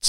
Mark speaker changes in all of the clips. Speaker 1: It's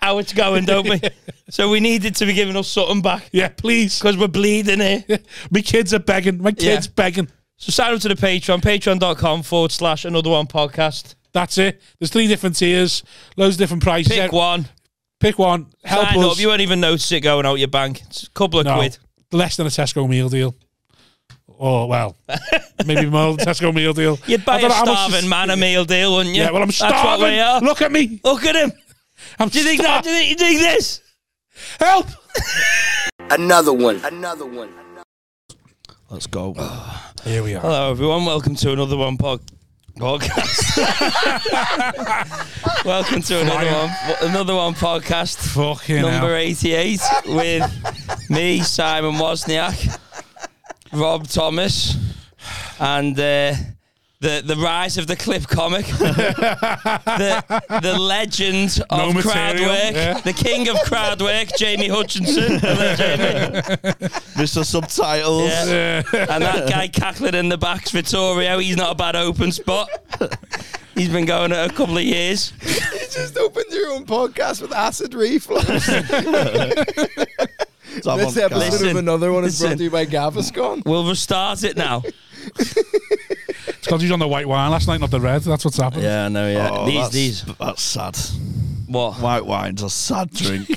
Speaker 2: how it's going, don't we? so we needed to be giving us something back
Speaker 1: yeah, please.
Speaker 2: because we're bleeding here.
Speaker 1: My kids are begging. My kids
Speaker 2: Yeah.
Speaker 1: begging.
Speaker 2: So sign up to the Patreon, patreon.com forward slash another one podcast.
Speaker 1: That's it. There's three different tiers, loads of different prices.
Speaker 2: Pick one.
Speaker 1: Pick one. Help
Speaker 2: Sign
Speaker 1: us.
Speaker 2: up. You won't even notice it going out your bank. It's a couple of
Speaker 1: No,
Speaker 2: quid.
Speaker 1: less than a Tesco meal deal. Or well, maybe more than Tesco meal deal.
Speaker 2: You'd
Speaker 1: I
Speaker 2: buy
Speaker 1: don't
Speaker 2: a
Speaker 1: know how much
Speaker 2: starving
Speaker 1: this-
Speaker 2: man a meal deal, wouldn't you?
Speaker 1: Yeah, well, I'm
Speaker 2: That's what we are.
Speaker 1: starving. Look at me.
Speaker 2: Look at him.
Speaker 1: I'm
Speaker 2: Do you think that? Do
Speaker 1: starving.
Speaker 2: you think, you think this?
Speaker 1: Help!
Speaker 3: Another one. Another one.
Speaker 2: Let's go.
Speaker 1: Here we are.
Speaker 2: Hello, everyone. Welcome to another one pod. Podcast. Welcome to another one, another one podcast.
Speaker 1: Fucking
Speaker 2: Oh, number
Speaker 1: hell.
Speaker 2: 88 with me, Simon Wozniak, Rob Thomas, and uh, the the rise of the clip comic, the, the legend of
Speaker 1: No
Speaker 2: crowd
Speaker 1: material,
Speaker 2: work,
Speaker 1: yeah.
Speaker 2: the king of crowd work, Jamie Hutchinson. Hello, Jamie.
Speaker 4: Mr. Subtitles.
Speaker 2: Yeah. And that guy cackling in the back's Vittorio. He's not a bad open spot. He's been going it a couple of years.
Speaker 4: You just opened your own podcast with acid reflux. this episode
Speaker 2: Listen,
Speaker 4: of another one is
Speaker 2: listen.
Speaker 4: brought to you by Gaviscon.
Speaker 2: We'll restart it now.
Speaker 1: It's because he's on the white wine last night, not the red. That's what's happened.
Speaker 2: Yeah, no, yeah.
Speaker 4: Oh,
Speaker 2: these,
Speaker 4: that's,
Speaker 2: these.
Speaker 4: That's sad.
Speaker 2: What?
Speaker 4: White wine's a sad drink.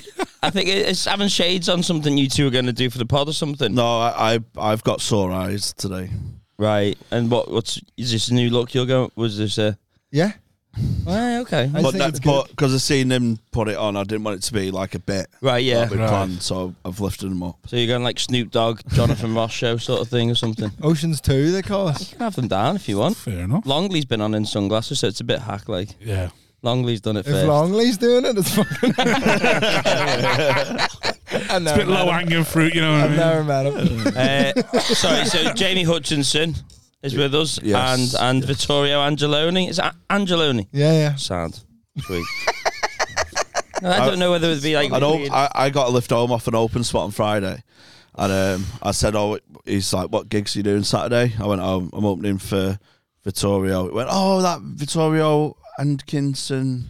Speaker 2: I think it- it's having shades on something you two are going to do for the pod or something.
Speaker 4: no, I, I, I've got sore eyes today.
Speaker 2: Right. And what? What's is this a new look you're going? Was this a?
Speaker 5: Yeah.
Speaker 4: Oh,
Speaker 2: Right, okay.
Speaker 5: I
Speaker 4: but
Speaker 5: think
Speaker 4: that,
Speaker 5: it's good.
Speaker 4: but because I've seen him put it on, I didn't want it to be like a bit.
Speaker 2: Right, yeah.
Speaker 4: Not a big
Speaker 1: Right.
Speaker 4: plan, so I've lifted him up.
Speaker 2: So you're going like Snoop Dogg, Jonathan Ross show sort of thing or something.
Speaker 5: Oceans 2, they call
Speaker 2: You
Speaker 5: us.
Speaker 2: can have them down if you want.
Speaker 1: Fair enough.
Speaker 2: Longley's been on in sunglasses, so it's a bit hack like.
Speaker 1: Yeah.
Speaker 2: Longley's done it
Speaker 5: If
Speaker 2: first.
Speaker 5: Longley's doing it, it's fucking. I
Speaker 1: It's
Speaker 5: know,
Speaker 1: a bit low hanging fruit, you know what I
Speaker 5: I've
Speaker 1: mean?
Speaker 5: never met him.
Speaker 2: uh, sorry, so Jamie Hutchinson is with us
Speaker 4: Yes,
Speaker 2: and and Vittorio Angeloni. Is that Angeloni?
Speaker 5: Yeah, yeah.
Speaker 2: Sad. Sweet. I don't know whether it would be like
Speaker 4: I know I, I got a lift home off an open spot on Friday, and um, I said, "Oh, he's like, what gigs are you doing Saturday?" I went, "Oh, I'm opening for Vittorio." It went, "Oh, that Vittorio Andkinson."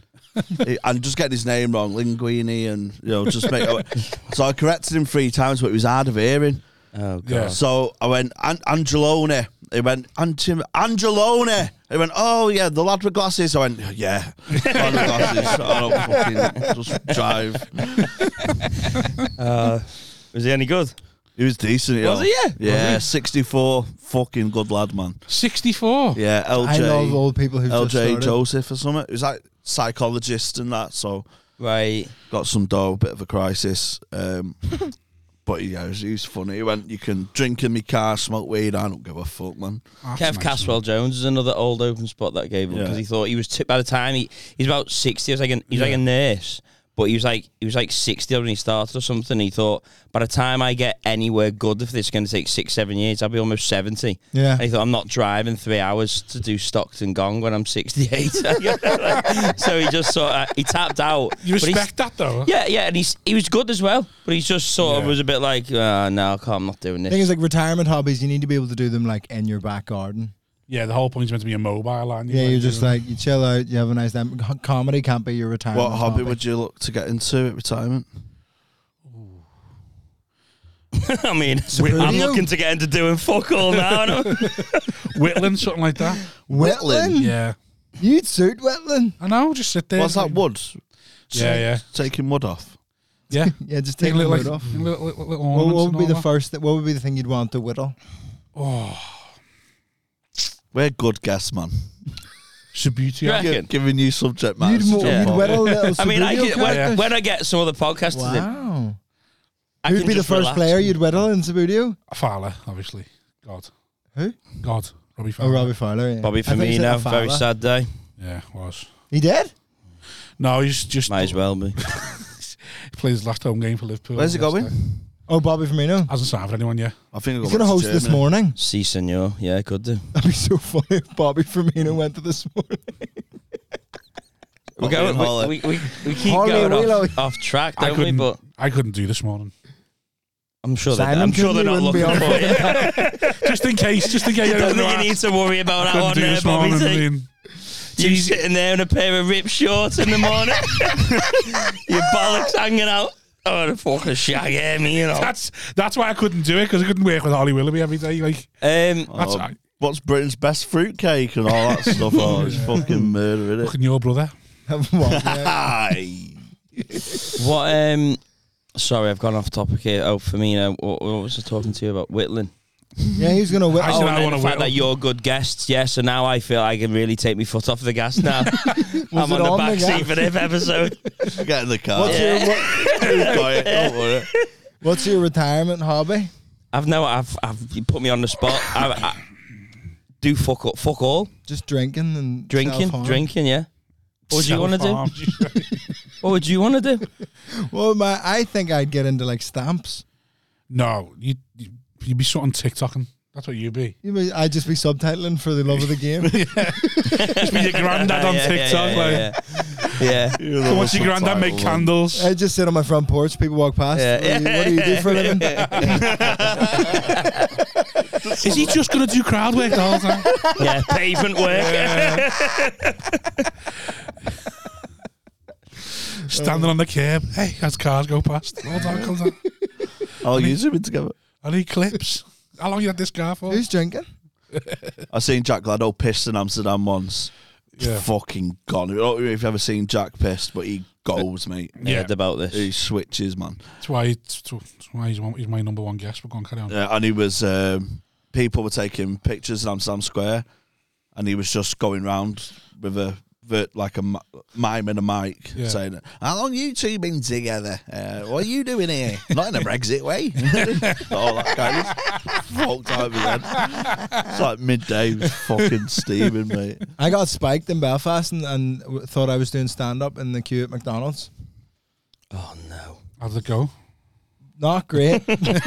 Speaker 4: and just getting his name wrong, Linguini, and you know, just make. I went- so I corrected him three times, but he was hard of hearing.
Speaker 2: Oh god.
Speaker 1: Yeah.
Speaker 4: So I went An- Angelone. He went Antim Angelone. He went, oh yeah, the lad with glasses. I went, yeah, the lad with glasses. I don't fucking just drive.
Speaker 2: Was he any good?
Speaker 4: He was decent. you
Speaker 2: Was
Speaker 4: know.
Speaker 2: he, yeah?
Speaker 4: Yeah, 64. Fucking good lad, man.
Speaker 1: 64.
Speaker 4: Yeah, LJ.
Speaker 5: I love old people who just
Speaker 4: LJ
Speaker 5: started.
Speaker 4: Joseph or something. He was like psychologist and that, so
Speaker 2: Right.
Speaker 4: got some dough, bit of a crisis. Um, but yeah, he was, he was funny. He went, you can drink in my car, smoke weed. I don't give a fuck, man.
Speaker 2: Kev Caswell Jones is another old open spot that gave him because
Speaker 4: Yeah.
Speaker 2: he thought he was t- by the time he he's about sixty. He was like an, he was like a nurse, but he was like he was like sixty when he started or something. He thought by the time I get anywhere good, if this is going to take six seven years, I'll be almost seventy.
Speaker 5: Yeah.
Speaker 2: and he thought I'm not driving three hours to do Stockton Gong when I'm sixty eight. so he just sort of he tapped out.
Speaker 1: You
Speaker 2: but he's-
Speaker 1: respect that, though?
Speaker 2: Yeah, yeah, and he's he was good as well, but he's just sort of
Speaker 1: Yeah.
Speaker 2: was a bit like, uh, no, I can't, I'm not doing
Speaker 5: thing
Speaker 2: this.
Speaker 5: is, like, retirement hobbies, you need to be able to do them, like, in your back garden.
Speaker 1: Yeah, the whole point's meant to be a mobile, and
Speaker 5: Yeah, you're just like, you chill out, you have a nice time. Co- Comedy can't be your retirement.
Speaker 4: What hobby would you look to get into at retirement?
Speaker 2: I mean, I'm
Speaker 5: rodeo.
Speaker 2: looking to get into doing fuck all now. and I'm-
Speaker 1: whittling, something like that.
Speaker 5: Wetland?
Speaker 1: Yeah.
Speaker 5: You'd suit wetland.
Speaker 1: I know, just sit there.
Speaker 4: What's that, wood?
Speaker 1: Yeah, yeah.
Speaker 4: Taking wood off.
Speaker 1: Yeah.
Speaker 5: Yeah, just
Speaker 1: Take
Speaker 5: take
Speaker 1: a little,
Speaker 5: the
Speaker 1: like,
Speaker 5: hood off.
Speaker 1: little, little, little
Speaker 5: What,
Speaker 1: ornaments and
Speaker 5: what would be
Speaker 1: all
Speaker 5: the
Speaker 1: that. Oh,
Speaker 5: first? That, what would be the thing you'd want to whittle?
Speaker 4: We're good guests, man.
Speaker 1: Sabuti.
Speaker 2: Yeah.
Speaker 4: Gi-
Speaker 2: Reckon.
Speaker 4: giving you subject matter.
Speaker 5: You'd,
Speaker 4: to
Speaker 5: mo-
Speaker 4: jump
Speaker 5: you'd
Speaker 4: on.
Speaker 5: wear a little.
Speaker 2: I mean, I
Speaker 5: Sabudio
Speaker 2: get, when,
Speaker 5: cap.
Speaker 1: Yeah.
Speaker 2: when I get some other podcasters in,
Speaker 5: Wow.
Speaker 2: I
Speaker 5: Who'd
Speaker 2: can
Speaker 5: be the
Speaker 2: just
Speaker 5: first
Speaker 2: relax.
Speaker 5: player you'd whittle in Sabudio?
Speaker 1: Fowler, obviously. God.
Speaker 5: Who?
Speaker 1: God. Robbie
Speaker 5: Oh,
Speaker 1: Fowler.
Speaker 5: Robbie Fowler. Yeah.
Speaker 2: Uh, Bobby
Speaker 5: I thought you said
Speaker 2: Firmino,
Speaker 5: Afala.
Speaker 2: very sad day.
Speaker 1: Yeah, was.
Speaker 5: He did?
Speaker 1: No, he's just
Speaker 2: Might as well be.
Speaker 1: played his last home game for Liverpool.
Speaker 4: Where's he going?
Speaker 1: Yesterday.
Speaker 5: Oh, Bobby Firmino.
Speaker 1: Hasn't signed for anyone yet.
Speaker 4: I think
Speaker 5: He's going to host this morning.
Speaker 2: Si, senor. Yeah, could do.
Speaker 5: That'd be so funny if Bobby Firmino went to this morning.
Speaker 2: We,
Speaker 4: Holly and
Speaker 2: go,
Speaker 4: Holly.
Speaker 2: we, we, we, we keep
Speaker 5: Holly
Speaker 2: going
Speaker 5: Willow.
Speaker 2: off, off track,
Speaker 1: I
Speaker 2: don't we?
Speaker 1: couldn't.
Speaker 2: But
Speaker 1: I couldn't do this morning.
Speaker 2: I'm sure, they,
Speaker 5: Simon
Speaker 2: I'm sure they're
Speaker 5: Kinley
Speaker 2: not
Speaker 5: wouldn't be
Speaker 2: looking for
Speaker 5: on
Speaker 2: it.
Speaker 1: Just in case. Just in case.
Speaker 2: I don't think you need to worry about that one there, Bobby. T. You sitting there in a pair of ripped shorts in the morning, your bollocks hanging out. Oh, the fucking shag at me, you know.
Speaker 1: That's that's why I couldn't do it because I couldn't work with Holly Willoughby every day. Like
Speaker 2: Um,
Speaker 1: that's
Speaker 4: Oh, what's Britain's best fruitcake and all that stuff? Oh, it's fucking murder, is
Speaker 1: fucking your brother.
Speaker 5: Well, yeah.
Speaker 4: Aye.
Speaker 2: what? Um, sorry, I've gone off topic here. Oh, Firmino, what, what was I talking to you about? Whitland.
Speaker 5: yeah, he's going to
Speaker 1: I
Speaker 5: whittle.
Speaker 1: said
Speaker 2: Oh,
Speaker 1: I
Speaker 2: and then
Speaker 1: wanna
Speaker 2: the fact
Speaker 1: whittle.
Speaker 2: that you're good guests, yeah. So now I feel I can really take my foot off the gas now. I'm
Speaker 5: it
Speaker 2: on the
Speaker 5: on
Speaker 2: back
Speaker 5: the gas?
Speaker 2: seat for this episode.
Speaker 4: Get in the car.
Speaker 5: What's, your, what,
Speaker 4: Got it, don't worry.
Speaker 5: what's your retirement hobby?
Speaker 2: I've no, I've, I've you put me on the spot. I, I do fuck up, fuck all,
Speaker 5: Just drinking and
Speaker 2: drinking,
Speaker 5: self-harm.
Speaker 2: drinking, yeah. What would you want to do? What would you want to do?
Speaker 5: Well, my, I think I'd get into like stamps.
Speaker 1: no, you you'd be sort on TikTok and that's what you'd be.
Speaker 5: You mean, I'd just be subtitling for the love of the game.
Speaker 1: Just be your granddad on
Speaker 2: Yeah, yeah,
Speaker 1: TikTok.
Speaker 2: yeah,
Speaker 1: like,
Speaker 2: yeah, yeah. yeah.
Speaker 1: so once your granddad make candles,
Speaker 5: I just sit on my front porch. People walk past.
Speaker 2: Yeah.
Speaker 5: What, do you, what do you do for a living?
Speaker 1: is he just gonna do crowd work the whole time?
Speaker 2: Yeah, pavement work.
Speaker 1: Standing on the curb, hey, as cars go past, hold on, hold on.
Speaker 4: I'll use them together.
Speaker 1: I need clips. How long you had this car for?
Speaker 5: Who's drinking?
Speaker 4: I seen Jack Gladdo pissed in Amsterdam once.
Speaker 1: Yeah.
Speaker 4: Fucking gone. I don't know if you've ever seen Jack pissed, but he goes, mate.
Speaker 1: Yeah.
Speaker 2: Heard about this.
Speaker 4: He switches, man.
Speaker 1: That's why. It's, that's why he's, one, he's my number one guest. We're going carry on.
Speaker 4: Yeah, Uh, and he was um, people were taking pictures in Amsterdam Square, and he was just going round with a ver- like a mi- mime and a mic
Speaker 1: Yeah.
Speaker 4: saying, "How long you two been together? Uh, what are you doing here? Not in a Brexit way." All that kind of fucked out of his head. It's like midday, he was fucking steaming, mate.
Speaker 5: I got spiked in Belfast and, and w- thought I was doing stand up in the queue at McDonald's.
Speaker 2: Oh no.
Speaker 1: How did it go?
Speaker 5: Not great.
Speaker 2: Yeah,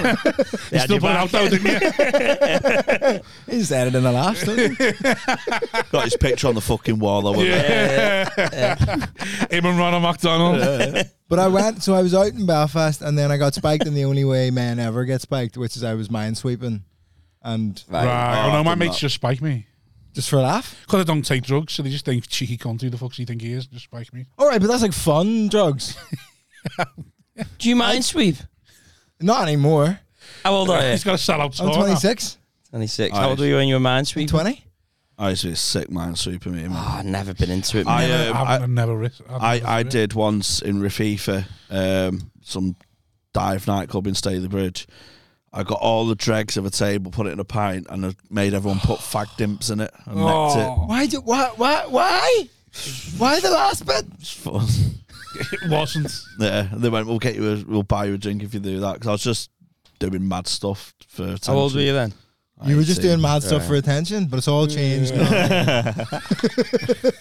Speaker 1: Still put it out though, didn't you?
Speaker 5: He's editing the laughs, don't he?
Speaker 4: Got his picture on the fucking wall. though, wasn't it?
Speaker 1: Him and Ronald McDonald.
Speaker 5: But I went, so I was out in Belfast and then I got spiked in the only way men ever get spiked, which is I was mine sweeping. And
Speaker 1: Right.
Speaker 4: Oh,
Speaker 1: oh, no,
Speaker 4: I've
Speaker 1: my
Speaker 4: done
Speaker 1: mates
Speaker 4: that.
Speaker 1: just spike me.
Speaker 5: just for a laugh.
Speaker 1: Because I don't take drugs, so they just think cheeky cunt, who the fuck's he think he is? Just spike me.
Speaker 5: All right, but that's like fun drugs.
Speaker 2: Do you mind sweep?
Speaker 5: Not anymore.
Speaker 2: How old are you?
Speaker 1: He's got a
Speaker 4: Oh,
Speaker 1: sellout tour.
Speaker 5: I'm 26,
Speaker 2: 26. How old were you when you were mind sweep?
Speaker 5: 20.
Speaker 4: I used to be Oh, a sick mind sweeper, me, man.
Speaker 2: Oh, I've never been into it. man.
Speaker 4: I,
Speaker 1: I,
Speaker 4: um,
Speaker 1: haven't-
Speaker 4: I,
Speaker 1: I've never risked.
Speaker 4: I, I did once in Rafifa, um, some dive nightclub in Staley Bridge. I got all the dregs of a table, put it in a pint, and I made everyone put fag dimps in it and
Speaker 1: Oh,
Speaker 5: Why do, why, why, why? Why the last bit?
Speaker 4: necked it.
Speaker 1: it wasn't.
Speaker 4: yeah, and they went, "We'll get you, a, we'll buy you a drink if you do that." Because I was just doing mad stuff for. Attention.
Speaker 2: How old were you then?
Speaker 5: You were just
Speaker 4: 18.
Speaker 5: doing mad stuff for attention, but it's all changed. now.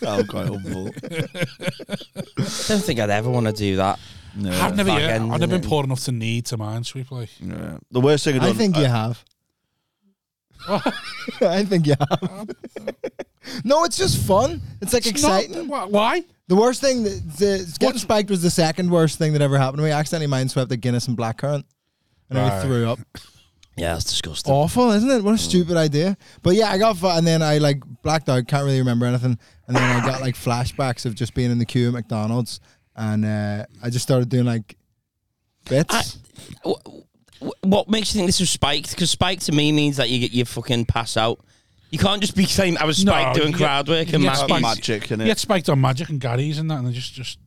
Speaker 4: I'm quite humble.
Speaker 2: I don't think I'd ever want to do that.
Speaker 4: Yeah.
Speaker 1: I've never,
Speaker 2: Back
Speaker 1: yeah,
Speaker 2: end,
Speaker 1: I've never
Speaker 2: innit?
Speaker 1: been poor enough to need to mind sweep. Like,
Speaker 4: yeah. The worst thing I've
Speaker 5: I
Speaker 4: done.
Speaker 5: think you have. I think you have. no, it's just fun. It's like
Speaker 1: It's not-
Speaker 5: exciting.
Speaker 1: wh- why?
Speaker 5: The worst thing, that, the, getting spiked was the second worst thing that ever happened to me. I accidentally mind swept a Guinness and blackcurrant. And I
Speaker 1: Right.
Speaker 5: threw up.
Speaker 2: Yeah, that's disgusting.
Speaker 5: Awful, isn't it? What a stupid idea. But yeah, I got, fu- and then I like blacked out, can't really remember anything. And then I got like flashbacks of just being in the queue at McDonald's. And uh, I just started doing like bits.
Speaker 2: I- Wh- wh- What makes you think this was spiked? Because spiked to me means that you get you fucking pass out. You can't just be saying I was
Speaker 1: No,
Speaker 2: spiked doing
Speaker 1: you-
Speaker 2: crowd work
Speaker 1: you
Speaker 2: and
Speaker 1: get
Speaker 2: Mackey's.
Speaker 1: spiked.
Speaker 4: magic in
Speaker 1: You
Speaker 4: it.
Speaker 1: get spiked on Magic and Gary's and that, and they just, just.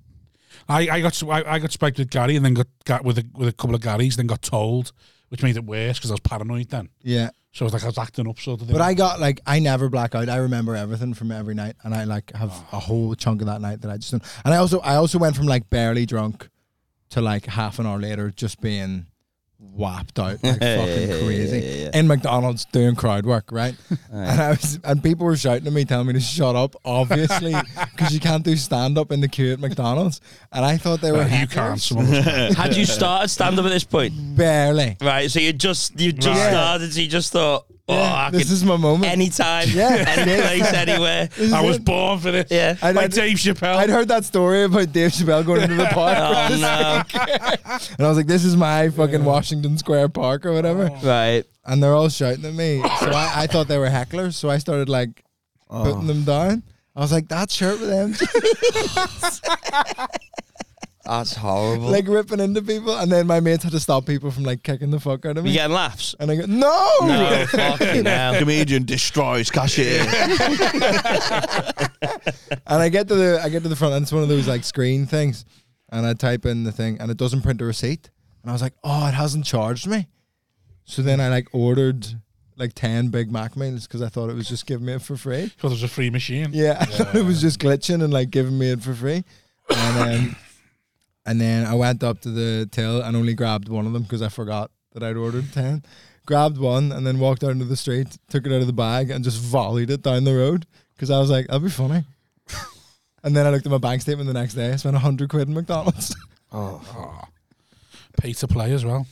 Speaker 1: I, I got I, I got spiked with Gary and then got, got with a, with a couple of Garys, then got told, which made it worse because I was paranoid then.
Speaker 5: yeah.
Speaker 1: So I was like, I was acting up sort of thing.
Speaker 5: But I got like I never black out. I remember everything from every night, and I like have
Speaker 1: Ah.
Speaker 5: a whole chunk of that night that I just. Don't. And I also I also went from like barely drunk to like half an hour later just being whapped out like fucking crazy in McDonald's doing crowd work, right? and I was and people were shouting at me, telling me to shut up, obviously, because you can't do stand up in the queue at McDonald's. And I thought they were
Speaker 1: Uh, you
Speaker 5: hecklers.
Speaker 1: can't. Someone was-
Speaker 2: Had you started stand up at this point?
Speaker 5: barely.
Speaker 2: Right, so you just you just
Speaker 1: Right.
Speaker 2: started, so you just thought, oh, I
Speaker 5: this
Speaker 2: could
Speaker 5: is my moment.
Speaker 2: anytime,
Speaker 5: Yeah.
Speaker 2: any place, anywhere.
Speaker 1: I was born for this.
Speaker 2: Yeah.
Speaker 1: I,
Speaker 5: I'd-
Speaker 1: like
Speaker 5: I'd-
Speaker 1: Dave Chappelle.
Speaker 5: I'd heard that story about Dave Chappelle going into the park.
Speaker 2: Oh no!
Speaker 5: And I was like, this is my fucking Washington Square Park or whatever.
Speaker 2: Right,
Speaker 5: And they're all shouting at me. So I, I thought they were hecklers. So I started like putting them down. I was like, that shirt with them,
Speaker 2: that's horrible.
Speaker 5: like ripping into people. And then my mates had to stop people from like kicking the fuck out of
Speaker 2: you
Speaker 5: me.
Speaker 2: getting laughs?
Speaker 5: And I go, no!
Speaker 2: No, fucking hell.
Speaker 4: Comedian destroys cashier.
Speaker 5: And I get to the I get to the front and it's one of those like screen things. And I type in the thing and it doesn't print a receipt. And I was like, oh, it hasn't charged me. So then I like ordered like 10 Big Mac meals because I thought it was just giving me it for free.
Speaker 1: Because it was a free machine.
Speaker 5: Yeah, I thought it was just glitching and like giving me it for free. And um, and then I went up to the till and only grabbed one of them because I forgot that I'd ordered ten. Grabbed one and then walked out into the street, took it out of the bag, and just volleyed it down the road because I was like, "That'd be funny." and then I looked at my bank statement the next day. I spent hundred quid in McDonald's.
Speaker 1: Pay to play as well.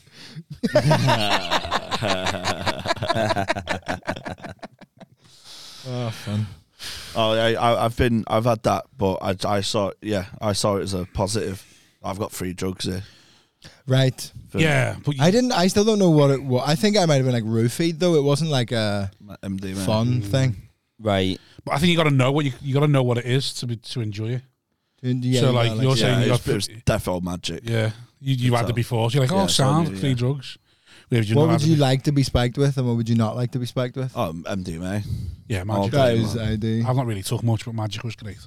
Speaker 5: oh, fun.
Speaker 4: Oh, I, I, I've been, I've had that, but I, I saw, yeah, I saw it as a positive. I've got free drugs here.
Speaker 5: Right.
Speaker 4: For
Speaker 1: Yeah. But you,
Speaker 5: I didn't. I still don't know what it was. I think I might have been like roofied though. It wasn't like a
Speaker 4: my MD, man.
Speaker 5: fun
Speaker 1: Mm.
Speaker 5: thing.
Speaker 2: Right.
Speaker 1: but I think you got to know what you, you got to know what it is to be, to enjoy it.
Speaker 5: Yeah,
Speaker 1: So,
Speaker 5: you know,
Speaker 1: like, you're
Speaker 4: Yeah,
Speaker 1: saying
Speaker 4: it
Speaker 1: you
Speaker 4: was,
Speaker 1: got
Speaker 4: it was death old magic.
Speaker 1: Yeah. You, you had
Speaker 4: so.
Speaker 1: it before. So you're like,
Speaker 4: Yeah,
Speaker 1: oh,
Speaker 4: it's
Speaker 1: sound
Speaker 4: all-
Speaker 1: free
Speaker 4: yeah.
Speaker 1: drugs. Yeah, but
Speaker 5: What
Speaker 1: not had
Speaker 5: would you
Speaker 1: it.
Speaker 5: like to be spiked with, and what would you not like to be spiked with?
Speaker 4: Oh, MDMA.
Speaker 1: Yeah, magic.
Speaker 4: Oh,
Speaker 5: That
Speaker 4: okay.
Speaker 5: is ID.
Speaker 1: I've not really talked much, but magic was great.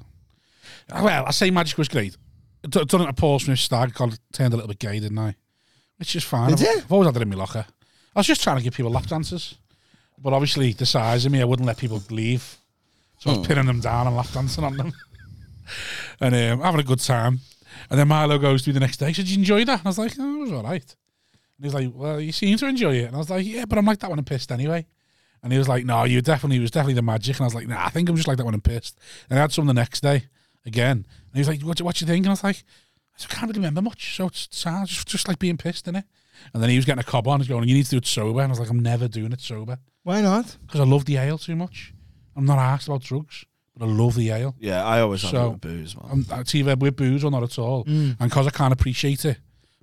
Speaker 1: Ah, Well, I say magic was great. I d- done it at Paul Smith Stag, got turned a little bit gay, didn't I? Which is fine.
Speaker 5: Did
Speaker 1: I've,
Speaker 5: you?
Speaker 1: I've always had it in my locker. I was just trying to give people lap dances, but obviously the size of me, I wouldn't let people leave, so I
Speaker 5: Hmm.
Speaker 1: was pinning them down and lap dancing on them, and um, having a good time. And then Milo goes to me the next day. He said, "Did you enjoy that?" And I was like, "Oh, it was all right." And he was like, "Well, you seem to enjoy it." And I was like, "Yeah, but I'm like that when I'm pissed anyway." And he was like, "No, you definitely it was definitely the magic." And I was like, "Nah, I think I'm just like that when I'm pissed." And I had some the next day again. And he was like, "What, what do you think?" And I was like, "I just can't really remember much. So it's sounds just, just like being pissed, innit?" And then he was getting a cob on. He's going, "You need to do it sober." And I was like, "I'm never doing it sober
Speaker 5: Why not?
Speaker 1: because I love the ale too much. I'm not asked about drugs, but I love the ale.
Speaker 4: Yeah, I always had
Speaker 1: So, um,
Speaker 4: it with booze, man.
Speaker 1: I'm, uh, it's either with booze or not at all. And because I can't appreciate it,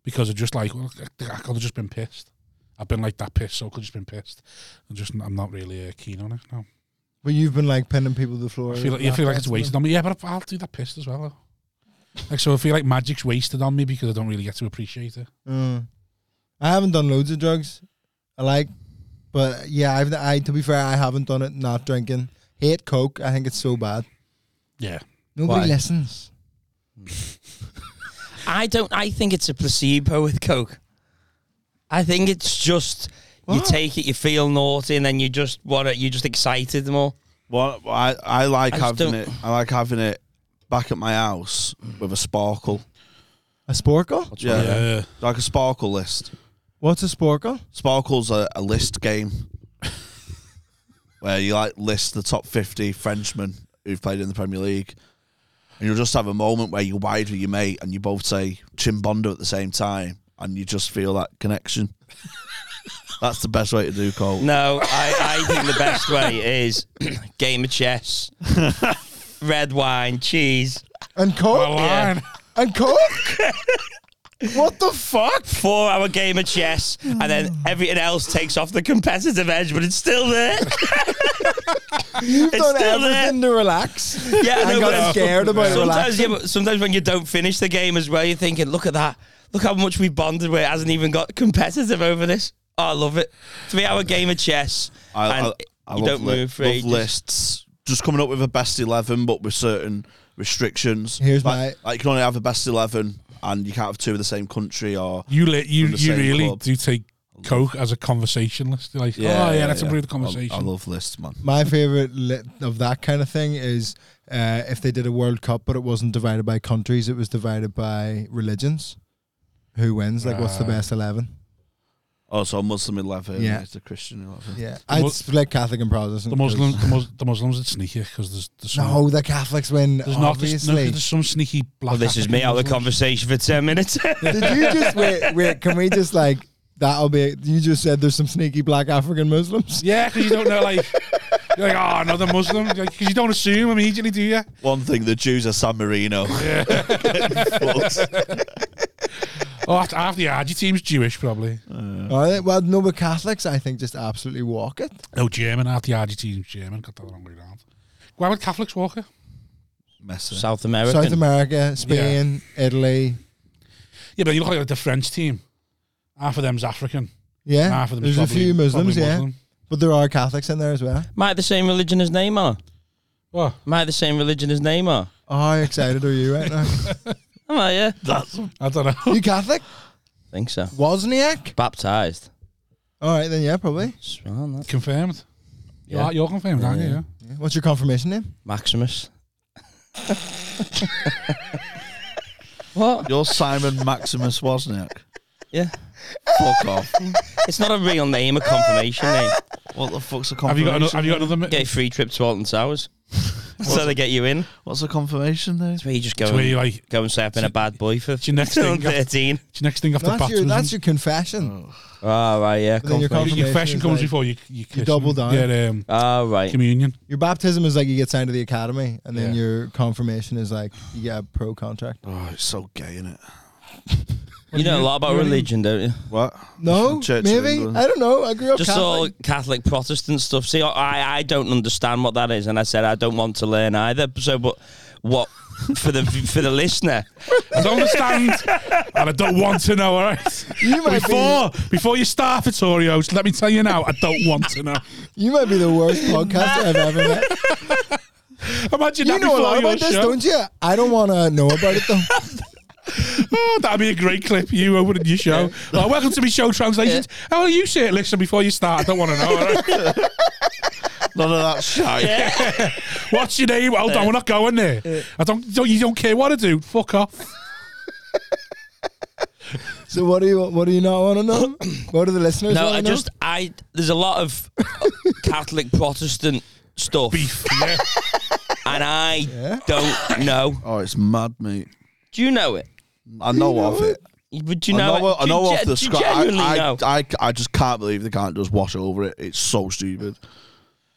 Speaker 1: because I'm just like, well, I I could have just been pissed. I've been like that pissed, so I could have just been pissed. I'm just, I'm not really uh, keen on it. No,
Speaker 5: But you've been like pinning people to the floor.
Speaker 1: I feel like, you feel like it's wasted on me. Yeah, but I'll do that pissed as well. Though. Like so, I feel like magic's wasted on me because I don't really get to appreciate it.
Speaker 5: Mm. I haven't done loads of drugs. I like, but yeah, I've I to be fair, I haven't done it. Not drinking. Hate coke. I think it's so bad.
Speaker 1: Yeah,
Speaker 5: Nobody
Speaker 2: Why?
Speaker 5: listens.
Speaker 2: I don't. I think it's a placebo with coke. I think it's just you
Speaker 5: What?
Speaker 2: take it, you feel naughty, and then you just want it. You're just excited more.
Speaker 4: Well, I, I like
Speaker 2: I just
Speaker 4: having
Speaker 2: don't-
Speaker 4: it. I like having it back at my house with a sparkle,
Speaker 5: A sporkle?
Speaker 4: Yeah.
Speaker 1: yeah.
Speaker 4: like a sparkle list.
Speaker 5: What's a sporkle?
Speaker 4: Sparkle's a, a list game where you like list the top fifty Frenchmen who've played in the Premier League, and you'll just have a moment where you wide with your mate and you both say Chimbondo at the same time, and you just feel that connection. That's the best way to do cold.
Speaker 2: No, I, I think the best way is game of chess, red wine, cheese,
Speaker 5: And
Speaker 1: What a
Speaker 5: coke?
Speaker 1: line.
Speaker 5: And coke? what the fuck? Hmm.
Speaker 2: four hour game of chess, and then everything else takes off the competitive edge, but it's still there.
Speaker 5: You've done
Speaker 2: still there.
Speaker 5: everything to relax.
Speaker 2: Yeah,
Speaker 5: I
Speaker 2: no, but
Speaker 5: got scared about
Speaker 2: sometimes,
Speaker 5: relaxing.
Speaker 2: yeah, but sometimes when you don't finish the game as well, you're thinking, look at that. Look how much we bonded where it hasn't even got competitive over this. Oh, I love it. Three hour game of chess.
Speaker 4: I,
Speaker 2: and
Speaker 4: I, I
Speaker 2: you
Speaker 4: love
Speaker 2: don't
Speaker 4: li-
Speaker 2: move for
Speaker 4: love
Speaker 2: ages.
Speaker 4: lists. Just coming up with a best eleven, but with certain restrictions.
Speaker 5: Here's
Speaker 4: like, like you can only have a best eleven, and you can't have two of the same country. Or
Speaker 1: You li- you
Speaker 4: From the
Speaker 1: you
Speaker 4: same
Speaker 1: really
Speaker 4: club.
Speaker 1: do take Coke as a conversationalist. They're like, oh yeah, let's improve the conversation.
Speaker 4: I, I love lists, man.
Speaker 5: My favorite li- of that kind of thing is uh, if they did a World Cup, but it wasn't divided by countries; it was divided by religions. Who wins? Like, what's the
Speaker 1: Uh,
Speaker 5: best eleven?
Speaker 4: Oh, so Muslim eleven.
Speaker 5: Yeah.
Speaker 4: Yeah, it's a Christian eleven.
Speaker 5: Yeah,
Speaker 1: The mu-
Speaker 5: I'd split Catholic and Protestant.
Speaker 1: the
Speaker 5: 'cause-
Speaker 1: Muslims, the, Mus- the Muslims would sneak it because there's, there's some,
Speaker 5: No, the Catholics win.
Speaker 1: there's not there's, no, 'cause
Speaker 5: obviously.
Speaker 1: there's some sneaky black.
Speaker 2: Well, this is me out of the
Speaker 1: African Muslims.
Speaker 2: conversation for 10 minutes.
Speaker 5: Did you just wait? Wait, can we just like that'll be? You just said there's some sneaky black African Muslims.
Speaker 1: Yeah, because you don't know like. You're like, oh, another Muslim. Because you don't assume immediately, do you?
Speaker 4: One thing, the Jews are San Marino.
Speaker 1: Oh, half- half the Argy team's Jewish, probably.
Speaker 5: Are they? Well, no, but Catholics, I think, just absolutely walk it.
Speaker 1: No, Oh, German. Half the Argy team's German. Got that the wrong way round. Why would Catholics walk it?
Speaker 4: Messer.
Speaker 2: South American.
Speaker 5: South America, Spain, Italy.
Speaker 1: Yeah, but you look like the French team. Half of them's African.
Speaker 5: Yeah,
Speaker 1: Half of them's
Speaker 5: there's a
Speaker 1: probably-
Speaker 5: few Muslims,
Speaker 1: probably
Speaker 5: yeah,
Speaker 1: Muslim.
Speaker 5: but there are Catholics in there as well.
Speaker 2: Might the same religion as Neymar.
Speaker 1: What?
Speaker 2: Am I the same religion as Neymar?
Speaker 5: Oh, how excited are you right now?
Speaker 2: Am I, yeah?
Speaker 4: That's
Speaker 1: I don't know.
Speaker 5: you Catholic?
Speaker 2: think so.
Speaker 5: Wozniak?
Speaker 2: Baptized.
Speaker 5: All right, then, yeah, probably.
Speaker 2: It's wrong, that.
Speaker 1: confirmed.
Speaker 2: Yeah.
Speaker 1: Yeah. You're, you're confirmed, aren't you? Yeah.
Speaker 5: What's your confirmation name?
Speaker 2: Maximus. what?
Speaker 4: you're Simon Maximus Wozniak.
Speaker 2: Yeah.
Speaker 4: Fuck off.
Speaker 2: It's not a real name, a confirmation name.
Speaker 4: What the fuck's a
Speaker 1: Have you
Speaker 4: confirmation?
Speaker 1: got another? Have you got another?
Speaker 2: Get a
Speaker 1: mi-
Speaker 2: free trip to Alton Towers. so they get you in.
Speaker 4: What's a confirmation though?
Speaker 2: That's where you just go
Speaker 1: It's where you
Speaker 2: and,
Speaker 1: like.
Speaker 2: go and say I've been a bad boy for
Speaker 1: your next thing, yeah.
Speaker 2: 13.
Speaker 1: It's your next thing after
Speaker 5: No, that's, your,
Speaker 1: baptism.
Speaker 5: that's your confession.
Speaker 2: Oh, right, yeah.
Speaker 5: But then
Speaker 2: confirmation.
Speaker 5: you're confirm-
Speaker 1: your, your
Speaker 5: confirmation
Speaker 1: confession
Speaker 5: is
Speaker 1: comes
Speaker 5: like-
Speaker 1: before you. You, kiss and
Speaker 5: double down.
Speaker 1: Get um,
Speaker 2: Oh, right.
Speaker 1: communion.
Speaker 5: Your baptism is like you get signed to the academy, and then
Speaker 1: Yeah.
Speaker 5: your confirmation is like you get a pro contract.
Speaker 4: Oh, it's so gay, innit?
Speaker 2: You know a lot about religion, don't you?
Speaker 4: What?
Speaker 5: No,
Speaker 4: Church of
Speaker 5: maybe
Speaker 4: England.
Speaker 5: I don't know. I grew up
Speaker 2: Just all
Speaker 5: Catholic.
Speaker 2: Catholic Protestant stuff. See, I I don't understand what that is, and I said I don't want to learn either. So, but what for the for the listener?
Speaker 1: I don't understand, and I don't want to know. All right.
Speaker 5: You might
Speaker 1: Before before you start for Torios, let me tell you now. I don't want to know.
Speaker 5: You might be the worst podcaster I've ever met.
Speaker 1: Imagine
Speaker 5: You
Speaker 1: that
Speaker 5: know a
Speaker 1: before
Speaker 5: lot
Speaker 1: your
Speaker 5: about this,
Speaker 1: show.
Speaker 5: don't you? I don't want to know about it though.
Speaker 1: Oh, that'd be a great clip. You opening your show. Like, welcome to me show translations. How are you, shit listener? Before you start, I don't want to know. all right?
Speaker 4: None of that shit.
Speaker 1: What's your name? Hold on, we're not going there. I don't, don't. You don't care what I do. Fuck off.
Speaker 5: So what do you what do you not want to know? What do the listeners?
Speaker 2: No,
Speaker 5: wanna
Speaker 2: I
Speaker 5: know?
Speaker 2: just I there's a lot of uh, Catholic Protestant stuff,
Speaker 1: Beef. Yeah.
Speaker 2: and I don't know.
Speaker 4: Oh, it's mad, mate.
Speaker 2: Do you know it?
Speaker 4: I know, of it.
Speaker 2: Would you
Speaker 4: I
Speaker 2: know?
Speaker 4: know,
Speaker 2: it?
Speaker 4: I know
Speaker 2: do you,
Speaker 4: off
Speaker 2: ge-
Speaker 4: the
Speaker 2: do you
Speaker 4: scratch.
Speaker 2: genuinely
Speaker 4: I,
Speaker 2: know
Speaker 4: I, I, I just can't believe they can't just wash over it. It's so stupid.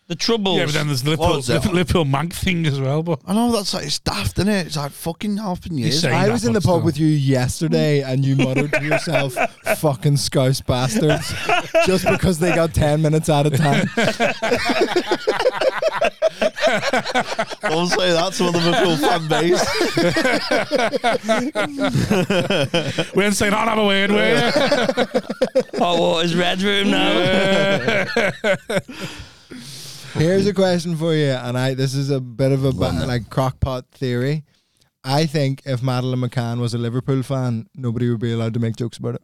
Speaker 2: the troubles.
Speaker 1: Yeah, but then there's
Speaker 4: What
Speaker 1: Liverpool,
Speaker 4: was that?
Speaker 1: Liverpool, Liverpool Mag thing as well. But
Speaker 4: I know that's like it's daft, innit? It's like fucking half in years.
Speaker 1: say-
Speaker 5: I was in the pub with you yesterday, and you muttered to yourself, "Fucking scouse bastards," just because they got ten minutes out of time.
Speaker 4: Don't say that to a Liverpool fan base.
Speaker 1: we ain't saying, "I'll have a word." We're
Speaker 2: Hot water's red room now.
Speaker 5: Here's a question for you, and I this is a bit of a ba- like crockpot theory. I think if Madeline McCann was a Liverpool fan, nobody would be allowed to make jokes about it.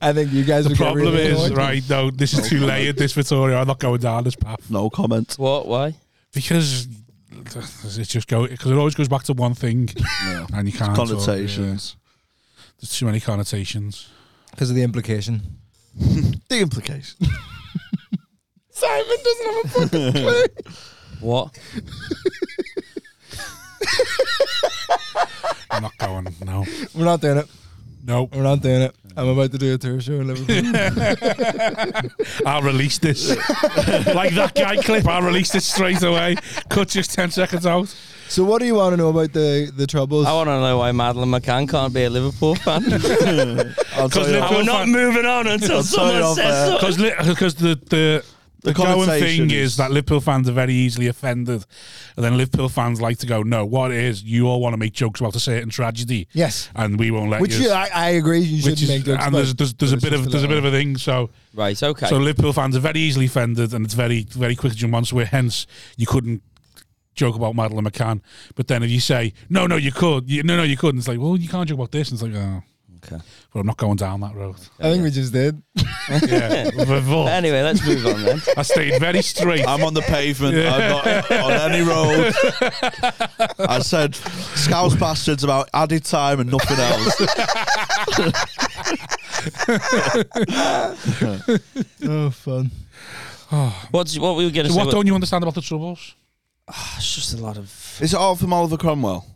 Speaker 5: I think you guys.
Speaker 1: the
Speaker 5: would get
Speaker 1: problem
Speaker 5: really
Speaker 1: is
Speaker 5: annoyed.
Speaker 1: right. No, this
Speaker 4: Oh,
Speaker 1: is too layered. This Vittorio, I'm not going down this path
Speaker 4: No comment.
Speaker 2: What? Why?
Speaker 1: because it just go because it always goes back to one thing,
Speaker 4: No.
Speaker 1: and you can't. talk, yeah.
Speaker 4: Connotations.
Speaker 1: There's too many connotations.
Speaker 5: because of the implication.
Speaker 4: The implications.
Speaker 5: Simon doesn't have a fucking
Speaker 2: What?
Speaker 1: I'm not going. No,
Speaker 5: We're not doing it.
Speaker 1: no.
Speaker 5: We're not doing it. I'm about to do a tour show in Liverpool.
Speaker 1: I'll release this like that guy clip. I'll release this straight away. Cut just ten seconds out.
Speaker 5: so, what do you want to know about the the troubles?
Speaker 1: Oh,
Speaker 2: I want to know why Madeline McCann can't be a Liverpool fan.
Speaker 4: I'll tell you
Speaker 1: Liverpool-
Speaker 4: off-
Speaker 2: And we're not
Speaker 1: fan.
Speaker 2: moving on until
Speaker 4: sorry,
Speaker 2: someone
Speaker 4: off
Speaker 2: says
Speaker 4: air.
Speaker 2: something.
Speaker 1: Because because the the, the, going thing
Speaker 4: connotations.
Speaker 1: is that Liverpool fans are very easily offended, and then Liverpool fans like to go, no, what it is you all want to make jokes about a certain tragedy,
Speaker 5: yes,
Speaker 1: and we won't let
Speaker 5: which
Speaker 1: you.
Speaker 5: you, I, I agree. You shouldn't
Speaker 1: is-
Speaker 5: make jokes.
Speaker 1: and
Speaker 5: about
Speaker 1: there's
Speaker 5: it,
Speaker 1: there's, there's a
Speaker 5: but
Speaker 1: bit
Speaker 5: it's
Speaker 1: of
Speaker 5: just
Speaker 1: there's a bit
Speaker 5: allowed.
Speaker 1: of a thing. So
Speaker 2: Right. Okay.
Speaker 1: so Liverpool fans are very easily offended, and it's very very quick to jump onto it. Hence, you couldn't joke about Madeline McCann, but then if you say no, no, you could, you, no, no, you couldn't, it's like well, you can't joke about this, and it's like oh,
Speaker 2: Okay.
Speaker 1: well, I'm not going down that road.
Speaker 5: I think we just did.
Speaker 1: yeah, Revolt.
Speaker 2: Anyway, let's move on then.
Speaker 1: I stayed very straight.
Speaker 4: I'm on the pavement. I'm not on any road. I said, "Scouse bastards" about added time and nothing else.
Speaker 5: Oh, fun.
Speaker 2: What's, what were you going to
Speaker 1: So
Speaker 2: say?
Speaker 1: what don't you understand about the troubles?
Speaker 2: It's just a lot of.
Speaker 4: Is it all from Oliver Cromwell?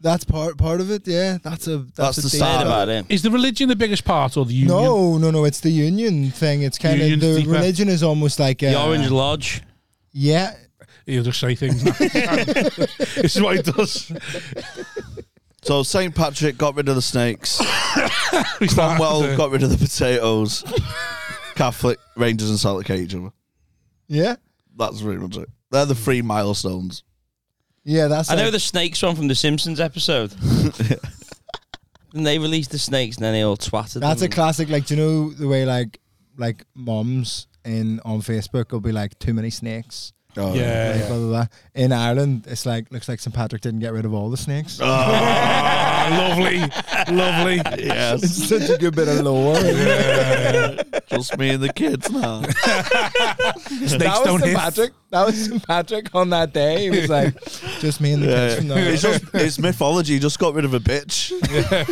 Speaker 5: That's part part of it. Yeah, that's a
Speaker 4: That's
Speaker 5: that's, a
Speaker 4: the
Speaker 5: thing.
Speaker 4: side
Speaker 2: Bad about it.
Speaker 1: Is the religion the biggest part, or the union?
Speaker 5: No, no, no. It's the union thing. It's kind of
Speaker 1: Union's
Speaker 5: the
Speaker 1: deeper.
Speaker 5: religion is almost like uh,
Speaker 2: The Orange Lodge.
Speaker 5: Yeah,
Speaker 1: He'll just say things. this is what he does.
Speaker 4: So St Patrick got rid of the snakes.
Speaker 1: We start-
Speaker 4: Cromwell got rid of the potatoes. Catholic Rangers and Celtic hate each other.
Speaker 5: yeah,
Speaker 4: That's pretty much it. They're the three milestones.
Speaker 5: yeah. That's
Speaker 2: I know
Speaker 5: like-
Speaker 2: the snakes one from the Simpsons episode. and they released the snakes and then they all twatted.
Speaker 5: that's a
Speaker 2: them.
Speaker 5: classic. Like, do you know the way like like moms in on Facebook will be like too many snakes.
Speaker 4: Oh,
Speaker 1: yeah.
Speaker 5: like, Blah, blah, blah. In Ireland, it's like looks like St Patrick didn't get rid of all the snakes.
Speaker 1: Ah, lovely, lovely.
Speaker 4: Yes.
Speaker 5: It's such a good bit of lore.
Speaker 4: Just me and the kids now.
Speaker 1: Snakes don't
Speaker 5: St.
Speaker 1: hit.
Speaker 5: Patrick. That was St. Patrick on that day. He was like, just me and the kids.
Speaker 4: Yeah.
Speaker 5: From
Speaker 4: It's
Speaker 5: the
Speaker 4: just it's mythology. Just got rid of a bitch.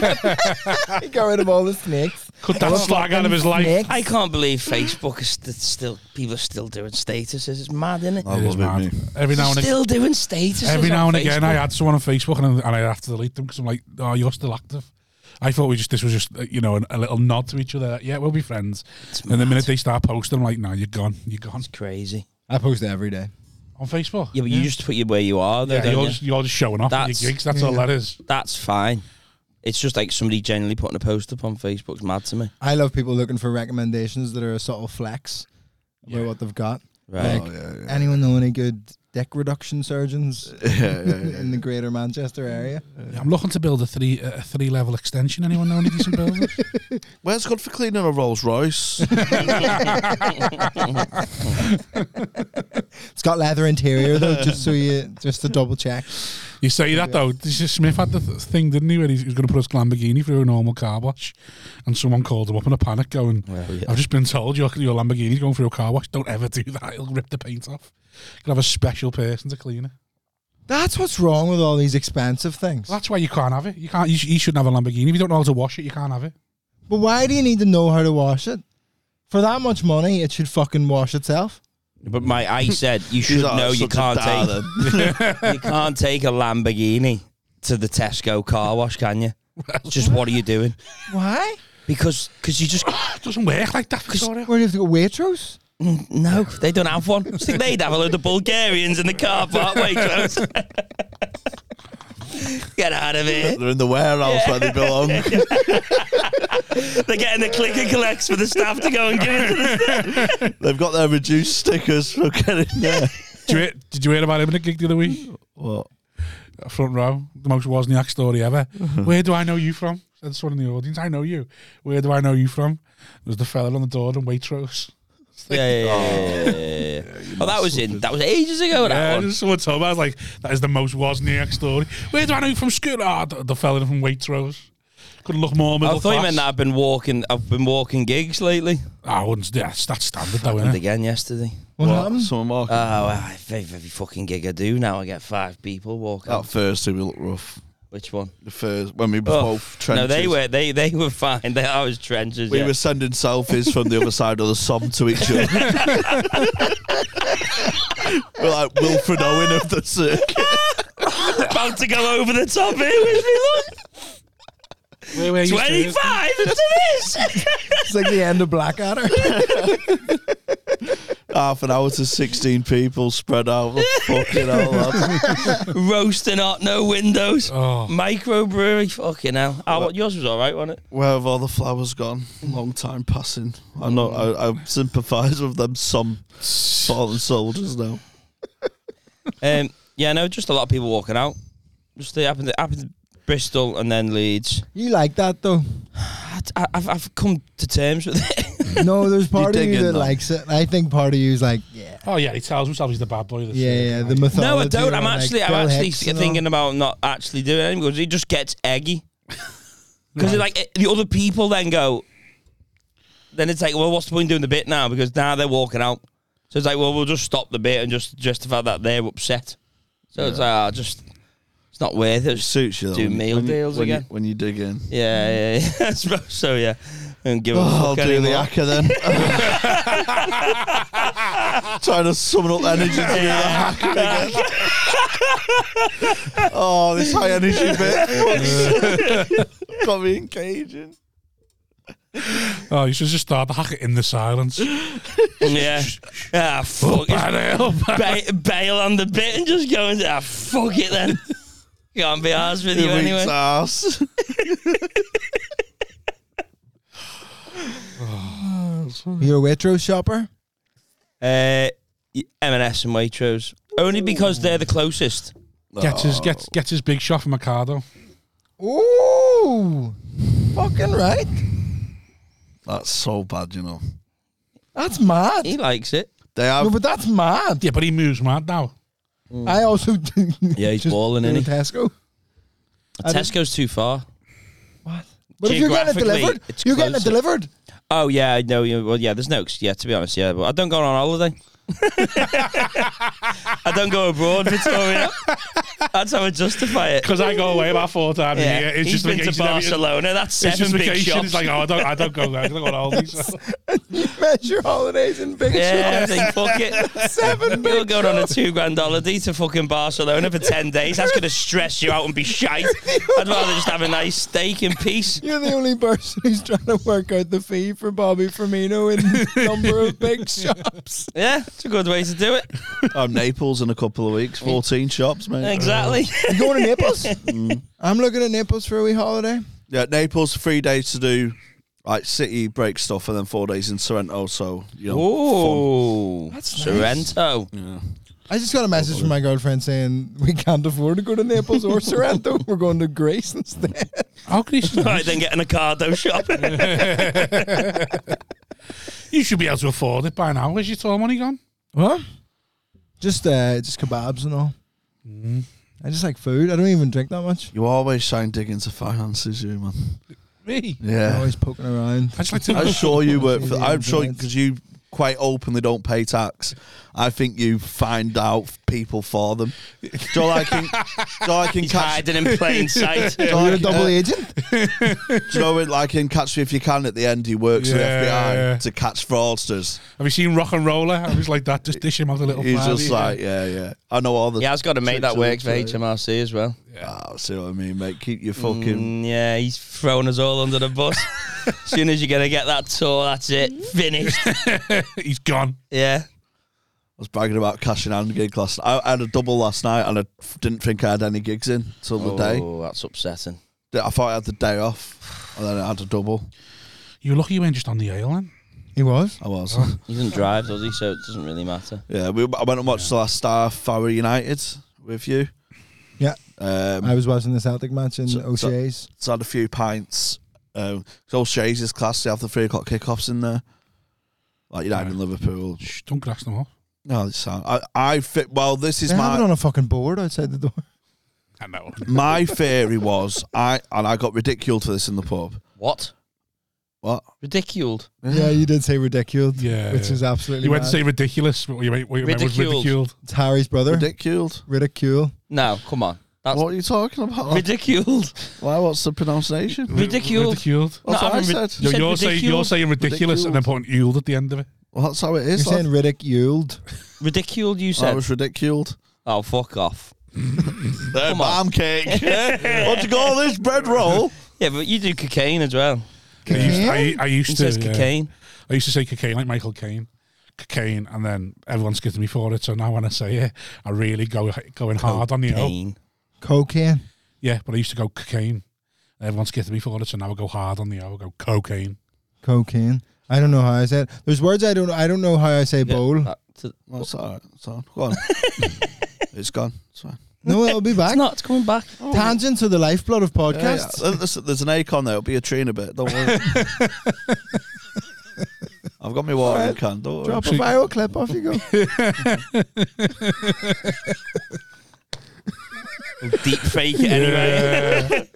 Speaker 5: he got rid of all the snakes.
Speaker 1: Cut that
Speaker 5: All
Speaker 1: slag out of his
Speaker 5: fucking
Speaker 1: life.
Speaker 5: snakes.
Speaker 2: I can't believe Facebook is st- still people are still doing statuses. It's mad, isn't it?
Speaker 4: I
Speaker 1: It is
Speaker 4: love it,
Speaker 1: mad.
Speaker 4: me.
Speaker 1: Every Oh, now and again.
Speaker 2: still doing statuses.
Speaker 1: Every
Speaker 2: on
Speaker 1: now and again, I
Speaker 2: Facebook.
Speaker 1: had someone on Facebook and, I- and I have to delete them because I'm like, oh, you're still active. I thought we just this was just uh, you know an, a little nod to each other. Yeah, we'll be friends. and the
Speaker 2: mad.
Speaker 1: minute they start posting, I'm like, nah, you're gone, you're gone
Speaker 2: crazy.
Speaker 5: I post it every day.
Speaker 1: on Facebook.
Speaker 2: Yeah, but you just put you where you are. Though,
Speaker 1: yeah,
Speaker 2: don't
Speaker 1: you're,
Speaker 2: you?
Speaker 1: just, you're just showing off at
Speaker 2: That's-
Speaker 1: your gigs. That's all that is.
Speaker 2: That's fine. It's just like somebody genuinely putting a post up on Facebook's mad to me.
Speaker 5: I love people looking for recommendations that are a subtle flex about what they've got.
Speaker 2: Right.
Speaker 5: Like, anyone know any good dick reduction surgeons
Speaker 4: Yeah, yeah, yeah.
Speaker 5: in the greater Manchester area?
Speaker 1: Yeah, I'm looking to build a three a three level extension. Anyone know any decent builders?
Speaker 4: Where's good for cleaning a Rolls Royce?
Speaker 1: Oh,
Speaker 5: It's got leather interior though, just so you just to double check.
Speaker 1: You say that though. This is Smith had the th- thing, didn't he? Where he he was going to put his Lamborghini through a normal car wash, and someone called him up in a panic, going,
Speaker 2: Well, yeah.
Speaker 1: "I've just been told your your Lamborghini's going through a car wash. Don't ever do that. It'll rip the paint off. You can have a special person to clean it.
Speaker 5: That's what's wrong with all these expensive things.
Speaker 1: Well, that's why you can't have it. You can't. You, sh- you shouldn't have a Lamborghini if you don't know how to wash it. You can't have it.
Speaker 5: But why do you need to know how to wash it? For that much money, it should fucking wash itself.
Speaker 2: But my, I said you should
Speaker 4: like,
Speaker 2: know you
Speaker 4: such a
Speaker 2: can't
Speaker 4: darling.
Speaker 2: take you can't take a Lamborghini to the Tesco car wash, can you? It's just what are you doing?
Speaker 5: Why?
Speaker 2: Because cause you just
Speaker 1: It doesn't work like that. Victoria.
Speaker 5: Where do you have to go Waitrose?
Speaker 2: no, they don't have one. I think they'd have a load of Bulgarians in the car park. Wait, close. Get out of here!
Speaker 4: They're in the warehouse where they belong.
Speaker 2: They're getting the click and collects for the staff to go and give it to the.
Speaker 4: They've got their reduced stickers for getting there.
Speaker 1: Did you, hear- did you hear about him in a gig the other week?
Speaker 2: Mm.
Speaker 4: What?
Speaker 1: front row, the most Wozniak story ever. Where do I know you from? Said someone in the audience. I know you. Where do I know you from? There was the fella on the door in Waitrose.
Speaker 2: Yeah, yeah, yeah. yeah, yeah. Oh, that was in. That was ages ago. That
Speaker 1: Yeah,
Speaker 2: one.
Speaker 1: just someone told me. I was like, that is the most Wozniak story. Where do I know you from school? Ah, the, the fella from Waitrose. Couldn't look more middle
Speaker 2: I thought you
Speaker 1: class.
Speaker 2: meant that I've been walking. I've been walking gigs lately.
Speaker 1: Ah, I wouldn't. Yeah, that's, that's standard though,
Speaker 2: And
Speaker 1: isn't it?
Speaker 2: again yesterday.
Speaker 5: What, happened?
Speaker 4: Someone walking.
Speaker 2: Oh, well, every, every fucking gig I do now, I get five people walking.
Speaker 4: that first two we looked rough.
Speaker 2: Which one?
Speaker 4: The first when we were
Speaker 2: Oh,
Speaker 4: both trenches.
Speaker 2: No, they were they they were fine. They I was trenches.
Speaker 4: We
Speaker 2: yeah.
Speaker 4: were sending selfies from the other side of the sob to each other. we're like Wilfred Owen of the circuit.
Speaker 2: about to go over the top here. With me,
Speaker 1: Where were you?
Speaker 2: look, twenty five into this.
Speaker 5: It's like the end of Blackadder.
Speaker 4: Half an hour to 16 people spread out. Fucking hell, lads.
Speaker 2: Roasting hot, no windows.
Speaker 1: Oh.
Speaker 2: Microbrewery, fucking hell. Oh, what, yours was all right, wasn't it?
Speaker 4: Where have all the flowers gone? Long time passing. I know. I, I sympathise with them. Some fallen soldiers now.
Speaker 2: Um, yeah, no, just a lot of people walking out. Just they happened, happened to Bristol and then Leeds.
Speaker 5: you like that though?
Speaker 2: I, I, I've, I've come to terms with it.
Speaker 5: no, there's part of
Speaker 4: dig
Speaker 5: you
Speaker 4: in
Speaker 5: that
Speaker 4: though.
Speaker 5: likes it. I think part of you's like, yeah,
Speaker 1: Oh yeah, he tells himself he's the bad boy. Of the
Speaker 5: yeah,
Speaker 1: thing.
Speaker 5: yeah. The
Speaker 2: No, I
Speaker 5: mythology.
Speaker 2: don't. I'm
Speaker 5: around, like,
Speaker 2: actually, I'm
Speaker 5: Bill
Speaker 2: actually
Speaker 5: Hicks and all.
Speaker 2: thinking about not actually doing anything because he just gets eggy. Because like it- the other people then go, then it's like, well, what's the point in doing the bit now? Because now they're walking out. So it's like, well, we'll just stop the bit and just justify that they're upset. So it's like, ah, just it's not worth it.
Speaker 4: It suits you. though,
Speaker 2: Do
Speaker 4: when you-
Speaker 2: meal
Speaker 4: when you-
Speaker 2: deals
Speaker 4: when you-
Speaker 2: again.
Speaker 4: when you dig in.
Speaker 2: yeah, yeah, yeah. I suppose so. Yeah, and give a
Speaker 4: Oh, I'll
Speaker 2: fuck
Speaker 4: do the
Speaker 2: anymore.
Speaker 4: hacker then. Trying to summon up energy to do the hacker again. oh, this high energy bit. Got me engaging.
Speaker 1: Oh, you should just start the hack it in the silence.
Speaker 2: Yeah. ah,
Speaker 4: Oh,
Speaker 2: fuck. it.
Speaker 1: Bad hell, bad-
Speaker 2: ba- bail on the bit and just go and ah, fuck it then. Can't be arsed with you
Speaker 4: Who eats
Speaker 2: anyway.
Speaker 4: ass?
Speaker 5: You're a Waitrose shopper.
Speaker 2: Uh, y- M&S and Waitrose. Only because they're the closest.
Speaker 1: Gets his gets gets his big shot from Mercado.
Speaker 5: Ooh, fucking right.
Speaker 4: That's so bad, you know.
Speaker 5: That's mad.
Speaker 2: He likes it.
Speaker 4: They have.
Speaker 5: No, but that's mad.
Speaker 1: Yeah, but he moves mad now.
Speaker 5: I also
Speaker 2: Yeah, he's balling,
Speaker 5: in
Speaker 2: isn't he?
Speaker 5: Tesco. I didn't-
Speaker 2: Tesco's too far.
Speaker 5: But if you're getting it
Speaker 2: Geographically,
Speaker 5: delivered,
Speaker 2: it's
Speaker 5: you're getting it
Speaker 2: closer.
Speaker 5: delivered.
Speaker 2: Oh, yeah, I know. yeah, Well, yeah, there's no... ex- Yeah, to be honest, yeah. But I don't go on holiday. I don't go abroad, Victoria. That's how I justify it.
Speaker 1: Because I go away about four times a
Speaker 2: Yeah,
Speaker 1: year.
Speaker 2: he's
Speaker 1: uh, It's just
Speaker 2: been
Speaker 1: vacation
Speaker 2: to
Speaker 1: every-
Speaker 2: Barcelona. That's
Speaker 1: It's
Speaker 2: seven
Speaker 1: just
Speaker 2: big
Speaker 1: vacation.
Speaker 2: shots.
Speaker 1: It's like oh, I don't I don't go there. I don't go on holidays.
Speaker 5: Measure holidays in big
Speaker 2: yeah, I think fuck it.
Speaker 5: Seven
Speaker 2: You're going on a two grand holiday to fucking Barcelona for ten days. That's going to stress you out and be shite. I'd rather just have a nice steak in peace.
Speaker 5: You're the only person who's trying to work out the fee for Bobby Firmino in number of big shops.
Speaker 2: Yeah, it's a good way to do it.
Speaker 4: I'm um, Naples in a couple of weeks. 14 shops, mate.
Speaker 2: Exactly.
Speaker 5: You going to Naples? I'm looking at Naples for a wee holiday.
Speaker 4: Yeah, Naples, three days to do like city break stuff and then four days in Sorrento. So, you know, fun.
Speaker 2: Oh,
Speaker 5: That's nice.
Speaker 2: Sorrento.
Speaker 5: I just got a message from my girlfriend saying we can't afford to go to Naples or Sorrento. We're going to Greece instead.
Speaker 1: How can he?
Speaker 2: Right, then get in a cardo shop.
Speaker 1: You should be able to afford it by now. Where's your tour money gone?
Speaker 5: What? Just uh, just kebabs and all. I just like food. I don't even drink that much.
Speaker 4: You always try and dig into finances, you man.
Speaker 1: Me.
Speaker 5: I'm
Speaker 4: Yeah.
Speaker 5: always poking around.
Speaker 1: I just like to.
Speaker 4: I'm sure you work for.
Speaker 5: Yeah,
Speaker 4: I'm sure
Speaker 5: right.
Speaker 4: because you quite openly don't pay tax. I think you find out people for them. Do I can? Do I can
Speaker 2: He's
Speaker 4: catch?
Speaker 2: hiding in plain sight.
Speaker 4: Do
Speaker 5: You're a
Speaker 4: like,
Speaker 5: double
Speaker 4: uh,
Speaker 5: agent.
Speaker 4: do you know when, like in Catch Me If You Can? At the end, he works for the
Speaker 1: Yeah,
Speaker 4: FBI
Speaker 1: yeah.
Speaker 4: to catch fraudsters.
Speaker 1: Have you seen Rock and Roller? I was like that. Just dish him out a little.
Speaker 4: He's
Speaker 1: fly,
Speaker 4: just
Speaker 1: yeah.
Speaker 4: like, yeah, yeah. I know all the.
Speaker 2: Yeah, I've got to make that work for HMRC as well.
Speaker 4: Ah, see what I mean, mate. Keep your
Speaker 2: Mm,
Speaker 4: fucking.
Speaker 2: yeah, he's thrown us all under the bus. as soon as you're going to get that tour, that's it. Finished.
Speaker 1: he's gone.
Speaker 2: Yeah.
Speaker 4: I was bragging about cashing out a gig last. I, I had a double last night, and I didn't think I had any gigs in till the day.
Speaker 2: Oh, that's upsetting.
Speaker 4: I thought I had the day off, and then I had a double.
Speaker 1: You're lucky you weren't just on the ale then.
Speaker 5: He was.
Speaker 4: I was.
Speaker 2: He doesn't drive, does he? So it doesn't really matter.
Speaker 4: Yeah, we, I went and watched the last half Farrow United with you.
Speaker 5: Yeah.
Speaker 4: Um,
Speaker 5: I was watching the Celtic match in
Speaker 4: So- so-
Speaker 5: OCA's.
Speaker 4: so I had a few pints. Um, 'cause old Shays is class. They have the three o'clock kickoffs in there, like United and Liverpool.
Speaker 1: Shh, don't grass them off.
Speaker 4: No, it's sound. I, I fit. Well, this is
Speaker 5: They have it
Speaker 4: my
Speaker 5: on a fucking board outside the door.
Speaker 1: I know.
Speaker 4: my theory was I and I got ridiculed for this in the pub.
Speaker 2: What?
Speaker 4: What?
Speaker 2: Ridiculed.
Speaker 5: yeah, you did say ridiculed.
Speaker 1: Yeah,
Speaker 5: which
Speaker 1: yeah.
Speaker 5: is absolutely.
Speaker 1: You went
Speaker 5: mad.
Speaker 1: to say ridiculous. What you, what you meant was
Speaker 2: Ridiculed.
Speaker 1: ridiculed.
Speaker 5: it's Harry's brother.
Speaker 4: Ridiculed.
Speaker 5: Ridicule.
Speaker 2: No, come on. That's
Speaker 4: What are you talking about?
Speaker 2: ridiculed.
Speaker 4: Why? What's the pronunciation?
Speaker 2: Ridiculed.
Speaker 1: Ridiculed.
Speaker 4: That's
Speaker 2: No,
Speaker 4: what I
Speaker 2: I mean,
Speaker 4: said.
Speaker 1: You're,
Speaker 2: You said
Speaker 1: you're saying you're
Speaker 2: ridiculed.
Speaker 1: saying ridiculous, and then putting "uld" at the end of it.
Speaker 4: Well, that's how it
Speaker 5: You're
Speaker 4: is.
Speaker 5: saying ridiculed.
Speaker 2: Ridiculed, you
Speaker 4: I
Speaker 2: said.
Speaker 4: was ridiculed.
Speaker 2: Oh, fuck off.
Speaker 4: There,
Speaker 2: Come on.
Speaker 4: mom cake. what do you call this bread roll?
Speaker 2: Yeah, but you do cocaine as well.
Speaker 1: I used, I, I used
Speaker 2: He
Speaker 1: to.
Speaker 2: says
Speaker 1: yeah.
Speaker 2: cocaine.
Speaker 1: I used to say cocaine like Michael Caine, cocaine, and then everyone skids me for it. So now when I say it, I really go going hard on the O.
Speaker 2: Cocaine.
Speaker 5: Cocaine.
Speaker 1: Yeah, but I used to go cocaine. and Everyone skids me for it, so now I go hard on the O. I go cocaine.
Speaker 5: Cocaine. I don't know how I said. it. There's words I don't. I don't know how I say bowl.
Speaker 2: Back Uh, to-
Speaker 4: Well, it's all right. It's all right. Go on. it's gone. It's fine.
Speaker 5: No, it'll be back.
Speaker 2: It's not, it's coming back.
Speaker 5: Tangents are the lifeblood of
Speaker 4: Yeah,
Speaker 5: podcasts.
Speaker 4: yeah. Listen, There's an acorn there. It'll be a tree in a bit. Don't worry. I've got my watering can. Don't worry.
Speaker 5: Drop a viral clip, off you go.
Speaker 2: Deep fake it anyway.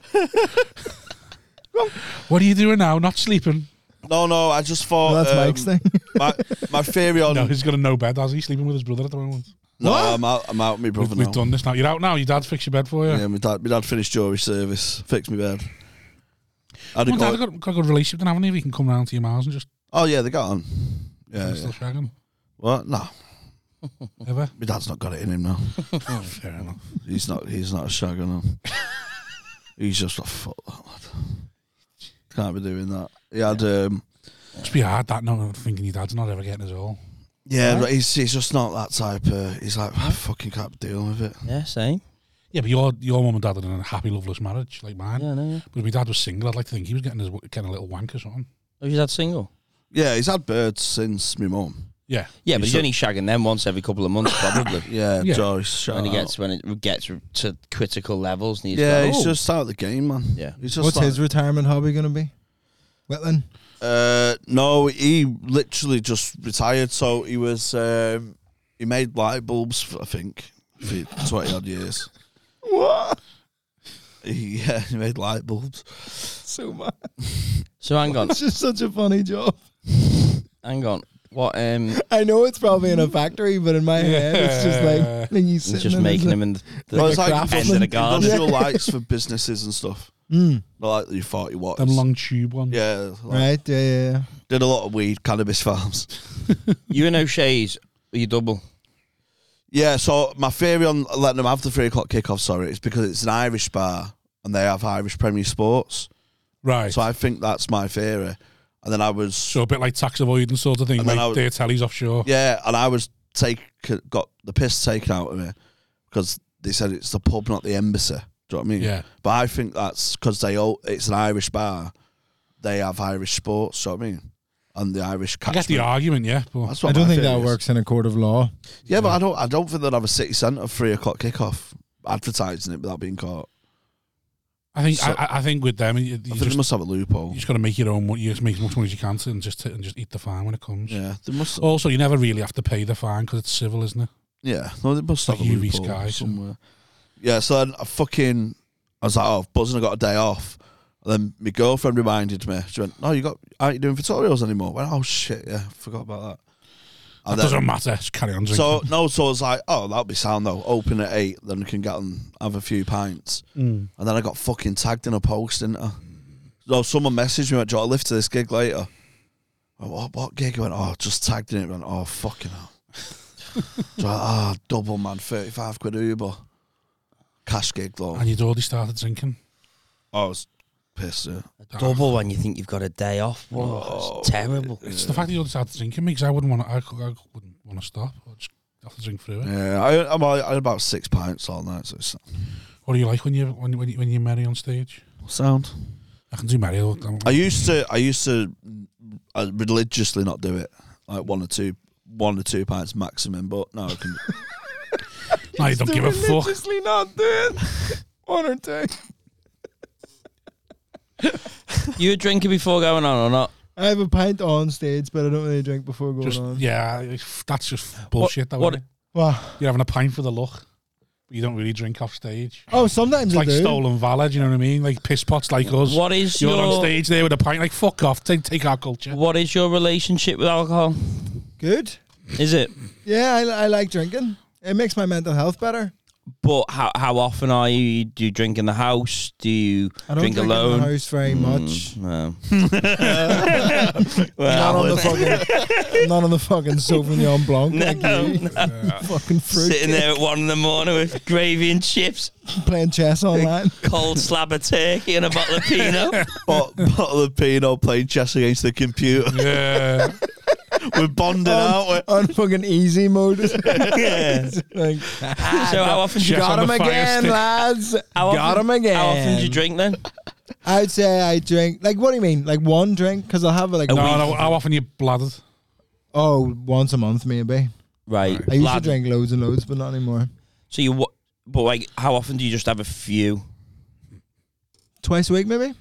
Speaker 1: What are you doing now? Not sleeping?
Speaker 4: No, no. I just thought
Speaker 5: Well, that's
Speaker 4: um,
Speaker 5: Mike's thing.
Speaker 4: My, my theory on
Speaker 1: No, he's got a no bed, has he? Sleeping with his brother at the moment.
Speaker 4: no, I'm out. I'm out. with My brother
Speaker 1: We've
Speaker 4: now.
Speaker 1: done this now. You're out now. Your dad fixed your bed for you.
Speaker 4: Yeah, my dad. My dad finished jury service. Fixed me bed. Had a
Speaker 1: Mum and
Speaker 4: go-
Speaker 1: dad have got, got a good relationship then, haven't they? If you can come round to your mouth and just
Speaker 4: oh yeah, they got on. Yeah.
Speaker 1: yeah,
Speaker 4: yeah.
Speaker 1: still shagging.
Speaker 4: What? No,
Speaker 1: Ever?
Speaker 4: my dad's not got it in him now.
Speaker 1: Fair enough.
Speaker 4: He's not. He's not a shag on him. he's just a fuck that lad. Can't be doing that. He had. Um,
Speaker 1: Must be hard that now, thinking your dad's not ever getting his all.
Speaker 4: yeah, but he's he's just not that type. Of, he's like I fucking can't be dealing with it.
Speaker 2: Yeah, same.
Speaker 1: Yeah, but your your mum and dad are in a happy, loveless marriage like mine.
Speaker 2: Yeah, no.
Speaker 1: But if my dad was single, I'd like to think he was getting his getting a little wank or something.
Speaker 2: Have you Oh, had single?
Speaker 4: Yeah, he's had birds since my mum.
Speaker 1: Yeah,
Speaker 2: Yeah, but
Speaker 4: He's
Speaker 2: he's
Speaker 4: so-
Speaker 2: only shagging them once every couple of months, probably.
Speaker 4: Yeah,
Speaker 1: Yeah.
Speaker 4: Joyce. Shout
Speaker 2: when he
Speaker 4: out.
Speaker 2: gets when it gets to critical levels, and he's
Speaker 4: yeah,
Speaker 2: like,
Speaker 4: he's
Speaker 2: "Oh."
Speaker 4: just out of the game, man.
Speaker 2: Yeah.
Speaker 4: he's just
Speaker 5: What's
Speaker 4: like,
Speaker 5: his retirement hobby going to be? Wetland.
Speaker 4: Uh, no, he literally just retired. So he was um, he made light bulbs, for, I think, for twenty odd years.
Speaker 5: What?
Speaker 4: He, yeah, he made light bulbs.
Speaker 5: So much.
Speaker 2: So hang on,
Speaker 5: It's just such a funny job.
Speaker 2: hang on. What? Um,
Speaker 5: I know it's probably in a factory, but in my head, it's just like, like you sitting
Speaker 2: just
Speaker 5: in
Speaker 2: making
Speaker 5: this-
Speaker 2: him in the, the
Speaker 4: Well, it's like
Speaker 5: craftsman.
Speaker 2: end of the garden.
Speaker 4: industrial lights for businesses and stuff.
Speaker 5: Mm,
Speaker 4: Not like your forty watts.
Speaker 1: them long tube ones.
Speaker 4: yeah, like,
Speaker 5: right? Yeah, yeah, yeah.
Speaker 4: did a lot of weed, cannabis farms.
Speaker 2: You and O'Shea's, are you double?
Speaker 4: Yeah, so my theory on letting them have the three o'clock kickoff, sorry, is because it's an Irish bar and they have Irish Premier Sports.
Speaker 1: right.
Speaker 4: So
Speaker 1: So,
Speaker 4: I think that's my theory. And then I was
Speaker 1: a bit like tax avoidance sort of thing.
Speaker 4: And then I
Speaker 1: Like
Speaker 4: would-
Speaker 1: their telly's offshore.
Speaker 4: Yeah, and I was take got the piss taken out of me because they said it's the pub, not the embassy. Do you know what I mean?
Speaker 1: Yeah.
Speaker 4: But I think that's because they all it's an Irish bar. They have Irish sports. Do you know what I mean? And the Irish
Speaker 1: I get
Speaker 4: catchment.
Speaker 1: the argument, yeah. But
Speaker 4: That's
Speaker 5: I
Speaker 4: what
Speaker 5: don't
Speaker 4: my
Speaker 5: think
Speaker 4: theory
Speaker 5: that
Speaker 4: is.
Speaker 5: works in a court of law.
Speaker 4: Yeah, but I don't. I don't think they'll have a city centre three o'clock kickoff advertising it without being caught.
Speaker 1: I think
Speaker 4: So-
Speaker 1: I, I think with them, you, you
Speaker 4: I think
Speaker 1: just
Speaker 4: they must have a loophole.
Speaker 1: you just got to make your own. money- You just make as much money as you can to, and just t- and just eat the fine when it comes.
Speaker 4: Yeah, they must.
Speaker 1: Also, you never really have to pay the fine because it's civil, isn't it?
Speaker 4: Yeah, no, they must
Speaker 1: Like
Speaker 4: have a
Speaker 1: UV
Speaker 4: loophole
Speaker 1: sky, so-
Speaker 4: somewhere. Yeah, so then I fucking, I was like, oh, buzzing, I got a day off. And then my girlfriend reminded me. She went, no, you got, aren't you doing tutorials anymore? I went, oh shit, yeah, forgot about that.
Speaker 1: That
Speaker 4: And
Speaker 1: doesn't
Speaker 4: then,
Speaker 1: matter. Just carry on drinking.
Speaker 4: so no, so I was like, oh, that'll be sound though. Open at eight, then I can get and have a few pints.
Speaker 1: Mm.
Speaker 4: And then I got fucking tagged in a post, didn't I? So someone messaged me, went, do you want to lift to this gig later? I went, what, what gig? I went, oh, just tagged in it. I went, oh, fucking hell. so I went, oh, double, man, 35 quid Uber. Cash gig, though.
Speaker 1: and you'd already started drinking.
Speaker 4: I was pissed, yeah.
Speaker 2: Double when you think you've got a day off. Whoa, it's terrible.
Speaker 1: It's the fact that you already started drinking because I wouldn't want to. I, cou- I wouldn't want to stop. I just have to drink through it.
Speaker 4: Yeah, I, I'm, I had about six pints all night, so it's
Speaker 1: What do you like when you when when, you, when you're merry on stage?
Speaker 4: sound.
Speaker 1: I can do merry. all the time.
Speaker 4: I used to, I used to uh, religiously not do it. Like one or two, one or two pints maximum, but now I can.
Speaker 1: I don't give a fuck.
Speaker 5: not doing one or two.
Speaker 2: You a drinker before going on or not?
Speaker 5: I have a pint on stage, but I don't really drink before going
Speaker 1: Just
Speaker 5: on.
Speaker 1: yeah, it's- that's just bullshit. That
Speaker 2: what-
Speaker 1: one.
Speaker 5: Wow.
Speaker 1: You're having a pint for the luck, but you don't really drink off stage.
Speaker 5: Oh, sometimes
Speaker 1: It's
Speaker 5: I
Speaker 1: like
Speaker 5: do.
Speaker 1: stolen valor. Do you know what I mean? Like piss pots like us.
Speaker 2: What is
Speaker 1: You're
Speaker 2: your
Speaker 1: on stage there with a pint. Like fuck off. Take take our culture.
Speaker 2: What is your relationship with alcohol?
Speaker 5: Good.
Speaker 2: Is it?
Speaker 5: Yeah, I, I like drinking. It makes my mental health better.
Speaker 2: But how how often are you? Do you drink in the house? Do you
Speaker 5: I don't
Speaker 2: drink,
Speaker 5: drink, in
Speaker 2: alone? Mm.
Speaker 5: the house very much.
Speaker 2: No.
Speaker 5: Not on the fucking, not on the fucking Sauvignon Blanc like you. fucking fruit,
Speaker 2: Sitting there at one in the morning with gravy and chips,
Speaker 5: playing chess online.
Speaker 2: cold slab of turkey and a bottle of Pinot.
Speaker 4: Bot- bottle of Pinot playing chess against the computer.
Speaker 1: Yeah.
Speaker 4: We're bonding,
Speaker 5: Um,
Speaker 4: aren't we?
Speaker 5: on fucking easy mode.
Speaker 2: Yeah.
Speaker 5: like,
Speaker 2: So how often do you
Speaker 1: Chef
Speaker 5: Ah, got
Speaker 1: on
Speaker 5: him
Speaker 1: the fire
Speaker 5: again,
Speaker 1: stick.
Speaker 5: lads.
Speaker 2: How
Speaker 5: got
Speaker 2: often-
Speaker 5: him again.
Speaker 2: How often do you drink then?
Speaker 5: I'd say I drink. Like, what do you mean? Like one drink? Because I'll have like
Speaker 1: No,
Speaker 5: one-
Speaker 1: no. How often you bladdered?
Speaker 5: oh once a month maybe.
Speaker 2: Right.
Speaker 5: I used
Speaker 2: lad.
Speaker 5: to drink loads and loads, but not anymore.
Speaker 2: So you what? But like, how often do you just have a few?
Speaker 5: Twice a week maybe.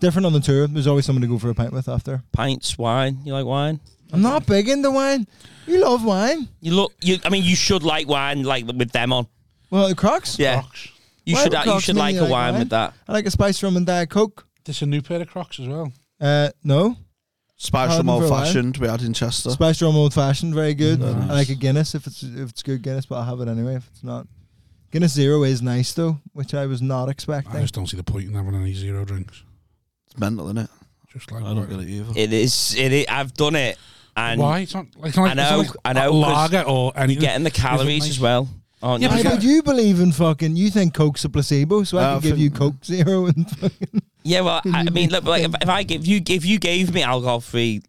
Speaker 5: different on the tour. There's always someone to go for a pint with after.
Speaker 2: Pints, wine. You like wine?
Speaker 5: I'm not big into wine. You love wine.
Speaker 2: You look. You. I mean, you should like wine, like with them on.
Speaker 5: Well, the Crocs.
Speaker 2: Yeah.
Speaker 1: Crocs.
Speaker 2: You
Speaker 5: Why
Speaker 2: should.
Speaker 5: would
Speaker 2: you
Speaker 5: Crocs
Speaker 2: should
Speaker 5: mean
Speaker 2: like
Speaker 5: you
Speaker 2: a
Speaker 5: like
Speaker 2: wine
Speaker 5: wine?
Speaker 2: with that.
Speaker 5: I like a spice rum and diet coke.
Speaker 1: This a new pair of Crocs as well.
Speaker 5: Uh, no,
Speaker 4: Spice from
Speaker 5: Pardon for a
Speaker 4: old
Speaker 5: while.
Speaker 4: fashioned we had in Chester.
Speaker 5: spice rum old fashioned, very good. I like a Guinness if it's if it's good Guinness, but I'll have it anyway if it's not. Guinness Zero is nice though, which I was not
Speaker 1: I
Speaker 5: expecting.
Speaker 1: just don't see the point in having any zero drinks.
Speaker 4: It's mental, innit?
Speaker 1: Just like
Speaker 4: I don't get it either.
Speaker 2: It is. It. Is, I've done it. And
Speaker 1: Why? It's not like, it's not
Speaker 2: I
Speaker 1: like, it's not
Speaker 2: know,
Speaker 1: like
Speaker 2: I know,
Speaker 1: a
Speaker 2: 'cause
Speaker 1: lager or anything.
Speaker 2: Getting the calories
Speaker 1: nice?
Speaker 2: as well. Aren't
Speaker 1: Yeah,
Speaker 2: you?
Speaker 5: Hey, but you believe in fucking. You think Coke's a placebo, so I
Speaker 4: Uh,
Speaker 5: can give
Speaker 4: fin-
Speaker 5: you Coke Zero and fucking.
Speaker 2: Yeah, well,
Speaker 5: Can
Speaker 2: I
Speaker 5: you
Speaker 2: mean,
Speaker 5: make
Speaker 2: look, like if, if I give you if you gave me alcohol free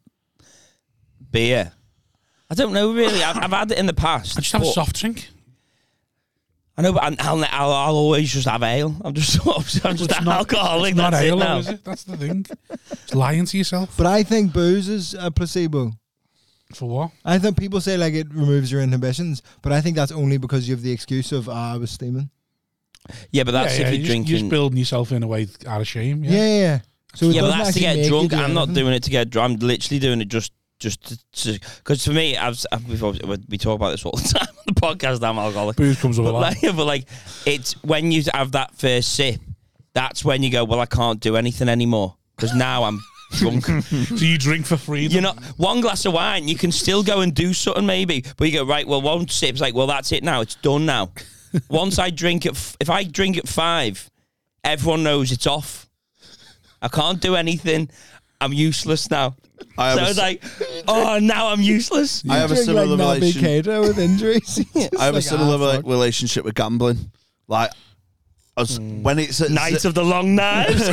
Speaker 2: beer, I don't know really. I've, I've had it in the past.
Speaker 1: I just have a
Speaker 2: but-
Speaker 1: soft drink.
Speaker 2: I know, but I'll, I'll, I'll, I'll always just have ale. I'm just I'm just
Speaker 1: It's
Speaker 2: an
Speaker 1: not-
Speaker 2: alcoholic.
Speaker 1: It's not
Speaker 2: that's
Speaker 1: ale,
Speaker 2: it
Speaker 1: though,
Speaker 2: now.
Speaker 1: is it? That's the thing. It's lying to yourself.
Speaker 5: But I think booze is a placebo.
Speaker 1: For what?
Speaker 5: I think people say like it removes your inhibitions, but I think that's only because you have the excuse of ah, I was steaming.
Speaker 2: Yeah, but that's
Speaker 1: yeah, yeah,
Speaker 2: if you're
Speaker 1: you Just,
Speaker 2: drinking.
Speaker 1: you're just building yourself in a way out of shame.
Speaker 5: Yeah,
Speaker 1: Yeah.
Speaker 5: yeah. yeah. So it
Speaker 2: yeah, but
Speaker 5: doesn't
Speaker 2: that's to
Speaker 5: actually make
Speaker 2: get
Speaker 5: you
Speaker 2: drunk.
Speaker 5: do
Speaker 2: I'm not
Speaker 5: anything.
Speaker 2: doing it to get drunk. I'm literally doing it just just because for me, I've, s- I've we've, obvi- we talk about this all the time on the podcast. I'm alcoholic,
Speaker 1: Booze comes up a
Speaker 2: but
Speaker 1: lot.
Speaker 2: like, but like it's when you have that first sip, that's when you go, well, I can't do anything anymore because now I'm drunk.
Speaker 1: So you drink for free.
Speaker 2: You're not one glass of wine. You can still go and do something, maybe. But you go right. Well, one sip's like, well, that's it now. It's done now. Once I drink at, f- if I drink at five, everyone knows it's off. I can't do anything. I'm useless now.
Speaker 4: I have
Speaker 2: so
Speaker 4: a
Speaker 2: I was
Speaker 4: s-
Speaker 2: like, oh, now I'm useless.
Speaker 4: I have a
Speaker 5: Drink, like,
Speaker 4: similar
Speaker 5: Nabi
Speaker 4: relation.
Speaker 5: Keita with injuries.
Speaker 4: I have a similar
Speaker 5: like,
Speaker 4: rela- relationship with gambling. Like, as
Speaker 5: Hmm.
Speaker 4: when it's at
Speaker 2: Night
Speaker 4: ze-
Speaker 2: of the long knives.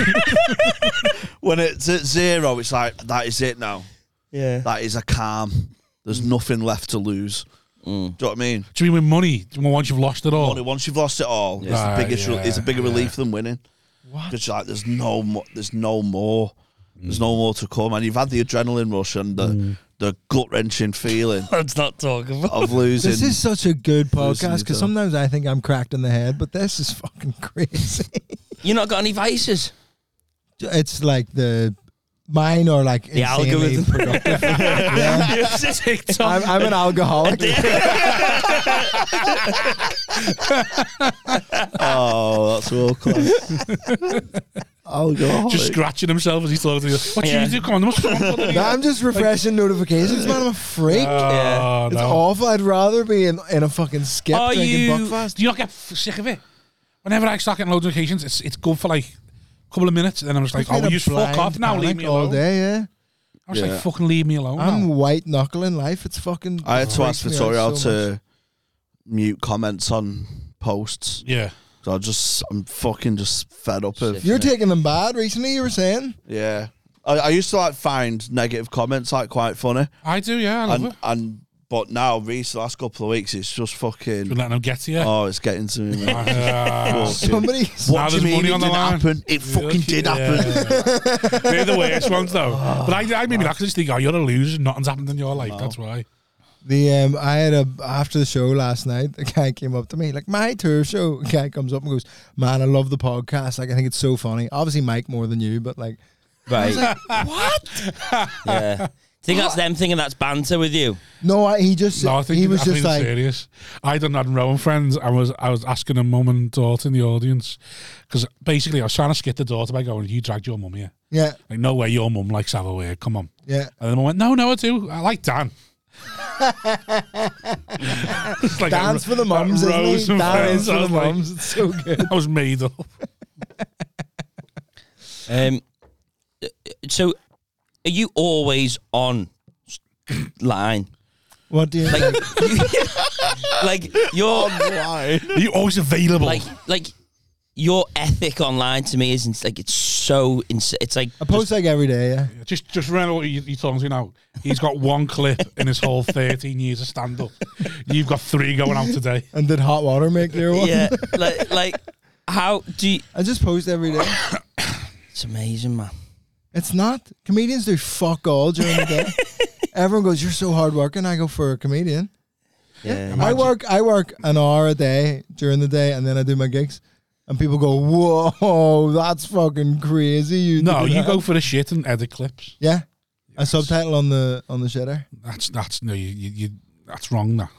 Speaker 4: when it's at zero, it's like that is it now.
Speaker 2: yeah.
Speaker 4: That is a calm.
Speaker 5: Hmm.
Speaker 4: There's nothing left to lose.
Speaker 2: Hmm.
Speaker 4: Do you know what I mean?
Speaker 1: Do you mean with money? Do you mean Once you've lost it all.
Speaker 4: Only once you've lost it all, it's
Speaker 1: Right,
Speaker 4: the biggest. re- it's a
Speaker 1: yeah,
Speaker 4: bigger relief than winning. Because like, there's no, mo- there's no more, there's no more to come, and you've had the adrenaline rush and the
Speaker 5: Hmm.
Speaker 4: the gut wrenching feeling
Speaker 2: Let's not talk about.
Speaker 4: of losing.
Speaker 5: This is such a good
Speaker 4: Losing
Speaker 5: podcast
Speaker 4: yourself.
Speaker 5: because sometimes I think I'm cracked in the head, but this is fucking crazy.
Speaker 2: You not got any vices?
Speaker 5: it's like the mine are like
Speaker 2: The
Speaker 5: insanely
Speaker 2: algorithm.
Speaker 5: productive. Yeah.
Speaker 2: TikTok.
Speaker 5: I'm, I'm an alcoholic.
Speaker 4: oh, that's all class. oh god,
Speaker 1: Just scratching himself as he talks. He's like, What
Speaker 2: Yeah.
Speaker 1: you do? Come on, there must be one bloody-"
Speaker 5: I'm just refreshing notifications, man. I'm a freak.
Speaker 1: Oh,
Speaker 5: It's
Speaker 1: no.
Speaker 5: awful. I'd rather be in, in a fucking skip
Speaker 2: Are
Speaker 5: drinking
Speaker 2: you-
Speaker 5: Buckfast.
Speaker 1: Do you not get f- sick of it? Whenever I start getting loads of occasions, it's it's good for like a couple of minutes, and then I'm just like,
Speaker 5: I've
Speaker 1: oh,
Speaker 5: been a
Speaker 1: you just fuck
Speaker 5: blind
Speaker 1: off now, leave
Speaker 5: panic
Speaker 1: me
Speaker 5: all
Speaker 1: alone.
Speaker 5: day. Yeah,
Speaker 1: I was
Speaker 4: Yeah.
Speaker 1: like, fucking leave me alone.
Speaker 5: I'm
Speaker 1: now.
Speaker 5: white knuckling life. It's fucking.
Speaker 4: I had to ask
Speaker 5: freaks me out
Speaker 4: Vittorio
Speaker 5: so much.
Speaker 4: to mute comments on posts.
Speaker 1: Yeah.
Speaker 4: So I just, I'm fucking just fed up of.
Speaker 5: You're taking them bad recently. You were saying.
Speaker 4: Yeah, I, I used to like find negative comments like quite funny,
Speaker 1: I do, yeah. I
Speaker 5: Oh,
Speaker 1: love
Speaker 4: and
Speaker 1: it.
Speaker 4: and but now recent last couple of weeks it's just
Speaker 1: Been
Speaker 4: fucking.
Speaker 1: letting them get to you.
Speaker 4: Oh, it's getting to me. Man.
Speaker 1: Uh,
Speaker 4: Fucking-
Speaker 5: Ah, Somebody.
Speaker 1: Now
Speaker 4: What do you
Speaker 1: there's
Speaker 4: mean
Speaker 1: money
Speaker 4: it
Speaker 1: on the
Speaker 4: didn't
Speaker 1: line.
Speaker 4: happen? It fucking did happen.
Speaker 1: happen. They're the worst ones, though. But I, I maybe not just think, oh, you're a loser. Nothing's happened in your life. That's why.
Speaker 5: The um, I had a after the show last night. A guy came up to me like my tour show. A guy comes up and goes, "Man, I love the podcast. Like I think it's so funny. Obviously, Mike more than you, but like
Speaker 2: Right. what? yeah. Think that's them thinking that's banter with you.
Speaker 5: no, I, he just
Speaker 1: No, I think
Speaker 5: he was
Speaker 1: I think
Speaker 5: just
Speaker 1: it's
Speaker 5: like
Speaker 1: serious. I done that in Rowan Friends. I was I was asking a mum and daughter in the audience because basically I was trying to skip the daughter by going, "You dragged your mum here.
Speaker 5: yeah,
Speaker 1: Like, no way, your mum likes Hathaway. Come on."
Speaker 5: yeah.
Speaker 1: And then I went, "No, no, I do. I like Dan." It's like
Speaker 5: Dance
Speaker 1: a-
Speaker 5: for the mums,
Speaker 1: that Rose
Speaker 5: isn't he?
Speaker 1: and
Speaker 5: Dance
Speaker 1: Friends. I
Speaker 5: for the
Speaker 1: was like,
Speaker 5: mums. It's so good.
Speaker 1: I was made up.
Speaker 2: Um, so, are you always on line?
Speaker 5: What do you
Speaker 2: Like, you, like your
Speaker 1: Are you always available?
Speaker 2: like like your ethic online to me isn't like it's so ins- it's like
Speaker 5: I post like every day. Yeah,
Speaker 1: Just just remember what you, you're talking to now. He's got one clip in his whole 13 years of stand up. You've got three going out today.
Speaker 5: and did hot water make your one?
Speaker 2: yeah like like how do you,
Speaker 5: I just post every day.
Speaker 2: it's amazing man
Speaker 5: It's not comedians do fuck all during the day. Everyone goes, "You're so hardworking." I go for a comedian.
Speaker 2: yeah
Speaker 5: I work I work an hour a day during the day and then I do my gigs. and people go, "Whoa, that's fucking crazy!" You
Speaker 1: No,
Speaker 5: did
Speaker 1: you
Speaker 5: that."
Speaker 1: go for a shit and edit clips.
Speaker 5: Yeah, a subtitle on the on the shitter.
Speaker 1: That's that's no, you, you, you that's wrong. That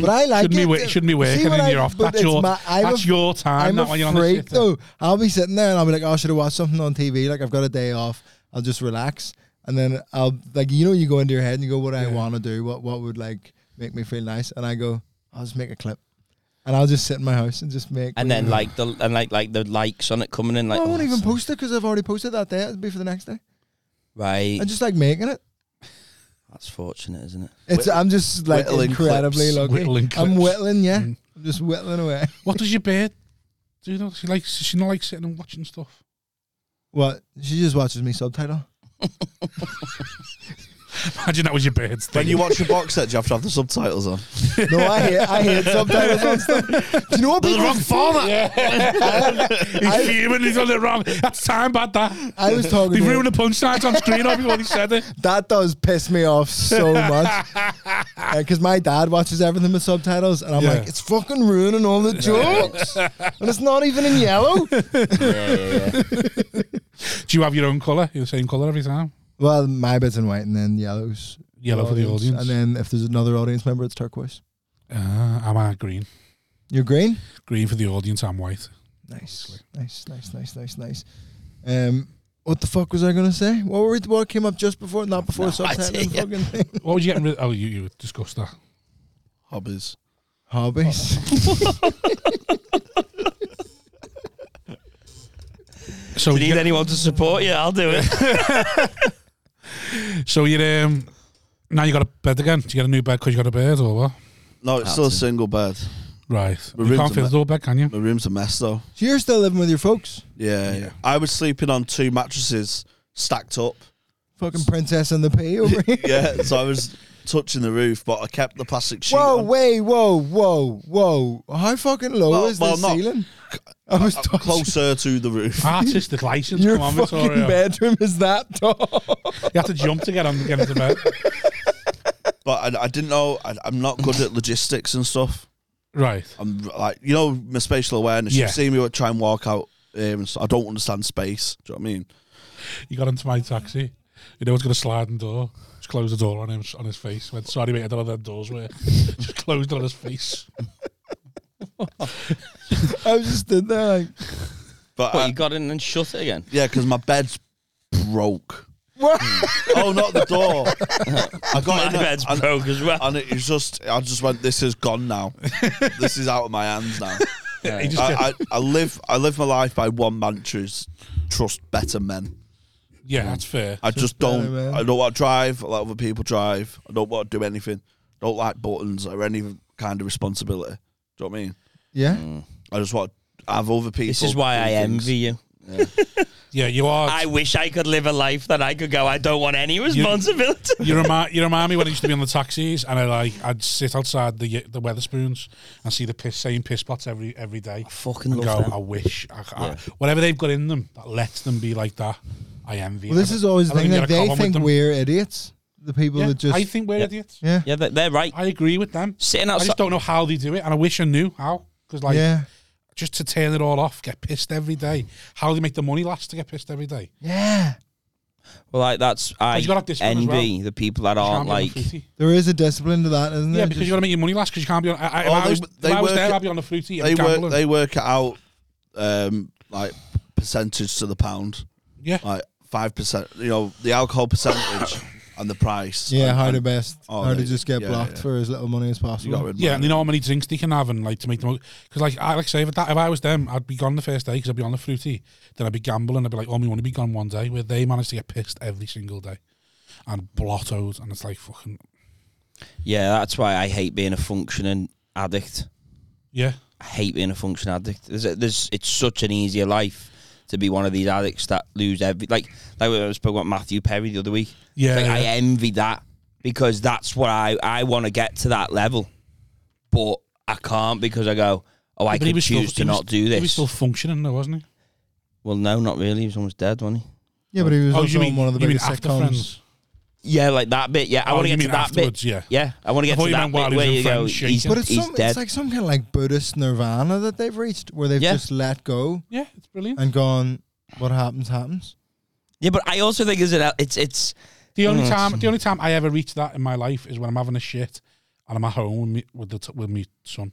Speaker 5: But I like
Speaker 1: shouldn't be
Speaker 5: it.
Speaker 1: wa- shouldn't be working
Speaker 5: when
Speaker 1: in
Speaker 5: I-
Speaker 1: your off.
Speaker 5: but
Speaker 1: That's
Speaker 5: it's
Speaker 1: your
Speaker 5: my- I'm
Speaker 1: that's
Speaker 5: a-
Speaker 1: your time.
Speaker 5: I'm
Speaker 1: not
Speaker 5: a
Speaker 1: when you're on the
Speaker 5: freak
Speaker 1: shit.
Speaker 5: though. I'll be sitting there and I'll be like, "Oh, I should have watched something on TV. Like I've got a day off. I'll just relax." And then I'll like, you know, you go into your head and you go, "What do I want to do? What what would like make me feel nice?" And I go, "I'll just make a clip." And I'll just sit in my house and just make.
Speaker 2: And then like the and like like the likes on it coming in like
Speaker 5: I won't
Speaker 2: oh,
Speaker 5: even
Speaker 2: that's-
Speaker 5: post it because I've already posted that day. It'll be for the next day.
Speaker 2: right.
Speaker 5: I just like making it.
Speaker 2: That's fortunate, isn't it?
Speaker 5: It's I'm just like
Speaker 4: whittling
Speaker 5: incredibly
Speaker 4: clips.
Speaker 5: lucky.
Speaker 1: Whittling
Speaker 5: I'm
Speaker 1: clips.
Speaker 5: whittling, yeah.
Speaker 1: Mm.
Speaker 5: I'm just whittling away.
Speaker 1: What does your bird do? You know, she likes she not like sitting and watching stuff.
Speaker 5: What? She just watches me subtitle.
Speaker 1: Imagine that was your bird's thing.
Speaker 4: When you watch your box set, do you have to have the subtitles on?
Speaker 5: No, I hate I hate subtitles on stuff. Do you know what
Speaker 1: the
Speaker 5: people?
Speaker 1: wrong format. he's
Speaker 5: I-
Speaker 1: human. He's done it wrong. That's time bad. That
Speaker 5: I was talking.
Speaker 1: they
Speaker 5: to
Speaker 1: ruined the punchlines on screen. I've already said it.
Speaker 5: that does piss me off so much because my dad watches everything with subtitles, and I'm
Speaker 1: Yeah.
Speaker 5: like, it's fucking ruining all the jokes, and it's not even in yellow.
Speaker 2: Yeah, yeah, yeah.
Speaker 1: Do you have your own color? You're the same color every time.
Speaker 5: Well, my bit's in white, and then yellows.
Speaker 1: Yellow for the audience.
Speaker 5: and then if there's another audience member, it's turquoise.
Speaker 1: Ah, I'm uh, green.
Speaker 5: You're green.
Speaker 1: Green for the audience. I'm white.
Speaker 5: Nice, nice, nice, nice, nice, nice. Um, what the fuck was I gonna say? What were we, what came up just before, not before
Speaker 2: No
Speaker 5: subtitle
Speaker 2: idea.
Speaker 5: fucking thing?
Speaker 1: What was you getting rid? Oh, you you discussed that.
Speaker 4: Hobbies.
Speaker 5: Hobbies.
Speaker 1: So
Speaker 2: Do you
Speaker 1: you
Speaker 2: need anyone to support you? I'll do it.
Speaker 1: so you're um. Now you got a bed again. Do you get a new bed because you got a bed or what?
Speaker 4: No, it's
Speaker 2: That's
Speaker 4: still a
Speaker 2: it.
Speaker 4: single bed.
Speaker 1: Right.
Speaker 4: My
Speaker 1: you
Speaker 4: room's
Speaker 1: can't
Speaker 4: a
Speaker 1: fit
Speaker 4: me-
Speaker 1: the double bed, can you?
Speaker 4: My room's a mess though.
Speaker 5: so you're still living with your folks?
Speaker 4: Yeah,
Speaker 1: Yeah.
Speaker 4: yeah. I was sleeping on two mattresses stacked up.
Speaker 5: Fucking princess and the pea over here.
Speaker 4: yeah, so I was touching the roof, but I kept the plastic sheet.
Speaker 5: Whoa,
Speaker 4: on.
Speaker 5: wait, whoa, whoa, whoa! How fucking low
Speaker 4: Well-
Speaker 5: is
Speaker 4: well,
Speaker 5: the
Speaker 4: not-
Speaker 5: ceiling? I was
Speaker 1: uh,
Speaker 4: I'm
Speaker 5: touching-
Speaker 4: closer to the roof.
Speaker 1: Artistic license.
Speaker 5: Your
Speaker 1: Come on,
Speaker 5: fucking
Speaker 1: Victoria.
Speaker 5: bedroom is that tall.
Speaker 1: You have to jump to get on get into bed.
Speaker 4: But I, I didn't know. I, I'm not good at logistics and stuff.
Speaker 1: Right.
Speaker 4: I'm like, you know, my spatial awareness.
Speaker 1: Yeah.
Speaker 4: You've seen me try and walk out here, and so I don't understand space. Do you know what I mean?
Speaker 1: He got into my taxi. You know, it's going to slide the door. Just closed the door on him, on his face. Went, sorry, mate, I don't know where the doors were. Just closed it on his face.
Speaker 5: I was just stood there like,
Speaker 4: But
Speaker 2: What,
Speaker 4: I-
Speaker 2: you got in and shut it again?
Speaker 4: yeah, because my bed's broke.
Speaker 5: what?
Speaker 4: oh, not the door. I
Speaker 2: My
Speaker 4: got in
Speaker 2: bed's
Speaker 4: and,
Speaker 2: broke as well.
Speaker 4: and it was just. I just went. This is gone now. this is out of my hands now.
Speaker 1: He just,
Speaker 4: I, I, I live. I live my life by one mantra: is trust better men.
Speaker 1: yeah, that's fair.
Speaker 4: I just
Speaker 5: better
Speaker 4: don't.
Speaker 5: men.
Speaker 4: I don't want to drive. I let other people drive. I don't want to do anything. Don't like buttons or any kind of responsibility. Do you know what I mean?
Speaker 5: Yeah,
Speaker 1: Mm,
Speaker 4: I just want to have other people.
Speaker 2: This is why
Speaker 4: do
Speaker 2: I
Speaker 4: things.
Speaker 2: envy you.
Speaker 1: Yeah, you are.
Speaker 2: I wish I could live a life that I could go. I don't want any responsibility.
Speaker 1: you remind you remind me when I used to be on the taxis, and I like I'd sit outside the the Weatherspoons and see the piss same piss pots every every day.
Speaker 2: fucking
Speaker 1: and go, I wish I, I, whatever they've got in them that lets them be like that. I envy.
Speaker 5: well, this
Speaker 1: them.
Speaker 5: is always the
Speaker 1: I don't
Speaker 5: thing
Speaker 1: get
Speaker 5: that
Speaker 1: a
Speaker 5: they
Speaker 1: common with
Speaker 5: think
Speaker 1: them.
Speaker 5: we're idiots. The people
Speaker 1: Yeah,
Speaker 5: that just
Speaker 1: I think we're
Speaker 2: Yeah.
Speaker 1: idiots.
Speaker 5: yeah,
Speaker 2: Yeah, they're, they're right.
Speaker 1: I agree with them.
Speaker 2: Sitting
Speaker 1: I
Speaker 2: outside.
Speaker 1: just don't know how they do it, and I wish I knew how. Because like,
Speaker 5: yeah.
Speaker 1: just to turn it all off, get pissed every day. How do they make the money last to get pissed every day?
Speaker 5: Yeah.
Speaker 2: Well, like that's I
Speaker 1: you gotta have discipline as
Speaker 2: envy
Speaker 1: well.
Speaker 2: the people that
Speaker 1: You
Speaker 2: aren't
Speaker 1: can't be on the
Speaker 2: like.
Speaker 1: fruity.
Speaker 5: There is a discipline to that, isn't there?
Speaker 1: yeah, because you got to make your money last because you can't be on. I, I, if
Speaker 4: Oh,
Speaker 1: I
Speaker 4: they-
Speaker 1: was,
Speaker 4: they
Speaker 1: if I was
Speaker 4: work
Speaker 1: there,
Speaker 4: it-
Speaker 1: I'd be on the fruity.
Speaker 4: They
Speaker 1: and
Speaker 4: work.
Speaker 1: gambling.
Speaker 4: They work it out um, like percentage to the pound,
Speaker 1: yeah,
Speaker 4: like five percent. You know the alcohol percentage and the price.
Speaker 5: yeah,
Speaker 4: And-
Speaker 5: how
Speaker 4: and
Speaker 5: to best,
Speaker 4: Oh,
Speaker 5: how to
Speaker 4: they-
Speaker 5: just get
Speaker 4: yeah,
Speaker 5: blocked
Speaker 4: yeah.
Speaker 5: for as little money as
Speaker 4: You
Speaker 5: possible.
Speaker 4: got rid of
Speaker 1: Mm. yeah,
Speaker 4: my-
Speaker 1: and they know how many drinks they can have and like to make them. Because like I like I say if that if I was them, I'd be gone the first day because I'd be on the fruity. Then I'd be gambling. I'd be like, oh, we want to be gone one day. Where they manage to get pissed every single day and blottoed, and it's like fucking
Speaker 2: Yeah, that's why I hate being a functioning addict.
Speaker 1: yeah.
Speaker 2: I hate being a functioning addict. There's, a- there's, it's such an easier life to be one of these addicts that lose every like like when I spoke about Matthew Perry the other week.
Speaker 1: Yeah,
Speaker 2: like, I
Speaker 1: yeah.
Speaker 2: envy that because that's what I I want to get to that level, but I can't because I go oh I
Speaker 1: But he
Speaker 2: could
Speaker 1: was
Speaker 2: choose
Speaker 1: still- he
Speaker 2: to
Speaker 1: was-
Speaker 2: not do
Speaker 1: He was
Speaker 2: this.
Speaker 1: still functioning though, wasn't he?
Speaker 2: well, no, not really. He was almost dead, wasn't he?
Speaker 5: Yeah, but he was
Speaker 1: Oh,
Speaker 5: also
Speaker 1: you mean
Speaker 5: on one of the
Speaker 1: you mean
Speaker 5: biggest
Speaker 1: after
Speaker 5: sitcoms.
Speaker 1: Friends?
Speaker 2: Yeah, like that bit. Yeah, I
Speaker 1: Oh,
Speaker 2: want to
Speaker 1: you
Speaker 2: get to
Speaker 1: mean
Speaker 2: that
Speaker 1: afterwards,
Speaker 2: bit.
Speaker 1: yeah.
Speaker 2: yeah. I want to
Speaker 1: I
Speaker 2: get
Speaker 1: thought
Speaker 2: to
Speaker 1: you
Speaker 2: that
Speaker 1: meant while
Speaker 2: bit
Speaker 1: he was
Speaker 2: where
Speaker 1: in
Speaker 2: you go.
Speaker 1: French shape.
Speaker 2: He's,
Speaker 1: But
Speaker 5: But it's,
Speaker 2: he's
Speaker 5: some,
Speaker 2: dead.
Speaker 5: it's like some kind of like Buddhist nirvana that they've reached where they've
Speaker 2: Yeah.
Speaker 5: just let go
Speaker 1: Yeah, it's brilliant.
Speaker 5: and gone, what happens, happens.
Speaker 2: yeah, but I also think is it. It's it's
Speaker 1: The only
Speaker 2: Mm.
Speaker 1: time, the only time I ever reach that in my life is when I'm having a shit and I'm at home with me, with, the t- with my son.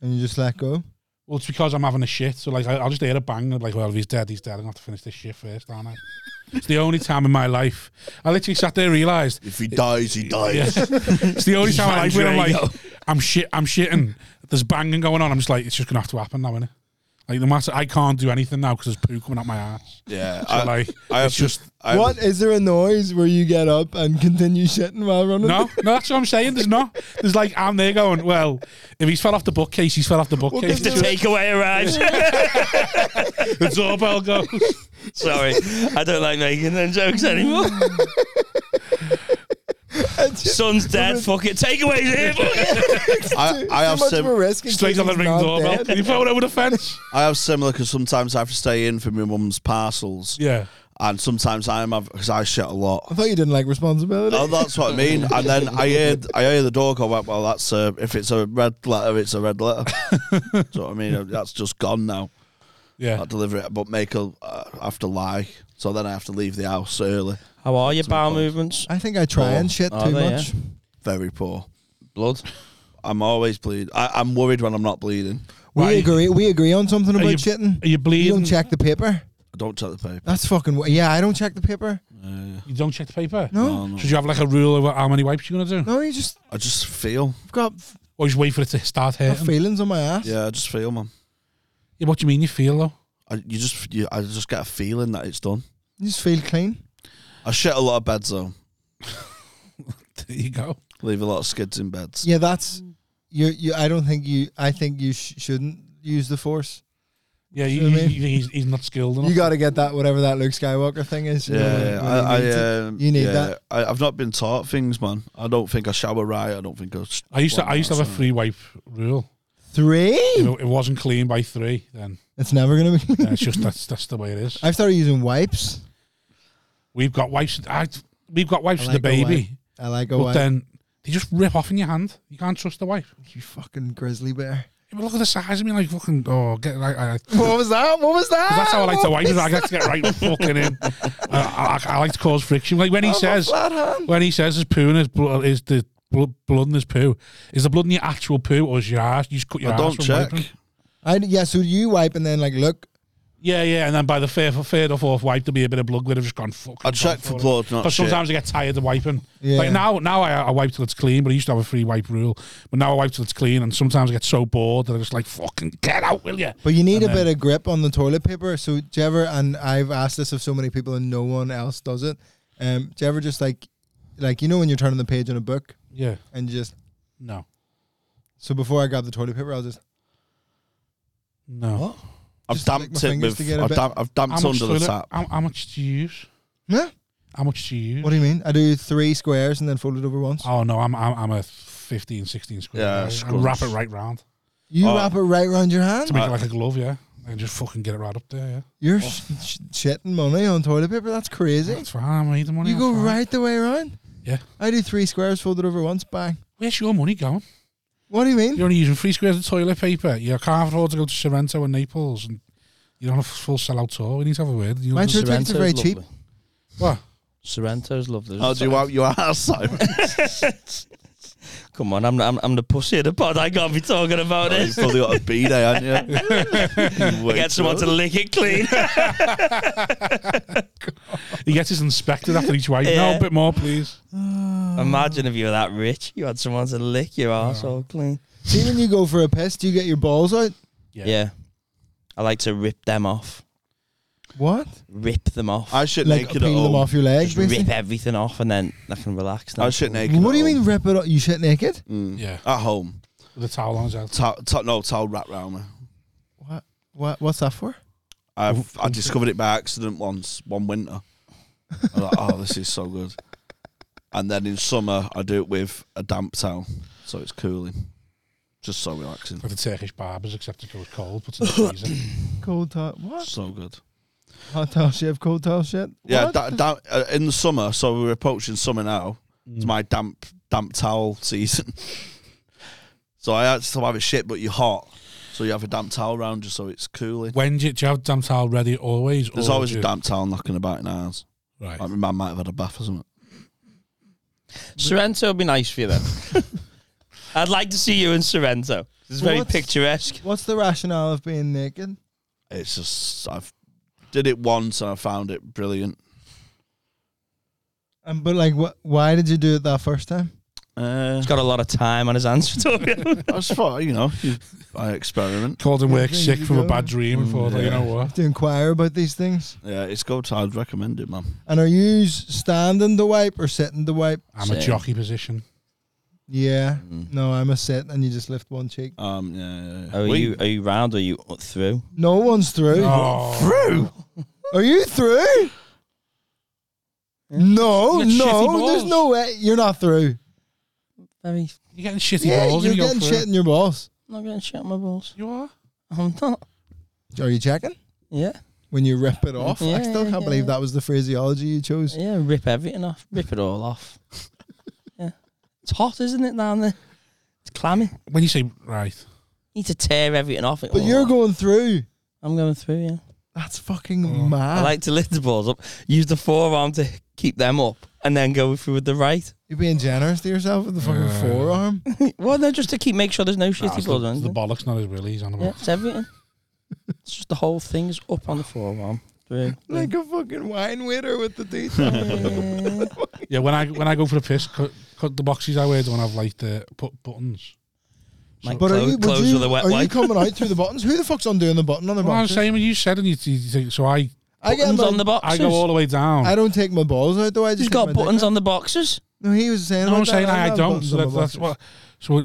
Speaker 5: And you just let go.
Speaker 1: Well, it's because I'm having a shit. So like, I, I'll just hear a bang. I'm like, well, if he's dead, he's dead. I'm gonna have to finish this shit first, aren't I? it's the only time in my life I literally sat there and realised.
Speaker 4: If he dies, he dies.
Speaker 1: Yeah. it's the only time in my life where I'm like,
Speaker 2: Django.
Speaker 1: I'm shit, I'm shitting. There's banging going on. I'm just like, it's just gonna have to happen now, innit? Like no matter, I can't do anything now because there's poo coming out my ass.
Speaker 4: Yeah,
Speaker 1: So like,
Speaker 4: I have
Speaker 1: it's just
Speaker 4: to- I have
Speaker 5: what?
Speaker 4: to-
Speaker 5: Is there a noise where you get up and continue shitting while running?
Speaker 1: No, no, that's what I'm saying. There's not. There's like I'm there going. Well, if he's fell off the bookcase, he's fell off the bookcase.
Speaker 5: give
Speaker 2: the takeaway arrives.
Speaker 1: the doorbell goes.
Speaker 2: Sorry, I don't like making them jokes anymore. Son's dead. Fuck it. Takeaways here. fuck it.
Speaker 4: I, I
Speaker 5: Too
Speaker 4: have
Speaker 5: much of a
Speaker 4: sim-
Speaker 5: risk in
Speaker 1: Straight
Speaker 5: case
Speaker 1: on the
Speaker 5: he's
Speaker 1: ring
Speaker 5: not
Speaker 1: doorbell.
Speaker 5: dead.
Speaker 1: He fell over the fence.
Speaker 4: I have similar because sometimes I have to stay in for my mum's parcels,
Speaker 1: Yeah.
Speaker 4: and sometimes I'm because I shit a lot.
Speaker 5: I thought you didn't like responsibility.
Speaker 4: Oh, that's what I mean. And then I heard I hear the door go. Well, well that's uh, if it's a red letter, it's a red letter. Do you know what I mean? That's just gone now.
Speaker 1: Yeah.
Speaker 4: I'll deliver it, but make a uh, I have to lie. So then I have to leave the house early.
Speaker 2: How are your bowel movements?
Speaker 5: I think I try and shit
Speaker 2: Are
Speaker 5: too
Speaker 2: they,
Speaker 5: much.
Speaker 4: Very poor.
Speaker 2: Blood.
Speaker 4: I'm always bleeding. I, I'm worried when I'm not bleeding.
Speaker 5: We
Speaker 1: Right.
Speaker 5: agree. We agree on something
Speaker 1: Are
Speaker 5: about
Speaker 1: you,
Speaker 5: shitting.
Speaker 1: are you
Speaker 5: You
Speaker 1: bleeding?
Speaker 5: don't check the paper.
Speaker 4: I don't check the paper.
Speaker 5: That's fucking. w- Yeah, I don't check the paper.
Speaker 1: You don't check the paper.
Speaker 5: No,
Speaker 4: No, no.
Speaker 1: Should you have like a rule over how many wipes you're gonna do,
Speaker 5: no, you just
Speaker 4: I just feel.
Speaker 5: I've got f-
Speaker 1: or just wait for it to start
Speaker 5: got
Speaker 1: hurting?
Speaker 5: feelings on my ass.
Speaker 4: Yeah, I just feel, man.
Speaker 1: Yeah, what do you mean you feel though?
Speaker 4: I, you just you, I just get a feeling that it's done.
Speaker 5: You just feel clean.
Speaker 4: I shit a lot of beds though.
Speaker 1: There you go.
Speaker 4: Leave a lot of skids in beds.
Speaker 5: Yeah, that's you. You. I don't think you. I think you sh- shouldn't use the force.
Speaker 1: Yeah,
Speaker 5: See
Speaker 1: you,
Speaker 5: what I mean?
Speaker 1: you- he's, he's not skilled enough.
Speaker 5: You got to get that whatever that Luke Skywalker thing is. you
Speaker 4: Yeah,
Speaker 5: know, when- when
Speaker 4: I,
Speaker 5: he
Speaker 4: I,
Speaker 5: needs it.
Speaker 4: um,
Speaker 5: You need
Speaker 4: yeah,
Speaker 5: that.
Speaker 4: I, I've not been taught things, man. I don't think I shower right. I don't think I. s-
Speaker 1: I used to.
Speaker 4: well,
Speaker 1: I used to have a
Speaker 4: so-
Speaker 1: free wipe rule. If
Speaker 5: Three.
Speaker 1: it- it wasn't clean by three, then
Speaker 5: It's never gonna be.
Speaker 1: yeah, it's just that's that's the way it is.
Speaker 5: I've started using wipes.
Speaker 1: We've got wipes. I, we've got wipes
Speaker 5: I
Speaker 1: for the
Speaker 5: like a wipe.
Speaker 1: baby.
Speaker 5: I like a
Speaker 1: But
Speaker 5: wipe.
Speaker 1: then they just rip off in your hand. You can't trust the wife.
Speaker 5: you fucking grizzly bear.
Speaker 1: Yeah, But look at the size of me, like fucking. Oh, get like. I, I- 'cause
Speaker 5: What was that? What was that?
Speaker 1: that's how I like to
Speaker 5: What
Speaker 1: wipe. is
Speaker 5: was
Speaker 1: I like to get right fucking in. Uh, I, I, I like to cause friction. Like when he
Speaker 5: that? I'm a
Speaker 1: says,
Speaker 5: flat hand.
Speaker 1: when he says his poo and his blood is the blood, blood and his poo. Is the blood in your actual poo or is your ass? You just cut your
Speaker 4: I
Speaker 1: ass.
Speaker 4: don't
Speaker 1: from
Speaker 4: check.
Speaker 1: wiping.
Speaker 5: I, yeah, so you wipe and then like look.
Speaker 1: Yeah, yeah. And then by the third, third or fourth wipe, there'll be a bit of blood. We'd have just gone fuck.
Speaker 4: I check for blood, not
Speaker 1: But
Speaker 4: shit.
Speaker 1: sometimes I get tired of wiping.
Speaker 5: Yeah.
Speaker 1: Like now, now I, I wipe till it's clean, but I used to have a free wipe rule. But now I wipe till it's clean, and sometimes I get so bored that I'm just like, fucking get out, will you?
Speaker 5: But you need
Speaker 1: And
Speaker 5: a
Speaker 1: then-
Speaker 5: bit of grip on the toilet paper. So, do you ever, and I've asked this of so many people and no one else does it. Um, do you ever just like, like, you know, when you're turning the page on a book
Speaker 1: Yeah.
Speaker 5: and you just,
Speaker 1: No.
Speaker 5: so before I grab the toilet paper, I'll just,
Speaker 1: No.
Speaker 4: I've
Speaker 5: Just lick
Speaker 4: damped
Speaker 5: my
Speaker 4: it
Speaker 5: fingers
Speaker 4: with.
Speaker 5: to get a
Speaker 4: I've,
Speaker 5: bit-
Speaker 4: damp, I've damped
Speaker 1: much
Speaker 4: under the
Speaker 1: toilet-
Speaker 4: tap.
Speaker 1: How, how much do you use?
Speaker 5: Huh?
Speaker 1: How much do you use?
Speaker 5: What do you mean? I do three squares and then fold it over once.
Speaker 1: oh no, I'm I'm, I'm a 15, 16 square.
Speaker 4: Yeah,
Speaker 1: I
Speaker 4: scrunch.
Speaker 1: wrap it right round
Speaker 5: You
Speaker 4: Oh.
Speaker 5: wrap it right round your hand.
Speaker 1: to make
Speaker 4: Uh,
Speaker 1: it like a glove. Yeah, and just fucking get it right up there. Yeah,
Speaker 5: You're sh- sh- shitting money on toilet paper. That's crazy.
Speaker 1: Oh. that's fine. I made the money.
Speaker 5: You
Speaker 1: that's
Speaker 5: go
Speaker 1: fine.
Speaker 5: right the way around.
Speaker 1: Yeah.
Speaker 5: I do three squares, fold it over once, bang.
Speaker 1: Where's your money going?
Speaker 5: What do you mean?
Speaker 1: You're only using three squares of toilet paper. You can't afford to go to Sorrento and Naples, and you're on a full sellout tour. We need to have a word. You know,
Speaker 5: My
Speaker 1: just-
Speaker 5: church tickets are very cheap.
Speaker 1: what?
Speaker 2: Sorrento's lovely.
Speaker 4: Oh, do you wipe your ass? Simon?
Speaker 2: Come on, I'm, I'm I'm the pussy of the pod. I can't be talking about this.
Speaker 4: You've probably got a B day, haven't you? you?
Speaker 2: Get someone to lick it clean.
Speaker 1: He gets his inspected after each wipe. No,
Speaker 2: Yeah.
Speaker 1: a bit more, please.
Speaker 2: Imagine if you were that rich, you had someone to lick your asshole clean.
Speaker 5: See, when you go for a piss, do you get your balls out?
Speaker 1: Yeah.
Speaker 2: Yeah. I like to rip them off.
Speaker 5: What?
Speaker 2: Rip them off.
Speaker 4: I shit
Speaker 5: Like
Speaker 4: naked at
Speaker 5: peel them
Speaker 4: home.
Speaker 5: off your legs,
Speaker 2: just rip
Speaker 5: basically.
Speaker 2: everything off and then I can relax.
Speaker 4: I
Speaker 2: now.
Speaker 4: shit naked.
Speaker 5: What
Speaker 4: at
Speaker 5: do you mean
Speaker 4: home.
Speaker 5: rip it up? You shit naked?
Speaker 4: Mm.
Speaker 1: Yeah,
Speaker 4: At home,
Speaker 1: with a towel on his head.
Speaker 4: towel, towel, no towel wrapped round me.
Speaker 5: What? What? What's that for?
Speaker 4: I've,
Speaker 1: Oh,
Speaker 4: I discovered it by accident once, one winter. I'm like, oh, this is so good. And then in summer, I do it with a damp towel, so it's cooling. Just so relaxing.
Speaker 1: Like the Turkish barbers, except it goes cold, but it's in the freezer.
Speaker 5: Cold towel. What?
Speaker 4: So good.
Speaker 5: Hotel ship, cold towel shit.
Speaker 4: Yeah,
Speaker 5: What?
Speaker 4: da- da- uh, in the summer, so we were approaching summer now. It's
Speaker 1: Mm.
Speaker 4: my damp damp towel season. so I had to have a shit, but you're hot, so you have a damp towel round you so it's cooling.
Speaker 1: When do you, do you have damn towel ready always?
Speaker 4: There's
Speaker 1: or
Speaker 4: always
Speaker 1: do
Speaker 4: a
Speaker 1: you-
Speaker 4: damp towel knocking about in ours.
Speaker 1: Right.
Speaker 4: Like my man might have had a bath or something.
Speaker 2: Sorrento would be nice for you then. I'd like to see you in Sorrento. It's very
Speaker 5: What?
Speaker 2: picturesque.
Speaker 5: What's the rationale of being naked?
Speaker 4: It's just I've did it once and I found it brilliant.
Speaker 5: And Um, but like, what? Why did you do it that first time?
Speaker 4: Uh,
Speaker 2: He's got a lot of time on his hands, Vittorio.
Speaker 4: I just thought you know you, I experiment.
Speaker 1: Called and
Speaker 5: Yeah,
Speaker 1: work
Speaker 5: there
Speaker 1: sick
Speaker 5: you
Speaker 1: from a
Speaker 5: go.
Speaker 1: bad dream and thought, you
Speaker 4: Mm, yeah.
Speaker 1: know what?
Speaker 5: To inquire about these things.
Speaker 4: Yeah, it's good. I'd recommend it, man.
Speaker 5: And are you s- standing the wipe or sitting the wipe?
Speaker 1: I'm a
Speaker 2: Same.
Speaker 1: jockey position.
Speaker 5: Yeah.
Speaker 2: Mm-hmm.
Speaker 4: Mm.
Speaker 5: No, I'm a sit, and you just lift one cheek.
Speaker 4: Um, yeah, yeah, yeah.
Speaker 2: Are
Speaker 4: We-
Speaker 2: Oh, you are you round or are you through?
Speaker 5: No one's through.
Speaker 1: Oh,
Speaker 4: Bro,
Speaker 5: Are you through? No,
Speaker 1: You got shitty
Speaker 5: no,
Speaker 1: balls.
Speaker 5: there's no way you're not through.
Speaker 2: Very
Speaker 1: you're getting shitty
Speaker 5: Yeah,
Speaker 1: balls.
Speaker 5: you're
Speaker 1: and you go
Speaker 5: getting
Speaker 1: for it.
Speaker 5: shit in your balls.
Speaker 2: not gonna shut my balls.
Speaker 1: You are.
Speaker 2: I'm not.
Speaker 5: Are you checking
Speaker 2: Yeah.
Speaker 5: when you rip it off? I
Speaker 2: Yeah,
Speaker 5: still
Speaker 2: yeah,
Speaker 5: can't
Speaker 2: yeah,
Speaker 5: believe
Speaker 2: yeah.
Speaker 5: that was the phraseology you chose.
Speaker 2: Yeah, rip everything off. Rip it all off. yeah. It's hot, isn't it, down there? It's clammy.
Speaker 1: When you say right,
Speaker 2: need to tear everything off. it
Speaker 5: But
Speaker 2: all
Speaker 5: you're
Speaker 2: off.
Speaker 5: going through.
Speaker 2: I'm going through, yeah.
Speaker 5: That's fucking
Speaker 1: Oh.
Speaker 5: mad.
Speaker 2: I like to lift the balls up, use the forearm to keep them up, and then go through with the right.
Speaker 5: you're being generous to yourself with the fucking
Speaker 1: Yeah.
Speaker 5: forearm.
Speaker 2: well, no, just to keep make sure there's no
Speaker 1: nah,
Speaker 2: shitty
Speaker 1: Ah, it's
Speaker 2: balls.
Speaker 1: the,
Speaker 2: on
Speaker 1: it's the
Speaker 2: it?
Speaker 1: bollocks, not his willies. On
Speaker 2: Yeah,
Speaker 1: about.
Speaker 2: it's everything. It's just the whole thing's up on the forearm. Through.
Speaker 5: Like a fucking wine waiter with the
Speaker 1: uh,
Speaker 5: detail.
Speaker 1: Yeah. when I when I go for a piss, cut, cut the boxes I wear don't have like the put buttons.
Speaker 2: Like
Speaker 5: But
Speaker 2: clo-
Speaker 5: are you, would
Speaker 2: clothes
Speaker 5: you,
Speaker 2: with a wet
Speaker 5: are you
Speaker 2: wipe.
Speaker 5: coming out through the buttons? Who the fuck's undoing the button on the
Speaker 1: Well, I was
Speaker 5: boxes?
Speaker 1: saying when you said and you, you think so. I
Speaker 5: I get
Speaker 2: buttons
Speaker 5: my-
Speaker 2: on the boxes.
Speaker 1: I go all the way down.
Speaker 5: I don't take my balls out though. I just
Speaker 2: He's
Speaker 5: take my
Speaker 2: got
Speaker 5: dick
Speaker 2: buttons
Speaker 5: out.
Speaker 2: on the boxes.
Speaker 5: No, he was saying.
Speaker 1: No, I'm
Speaker 5: about
Speaker 1: saying
Speaker 5: that.
Speaker 1: I,
Speaker 5: have
Speaker 1: don't.
Speaker 5: buttons
Speaker 1: So
Speaker 5: on
Speaker 1: that,
Speaker 5: my
Speaker 1: that's
Speaker 5: boxes.
Speaker 1: what.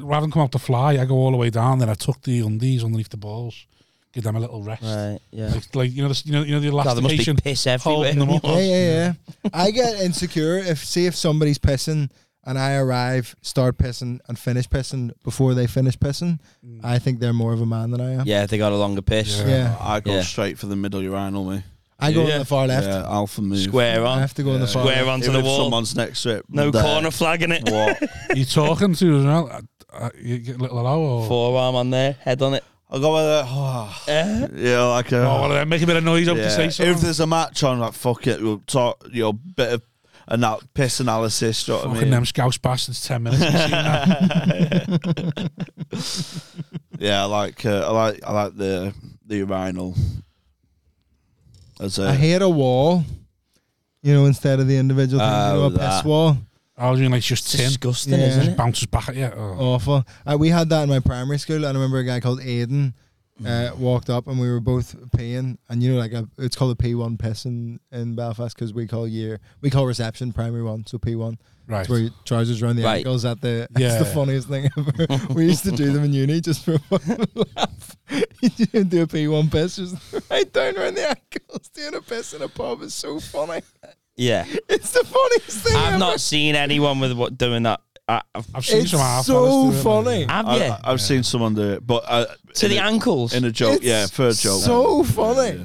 Speaker 1: So rather than come up to fly, I go all the way down. Then I tuck the undies underneath the balls, give them a little rest.
Speaker 2: Right, yeah.
Speaker 1: Like, like you know, the, you know, you know the
Speaker 2: God, there must be
Speaker 1: elastication
Speaker 2: piss everywhere.
Speaker 1: holding them up.
Speaker 5: Yeah, yeah, yeah. I get insecure if see if somebody's pissing and I arrive, start pissing, and finish pissing before they finish pissing. I think they're more of a man than I am.
Speaker 2: Mm. Yeah, they got a longer piss.
Speaker 1: Yeah.
Speaker 5: Yeah.
Speaker 4: I go
Speaker 2: Yeah.
Speaker 4: straight for the middle urinal, me.
Speaker 5: I go
Speaker 2: Yeah.
Speaker 5: on the far left.
Speaker 4: Yeah, alpha move.
Speaker 2: Square
Speaker 5: I
Speaker 2: on.
Speaker 5: have to go on the far.
Speaker 2: Square
Speaker 5: left.
Speaker 2: onto
Speaker 4: Even
Speaker 2: the
Speaker 4: if
Speaker 2: wall.
Speaker 4: someone's next to it.
Speaker 2: No
Speaker 4: there.
Speaker 2: corner flagging it.
Speaker 4: What?
Speaker 1: You talking to as well? Uh, uh, you get a little hello or
Speaker 2: Forearm on there, head on it.
Speaker 4: I'll go with it. Oh,
Speaker 2: Eh?
Speaker 4: yeah, like a.
Speaker 1: oh, well, then make a bit of noise. up
Speaker 4: yeah.
Speaker 1: to say
Speaker 4: if
Speaker 1: something.
Speaker 4: there's a match on, like fuck it, we'll talk. You know, bit of an piss analysis. Do you know what I
Speaker 1: Fucking
Speaker 4: mean?
Speaker 1: them Oh, scouse bastards. Ten minutes. I've seen that.
Speaker 4: Yeah, I like uh, I like I like the the urinal. As
Speaker 5: I
Speaker 4: a,
Speaker 5: hate a wall. You know, instead of the individual thing, you know,
Speaker 4: Oh,
Speaker 5: a
Speaker 4: that.
Speaker 5: piss wall.
Speaker 1: I was doing like it's just tin.
Speaker 2: disgusting,
Speaker 5: Yeah.
Speaker 2: isn't it?
Speaker 1: Bounces back at you. Oh.
Speaker 5: awful. Uh, we had that in my primary school, and I remember a guy called Aiden uh,
Speaker 1: Mm.
Speaker 5: walked up, and we were both peeing, and you know, like a, it's called a P one piss in, in Belfast because we call year we call reception primary one, so P one.
Speaker 1: right.
Speaker 5: It's where your trousers around the
Speaker 2: Right.
Speaker 5: ankles at the.
Speaker 1: Yeah.
Speaker 5: It's the funniest thing ever. we used to do them in uni just for a fucking laugh. you do a P one piss just right down around the ankles. Doing a piss in a pub is so funny.
Speaker 2: Yeah.
Speaker 5: It's the funniest thing. ever.
Speaker 2: I've not seen anyone with what doing that. I, I've,
Speaker 1: I've seen
Speaker 5: It's
Speaker 1: some half
Speaker 5: so
Speaker 1: eh,
Speaker 5: funny.
Speaker 2: have
Speaker 4: I,
Speaker 2: you?
Speaker 4: I, have seen someone do it, but uh,
Speaker 2: to
Speaker 4: in
Speaker 2: the
Speaker 4: a,
Speaker 2: ankles.
Speaker 4: in a joke,
Speaker 5: It's
Speaker 4: yeah, for a joke.
Speaker 5: so funny.
Speaker 4: Yeah.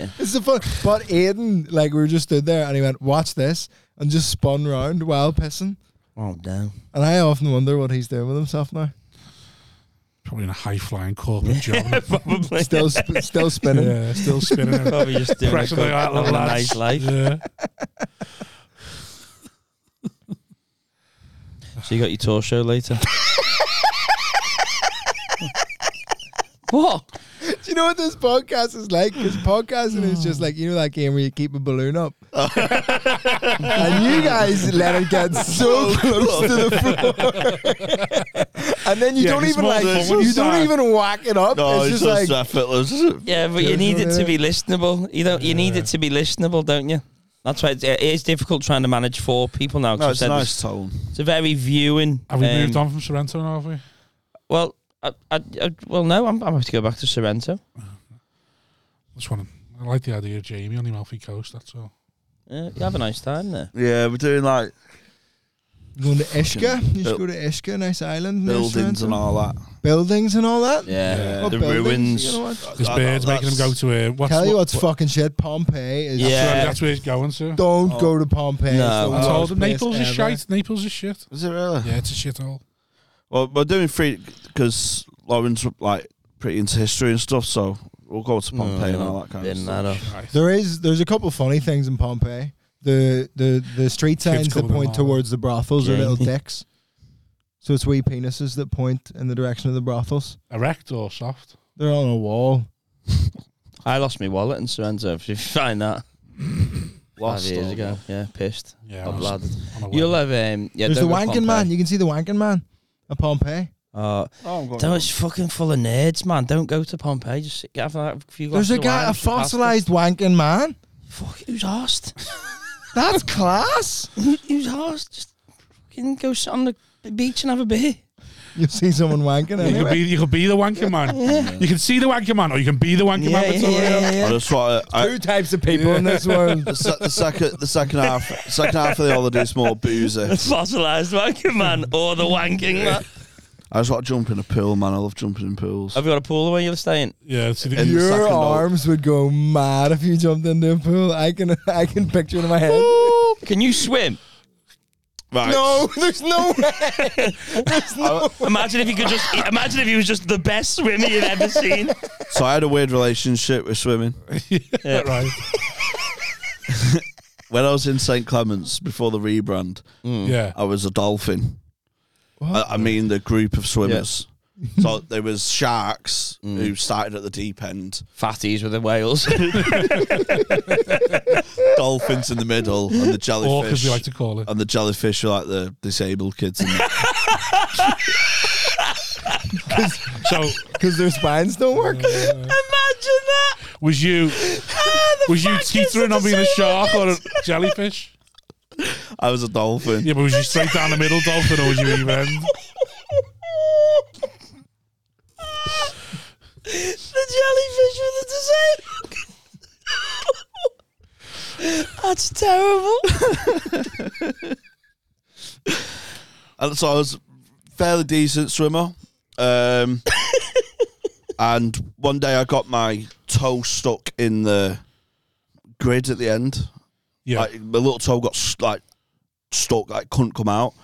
Speaker 2: yeah.
Speaker 5: It's the fun. But Aiden, like, we were just stood there and he went, watch this, and just spun round while pissing.
Speaker 2: Oh damn.
Speaker 5: And I often wonder what he's doing with himself now.
Speaker 1: Probably in a high flying corporate job.
Speaker 2: Probably.
Speaker 5: Still, sp- still spinning.
Speaker 1: yeah, still spinning. it.
Speaker 2: Probably just doing a,
Speaker 1: Pressing the
Speaker 2: good,
Speaker 1: right little
Speaker 2: having a
Speaker 1: lads.
Speaker 2: nice life.
Speaker 1: Yeah.
Speaker 2: So you got your tour show later. what?
Speaker 5: Do you know what this podcast is like? Because podcasting is just like you know that game where you keep a balloon up, and you guys let it get so close to the floor, and then you
Speaker 1: Yeah,
Speaker 5: don't
Speaker 1: it's
Speaker 5: even
Speaker 1: more
Speaker 5: like
Speaker 1: than one
Speaker 5: you don't
Speaker 1: side.
Speaker 5: even whack it up.
Speaker 4: No,
Speaker 5: it's just like
Speaker 4: effortless.
Speaker 2: Yeah, but you
Speaker 5: Tour
Speaker 2: need
Speaker 5: show
Speaker 2: it to
Speaker 5: later.
Speaker 2: be listenable. You don't. You need it to be listenable, don't you? That's why it's, it is difficult trying to manage four people now. 'cause
Speaker 4: No,
Speaker 2: I've
Speaker 4: it's a
Speaker 2: said
Speaker 4: nice tone.
Speaker 2: this- It's a very viewing.
Speaker 1: Have we
Speaker 2: um,
Speaker 1: moved on from Sorrento now? Have we?
Speaker 2: Well, I, I, I, well, no, I'm, I'm have to go back to Sorrento.
Speaker 1: Just want I like the idea of Jamie on the Amalfi Coast. That's all.
Speaker 2: Yeah, you have a nice time there.
Speaker 4: Yeah, we're doing like
Speaker 5: going to Ishka. You should
Speaker 4: Build-
Speaker 5: go to Ishka, nice island. near
Speaker 4: buildings
Speaker 5: Sorrento.
Speaker 4: and all that.
Speaker 5: buildings and all that.
Speaker 2: Yeah.
Speaker 5: What
Speaker 2: Uh, The
Speaker 5: buildings
Speaker 2: ruins.
Speaker 5: you gonna watch?
Speaker 1: There's birds making them go to uh, what's,
Speaker 5: Tell you
Speaker 1: what-
Speaker 5: what's fucking shit. Pompeii is.
Speaker 2: Yeah. Oh.
Speaker 1: That's where- that's where he's going to.
Speaker 5: Don't go to Pompeii.
Speaker 2: No,
Speaker 5: it's
Speaker 1: I
Speaker 5: the
Speaker 1: told
Speaker 5: worst
Speaker 1: him Naples
Speaker 5: place
Speaker 1: is
Speaker 5: ever.
Speaker 1: shite. Naples is shit.
Speaker 4: Is it really?
Speaker 1: Yeah, it's a shithole.
Speaker 4: Well, we're doing three because Lauren's like pretty into history and stuff, so we'll go to Pompeii and all that kind of
Speaker 2: Didn't
Speaker 4: stuff.
Speaker 2: matter.
Speaker 5: There is. There's a couple funny things in Pompeii. The the the street signs that
Speaker 1: covered in
Speaker 5: point
Speaker 1: lava.
Speaker 5: towards the brothels are
Speaker 2: Yeah.
Speaker 5: little dicks. So it's wee penises that point in the direction of the brothels.
Speaker 1: Erect or soft?
Speaker 5: They're on a wall.
Speaker 2: I lost my wallet in Sorrento. If you find that
Speaker 4: Lost
Speaker 2: five years
Speaker 4: all-
Speaker 2: ago, yeah, pissed.
Speaker 1: Yeah.
Speaker 2: I'm
Speaker 1: on a- on
Speaker 2: glad.
Speaker 1: a web.
Speaker 2: You'll have um. Yeah,
Speaker 5: There's the
Speaker 2: don't go
Speaker 5: wanking
Speaker 2: Pompeii.
Speaker 5: man. You can see the wanking man at Pompeii.
Speaker 2: Oh,
Speaker 4: Oh, I'm going
Speaker 2: Don't, it's fucking full of nerds, man. Don't go to Pompeii. Just sit- have a few
Speaker 5: There's
Speaker 2: glasses
Speaker 5: a
Speaker 2: of
Speaker 5: guy,
Speaker 2: wine, some
Speaker 5: a
Speaker 2: pasta.
Speaker 5: fossilized wanking man.
Speaker 2: Fuck, who's asked?
Speaker 5: That's class.
Speaker 2: who's asked? Just fucking go sit on the beach and have a beer.
Speaker 5: You see someone wanking
Speaker 1: You could
Speaker 5: anyway.
Speaker 1: be you could be the wanker man. You can see the wanker man, Oh, or you can be the wanker man. It's all right.
Speaker 4: I just want to. I,
Speaker 5: Two types of people in this world.
Speaker 4: the, se- the second, the second half, second half of the holiday is more boozy.
Speaker 2: The fossilized wanking man or the wanking man.
Speaker 4: I just want to jump in a pool, man. I love jumping in pools.
Speaker 2: Have you got a pool where you're staying?
Speaker 1: Yeah, see the,
Speaker 4: And-
Speaker 1: you-
Speaker 4: the
Speaker 5: Your
Speaker 4: second hole.
Speaker 5: arms would go mad if you jumped into a pool. I can I can picture it in my head.
Speaker 2: Can you swim?
Speaker 4: Right.
Speaker 5: No, there's no way.
Speaker 2: Imagine if you could just. Imagine if you was just the best swimmer you've ever seen.
Speaker 4: So I had a weird relationship with swimming.
Speaker 1: right.
Speaker 4: When I was in St Clements before the rebrand,
Speaker 1: Yeah.
Speaker 4: I was a dolphin. I, I mean, the group of swimmers. So there was sharks who started at the deep end,
Speaker 2: Fatties with the whales.
Speaker 4: dolphins in the middle, and
Speaker 1: Orc,
Speaker 4: the
Speaker 1: as
Speaker 4: jellyfish.
Speaker 1: we like to call it.
Speaker 4: and the jellyfish are like the disabled kids. In the-
Speaker 1: So,
Speaker 5: Because their spines don't work.
Speaker 2: Imagine that.
Speaker 1: was you was you
Speaker 2: fuck is
Speaker 1: teetering
Speaker 2: it
Speaker 1: on being a
Speaker 2: the
Speaker 1: shark or a
Speaker 2: same?
Speaker 1: jellyfish?
Speaker 4: I was a dolphin.
Speaker 1: Yeah, but was you straight down the middle, dolphin, or was you even end?
Speaker 2: the jellyfish with the disabled. That's terrible.
Speaker 4: And so I was a fairly decent swimmer. Um, and one day I got my toe stuck in the grid at the end.
Speaker 1: Yeah.
Speaker 4: Like my little toe got st- like stuck, like couldn't come out.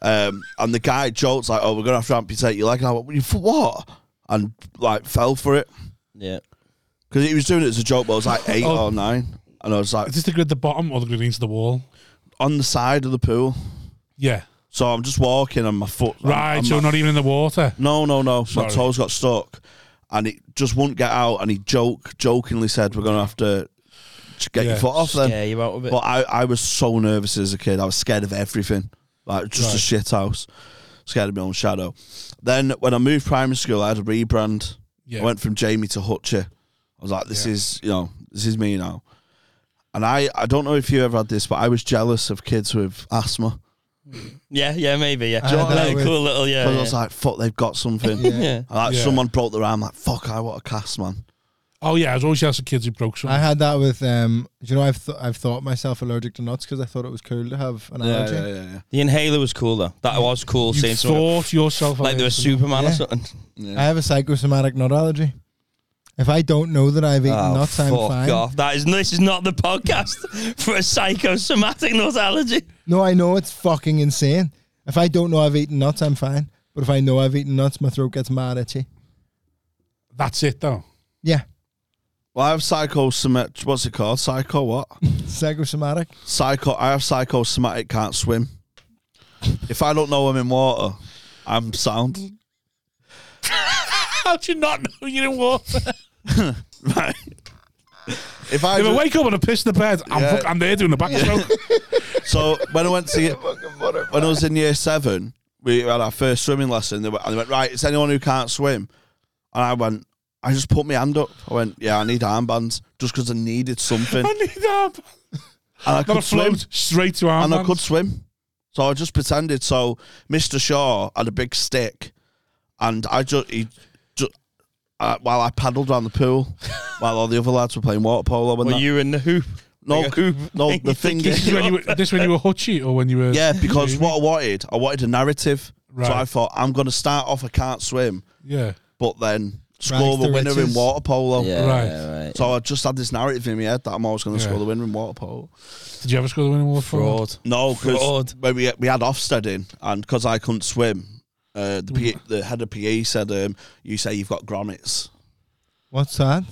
Speaker 4: Um, and the guy jokes like, "Oh, we're gonna have to amputate your leg." And I went, "Well, "You for what?" And like fell for it
Speaker 2: Yeah.
Speaker 4: because he was doing it as a joke. But I was like eight
Speaker 1: Oh.
Speaker 4: or nine, and I was like
Speaker 1: Is this the grid at the bottom or the grid into the wall?
Speaker 4: on the side of the pool.
Speaker 1: Yeah.
Speaker 4: So I'm just walking, and my foot. I'm-
Speaker 1: Right,
Speaker 4: I'm
Speaker 1: so
Speaker 4: not-
Speaker 1: not even in the water.
Speaker 4: No, no, no.
Speaker 1: Sorry.
Speaker 4: My toes got stuck, and it just wouldn't get out. And he joke jokingly said, "We're gonna have to ch- get your
Speaker 1: Yeah.
Speaker 4: foot
Speaker 5: Um,
Speaker 4: off then."
Speaker 2: Yeah, you out of it.
Speaker 4: But I, I was so nervous as a kid. I was scared of everything, like just a
Speaker 1: Right.
Speaker 4: shit house. Scared of my own shadow. Then when I moved primary school, I had a rebrand.
Speaker 1: Yeah.
Speaker 4: I went from Jamie to Hutcher. I was like, "This is you know, this is me now." And I, I don't know if you ever had this, but I was jealous of kids with asthma.
Speaker 2: yeah, yeah, maybe. Yeah.
Speaker 5: I had that
Speaker 2: Like,
Speaker 5: with-
Speaker 2: cool little, yeah.
Speaker 4: 'Cause I
Speaker 2: yeah.
Speaker 4: was like, fuck, they've got something.
Speaker 2: yeah.
Speaker 4: And, Like
Speaker 1: Yeah.
Speaker 4: someone broke their arm, like fuck, I want a cast, man.
Speaker 1: Oh yeah, I was always jealous of kids who broke
Speaker 5: I
Speaker 1: something.
Speaker 5: had that with um. do You know, I've th- I've thought myself allergic to nuts because I thought it was cool to have an allergy.
Speaker 4: yeah,
Speaker 2: The inhaler was cool, though. That was cool.
Speaker 1: You
Speaker 2: seeing someone
Speaker 1: thought yourself
Speaker 2: like there was Superman or
Speaker 5: Yeah.
Speaker 2: something.
Speaker 5: I have a psychosomatic nut allergy. If I don't know that I've eaten
Speaker 2: Oh,
Speaker 5: nuts, I'm
Speaker 2: fuck
Speaker 5: fine.
Speaker 2: off. That is, this is not the podcast for a psychosomatic nut allergy.
Speaker 5: No, I know it's fucking insane. If I don't know I've eaten nuts, I'm fine. But if I know I've eaten nuts, my throat gets mad itchy.
Speaker 1: That's it though.
Speaker 5: Yeah,
Speaker 4: Well, I have psychosomatic. What's it called? Psycho what?
Speaker 5: psychosomatic.
Speaker 4: Psycho. I have psychosomatic. Can't swim. If I don't know I'm in water, I'm sound.
Speaker 1: How do you not know you're in water?
Speaker 4: Right. If
Speaker 1: If
Speaker 4: I
Speaker 1: I
Speaker 4: ju-
Speaker 1: wake up and I piss the bed, I'm,
Speaker 4: Yeah.
Speaker 1: fuck, I'm there doing the backstroke.
Speaker 4: so when I went to when I was in year seven, we had our first swimming lesson. They went, and they went right. It's anyone who can't swim, and I went. I just put my hand up. I went, yeah, I need armbands just because I needed something.
Speaker 1: I
Speaker 4: and
Speaker 1: need that.
Speaker 4: I
Speaker 1: Not a
Speaker 4: could swim.
Speaker 1: float, straight to arm.
Speaker 4: and I could swim. So I just pretended. So Mr. Shaw had a big stick, and I just he ju- uh, while I paddled around the pool, while all the other lads were playing water polo. And
Speaker 2: Were
Speaker 4: that.
Speaker 2: you in the hoop?
Speaker 4: no,
Speaker 2: like a hoop
Speaker 4: no,
Speaker 2: thing?
Speaker 4: the thing
Speaker 1: This
Speaker 4: is,
Speaker 1: is when you were, this when you were Hutchie or when you were
Speaker 4: yeah, because what I wanted, I wanted a narrative.
Speaker 1: Right.
Speaker 4: So I thought I'm going to start off. I can't swim,
Speaker 1: Yeah.
Speaker 4: but then score
Speaker 5: to
Speaker 4: the winner in
Speaker 5: riches.
Speaker 4: water polo.
Speaker 2: Yeah,
Speaker 1: Right.
Speaker 2: right.
Speaker 4: So I just had this narrative in my head that I'm always going to
Speaker 1: Yeah.
Speaker 4: score the winner in water polo.
Speaker 1: Did you ever score the winning water polo?
Speaker 2: fraud.
Speaker 4: No,
Speaker 2: Fraud.
Speaker 4: because when we we had Ofsted in, and because I couldn't swim, uh, the P,
Speaker 2: Mm.
Speaker 4: the head of PE said, um, "You say you've got grommets.
Speaker 5: What's that?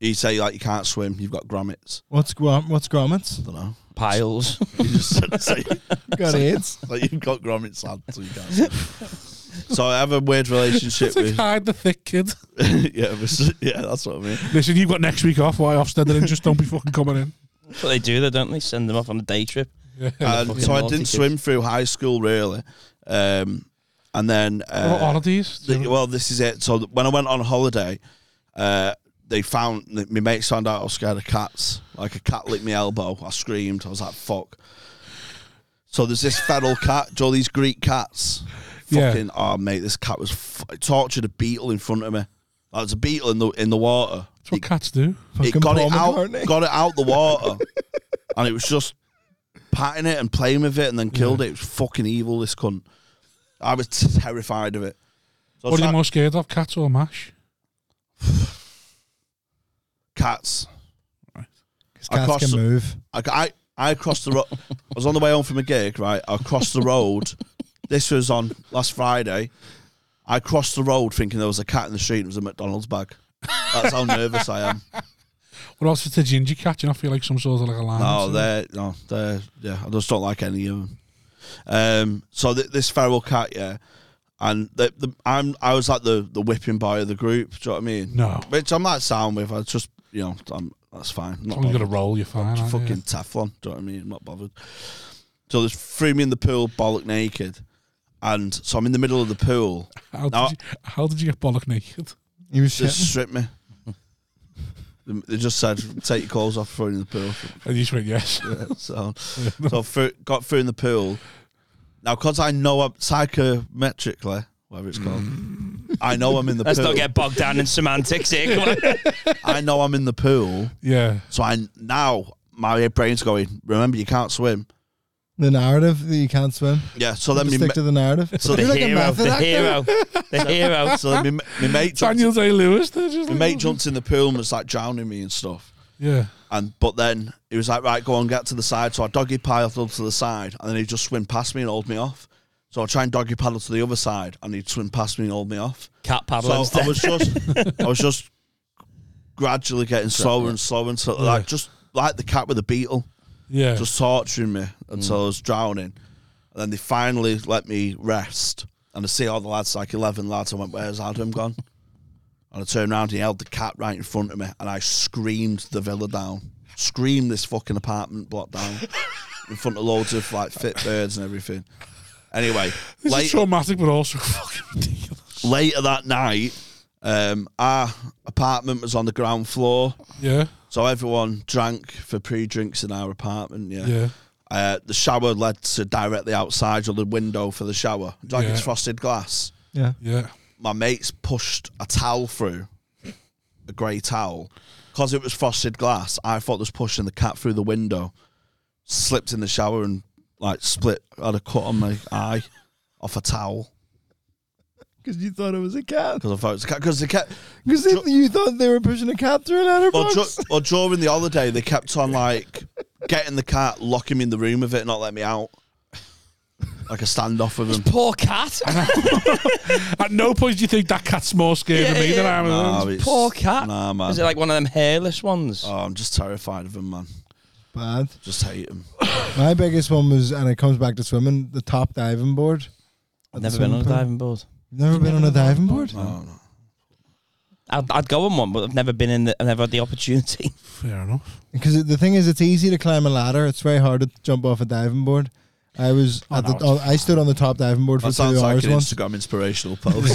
Speaker 4: You say like you can't swim. You've got grommets.
Speaker 5: What's grom- what's grommets?
Speaker 4: I don't know.
Speaker 2: Piles.
Speaker 4: He just said, say,
Speaker 5: Got AIDS.
Speaker 4: like you've got grommets on, so you can't swim." So I have a weird relationship
Speaker 1: It's like
Speaker 4: with
Speaker 1: hide the thick kid.
Speaker 4: yeah, but- yeah, that's what I mean.
Speaker 1: Listen, you've got next week off. Why Ofsted? And just don't be fucking coming in.
Speaker 2: That's what they do, though, don't they? Send them off on a day trip.
Speaker 4: And
Speaker 2: fucking
Speaker 4: so I
Speaker 2: naughty
Speaker 4: didn't
Speaker 2: kids.
Speaker 4: swim through high school really, um, and then
Speaker 1: What about
Speaker 4: uh,
Speaker 1: holidays?
Speaker 4: The- well, this is it. So th- when I went on holiday, uh, they found that my mates found out I was scared of cats. Like a cat licked my elbow. I screamed. I was like, "Fuck!" So there's this feral cat. do you know these Greek cats.
Speaker 1: Yeah.
Speaker 4: Fucking oh mate, this cat was f- it tortured a beetle in front of me. Like, was a beetle in the in the water.
Speaker 1: That's what cats do.
Speaker 4: It
Speaker 5: Fucking
Speaker 4: got it
Speaker 5: Paul
Speaker 4: out,
Speaker 5: McCartney.
Speaker 4: got it out the water, and it was just patting it and playing with it, and then killed it. It was fucking evil. This cunt. I was terrified of it. So I
Speaker 1: What are you
Speaker 4: sat-
Speaker 1: more scared of, cats or mash?
Speaker 4: cats.
Speaker 5: 'Cause
Speaker 4: I
Speaker 5: Cats
Speaker 4: crossed-
Speaker 5: can move.
Speaker 4: I, I, I crossed the road. I was on the way home from a gig, right? I crossed the road. this was on last Friday. I crossed the road thinking there was a cat in the street. It was a McDonald's bag. That's how nervous I am.
Speaker 1: What else is the ginger cat? You know, I feel like some sort of like a lion.
Speaker 4: No, Oh, they're no, they're yeah. I just don't like any of them. Um, so th- this feral cat, yeah, and the, the, I'm I was like the the whipping boy of the group. Do you know what I mean?
Speaker 1: No.
Speaker 4: which I'm not sound with. I just you know I'm, that's fine. I'm
Speaker 1: As
Speaker 4: not
Speaker 1: long as you
Speaker 4: bothered.
Speaker 1: got a roll, you're fine.
Speaker 5: Oh,
Speaker 1: aren't you?
Speaker 4: fucking Teflon. Do you know what I mean? I'm not bothered. So they threw me in the pool, bollock naked, and so I'm in the middle of the pool.
Speaker 1: How,
Speaker 4: No.
Speaker 1: did you, how did you get bollock naked?
Speaker 5: He was
Speaker 4: They
Speaker 5: shitting.
Speaker 4: stripped me. They they just said, "Take your clothes off, throw you in the pool."
Speaker 1: And you just went, yes.
Speaker 4: Yeah, so, so through, got through in the pool. Now, because I know I'm psychometrically, whatever it's called,
Speaker 5: Mm.
Speaker 4: I know I'm in the
Speaker 2: Let's
Speaker 4: pool.
Speaker 2: not get bogged down in semantics here. Come on.
Speaker 4: I know I'm in the pool.
Speaker 1: Yeah.
Speaker 4: So I now my brain's going. Remember, you can't swim.
Speaker 5: The narrative that you can't swim.
Speaker 4: Yeah. So then
Speaker 5: Just
Speaker 4: me,
Speaker 5: stick
Speaker 4: ma-
Speaker 5: to the narrative.
Speaker 4: So
Speaker 5: You're
Speaker 2: the,
Speaker 5: like a
Speaker 2: hero,
Speaker 5: method
Speaker 2: the
Speaker 5: actor.
Speaker 2: hero, the hero.
Speaker 4: so then me, me mate, jumped,
Speaker 1: Daniel Day Lewis. Just
Speaker 4: me
Speaker 1: like,
Speaker 4: mate jumped in the pool and was like drowning me and stuff.
Speaker 1: Yeah.
Speaker 4: And but then he was like, right, go on, get to the side. So I doggy paddled to the side, and then he'd just swim past me and hold me off. So I try and doggy paddle to the other side, and he'd swim past me and hold me off.
Speaker 2: Cat paddle
Speaker 4: So
Speaker 2: instead.
Speaker 4: I was just, I was just gradually getting slower and slower until like just like the cat with a beetle,
Speaker 1: Yeah.
Speaker 4: just torturing me until I was drowning. And then they finally let me rest, and I see all the lads, like eleven lads. I went, "Where's Adam gone?" And I turned around, he held the cat right in front of me, and I screamed the villa down, screamed this fucking apartment block down, in front of loads of like fit birds and everything. Anyway,
Speaker 1: this
Speaker 4: later-
Speaker 1: is traumatic, but also fucking ridiculous.
Speaker 4: later that night, um, our apartment was on the ground floor,
Speaker 1: Yeah.
Speaker 4: so everyone drank for pre-drinks in our apartment. Yeah.
Speaker 1: Yeah.
Speaker 4: Uh, the shower led to directly outside or the window for the shower, like
Speaker 1: Yeah.
Speaker 4: it's frosted glass.
Speaker 5: Yeah.
Speaker 1: Yeah.
Speaker 4: My mates pushed a towel through, a grey towel, because it was frosted glass. I thought they was pushing the cat through the window, slipped in the shower and like split. had a cut on my eye off a towel
Speaker 5: Because you thought it was a cat.
Speaker 4: because I thought it was a cat. Because the cat.
Speaker 5: Because you thought they were pushing a cat through an outer
Speaker 4: Well,
Speaker 5: box.
Speaker 4: ju- well, during the holiday, they kept on like getting the cat, locking me in the room with it, not let me out. Like a standoff with him.
Speaker 2: Poor cat.
Speaker 1: At no point do you think that cat's more scared
Speaker 2: Yeah,
Speaker 1: of me than
Speaker 2: yeah.
Speaker 1: I am.
Speaker 4: Nah,
Speaker 1: of it.
Speaker 4: Oh, it's-
Speaker 2: Poor cat.
Speaker 4: Nah, man.
Speaker 2: Is it like one of them hairless ones?
Speaker 4: oh, I'm just terrified of him, man.
Speaker 5: Bad.
Speaker 4: Just hate him.
Speaker 5: My biggest one was, and it comes back to swimming, the top diving board.
Speaker 2: I've never been on a diving board.
Speaker 5: You've never been on a diving board?
Speaker 4: Oh, no.
Speaker 2: I'd, I'd go on one, but I've never been in. The, I've never had the opportunity.
Speaker 1: Fair enough.
Speaker 5: Because the thing is, it's easy to climb a ladder. It's very hard to jump off a diving board. I was at
Speaker 1: no,
Speaker 5: the, oh, I stood on the top diving board for
Speaker 4: That
Speaker 5: two
Speaker 4: sounds like
Speaker 5: hours
Speaker 4: an
Speaker 5: once.
Speaker 4: Instagram inspirational post.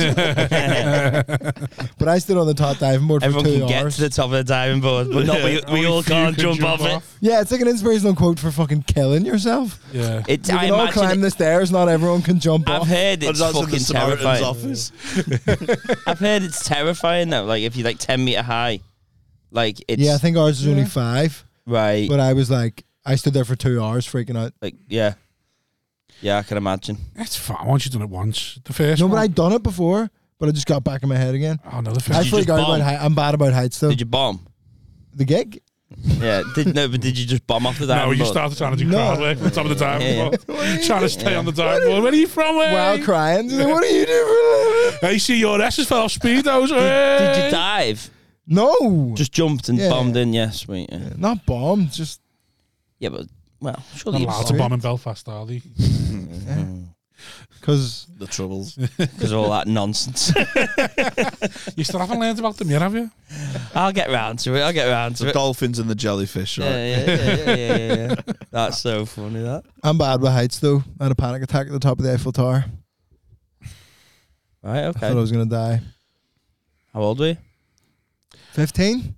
Speaker 5: But I stood on the top diving board for
Speaker 2: Everyone
Speaker 5: two
Speaker 2: can get
Speaker 5: hours.
Speaker 2: to the top of the diving board, but not we, we
Speaker 1: Only
Speaker 2: all
Speaker 1: few
Speaker 2: can't
Speaker 1: can
Speaker 2: jump, off, it.
Speaker 5: yeah, it's like an inspirational quote for fucking killing yourself.
Speaker 1: Yeah.
Speaker 2: It's,
Speaker 5: You
Speaker 2: I
Speaker 5: can all
Speaker 2: imagine.
Speaker 5: climb
Speaker 2: it-
Speaker 5: the stairs. Not everyone can jump
Speaker 2: I've
Speaker 5: off.
Speaker 2: heard it's
Speaker 4: That's in the
Speaker 2: fucking
Speaker 4: Samaritan's
Speaker 2: terrifying.
Speaker 4: office.
Speaker 2: I've heard it's terrifying though. Like if you're like ten meter high, like it's
Speaker 5: Yeah, I think ours is only five.
Speaker 2: right.
Speaker 5: But I was like, I stood there for two hours freaking out.
Speaker 2: like yeah, Yeah, I can imagine.
Speaker 1: It's fine. Once you've done it once, the first.
Speaker 5: No, but
Speaker 1: one-
Speaker 5: I'd done it before, but I just got back in my head again.
Speaker 1: Oh no, the
Speaker 5: I
Speaker 1: first.
Speaker 2: you
Speaker 5: freak
Speaker 2: just
Speaker 5: out
Speaker 2: bomb?
Speaker 5: about height. I'm bad about heights though.
Speaker 2: Did you bomb?
Speaker 5: the gig?
Speaker 2: Yeah. Did, no, but did you just bomb off the diamond?
Speaker 1: no, you
Speaker 2: board?
Speaker 1: started trying to do
Speaker 5: No.
Speaker 1: crowd work at the top of the time.
Speaker 2: Yeah,
Speaker 1: trying to stay on the time. Where are you from? Hey?
Speaker 5: While crying, she's like, "What are you doing?"
Speaker 1: Hey, see your S's fell off eh? speedos.
Speaker 2: Did you
Speaker 1: hey.
Speaker 2: dive?
Speaker 5: no,
Speaker 2: Just jumped and
Speaker 5: Yeah.
Speaker 2: bombed in. Yes, sweet. Yeah,
Speaker 5: not bomb. Just
Speaker 2: yeah but well, surely
Speaker 1: Not
Speaker 2: you
Speaker 1: allowed to bomb in Belfast, are they?
Speaker 5: because
Speaker 4: The troubles.
Speaker 2: because all that nonsense.
Speaker 1: You still haven't learned about them yet, have you?
Speaker 2: I'll get round to it. I'll get round to
Speaker 4: the
Speaker 2: it.
Speaker 4: dolphins and the jellyfish, right?
Speaker 2: Yeah, yeah, yeah, yeah, yeah, yeah, yeah. That's so funny. That.
Speaker 5: I'm bad with heights though. I had a panic attack at the top of the Eiffel Tower.
Speaker 2: Right.
Speaker 5: I thought I
Speaker 2: Okay.
Speaker 5: was gonna die.
Speaker 2: How old were you?
Speaker 5: Fifteen.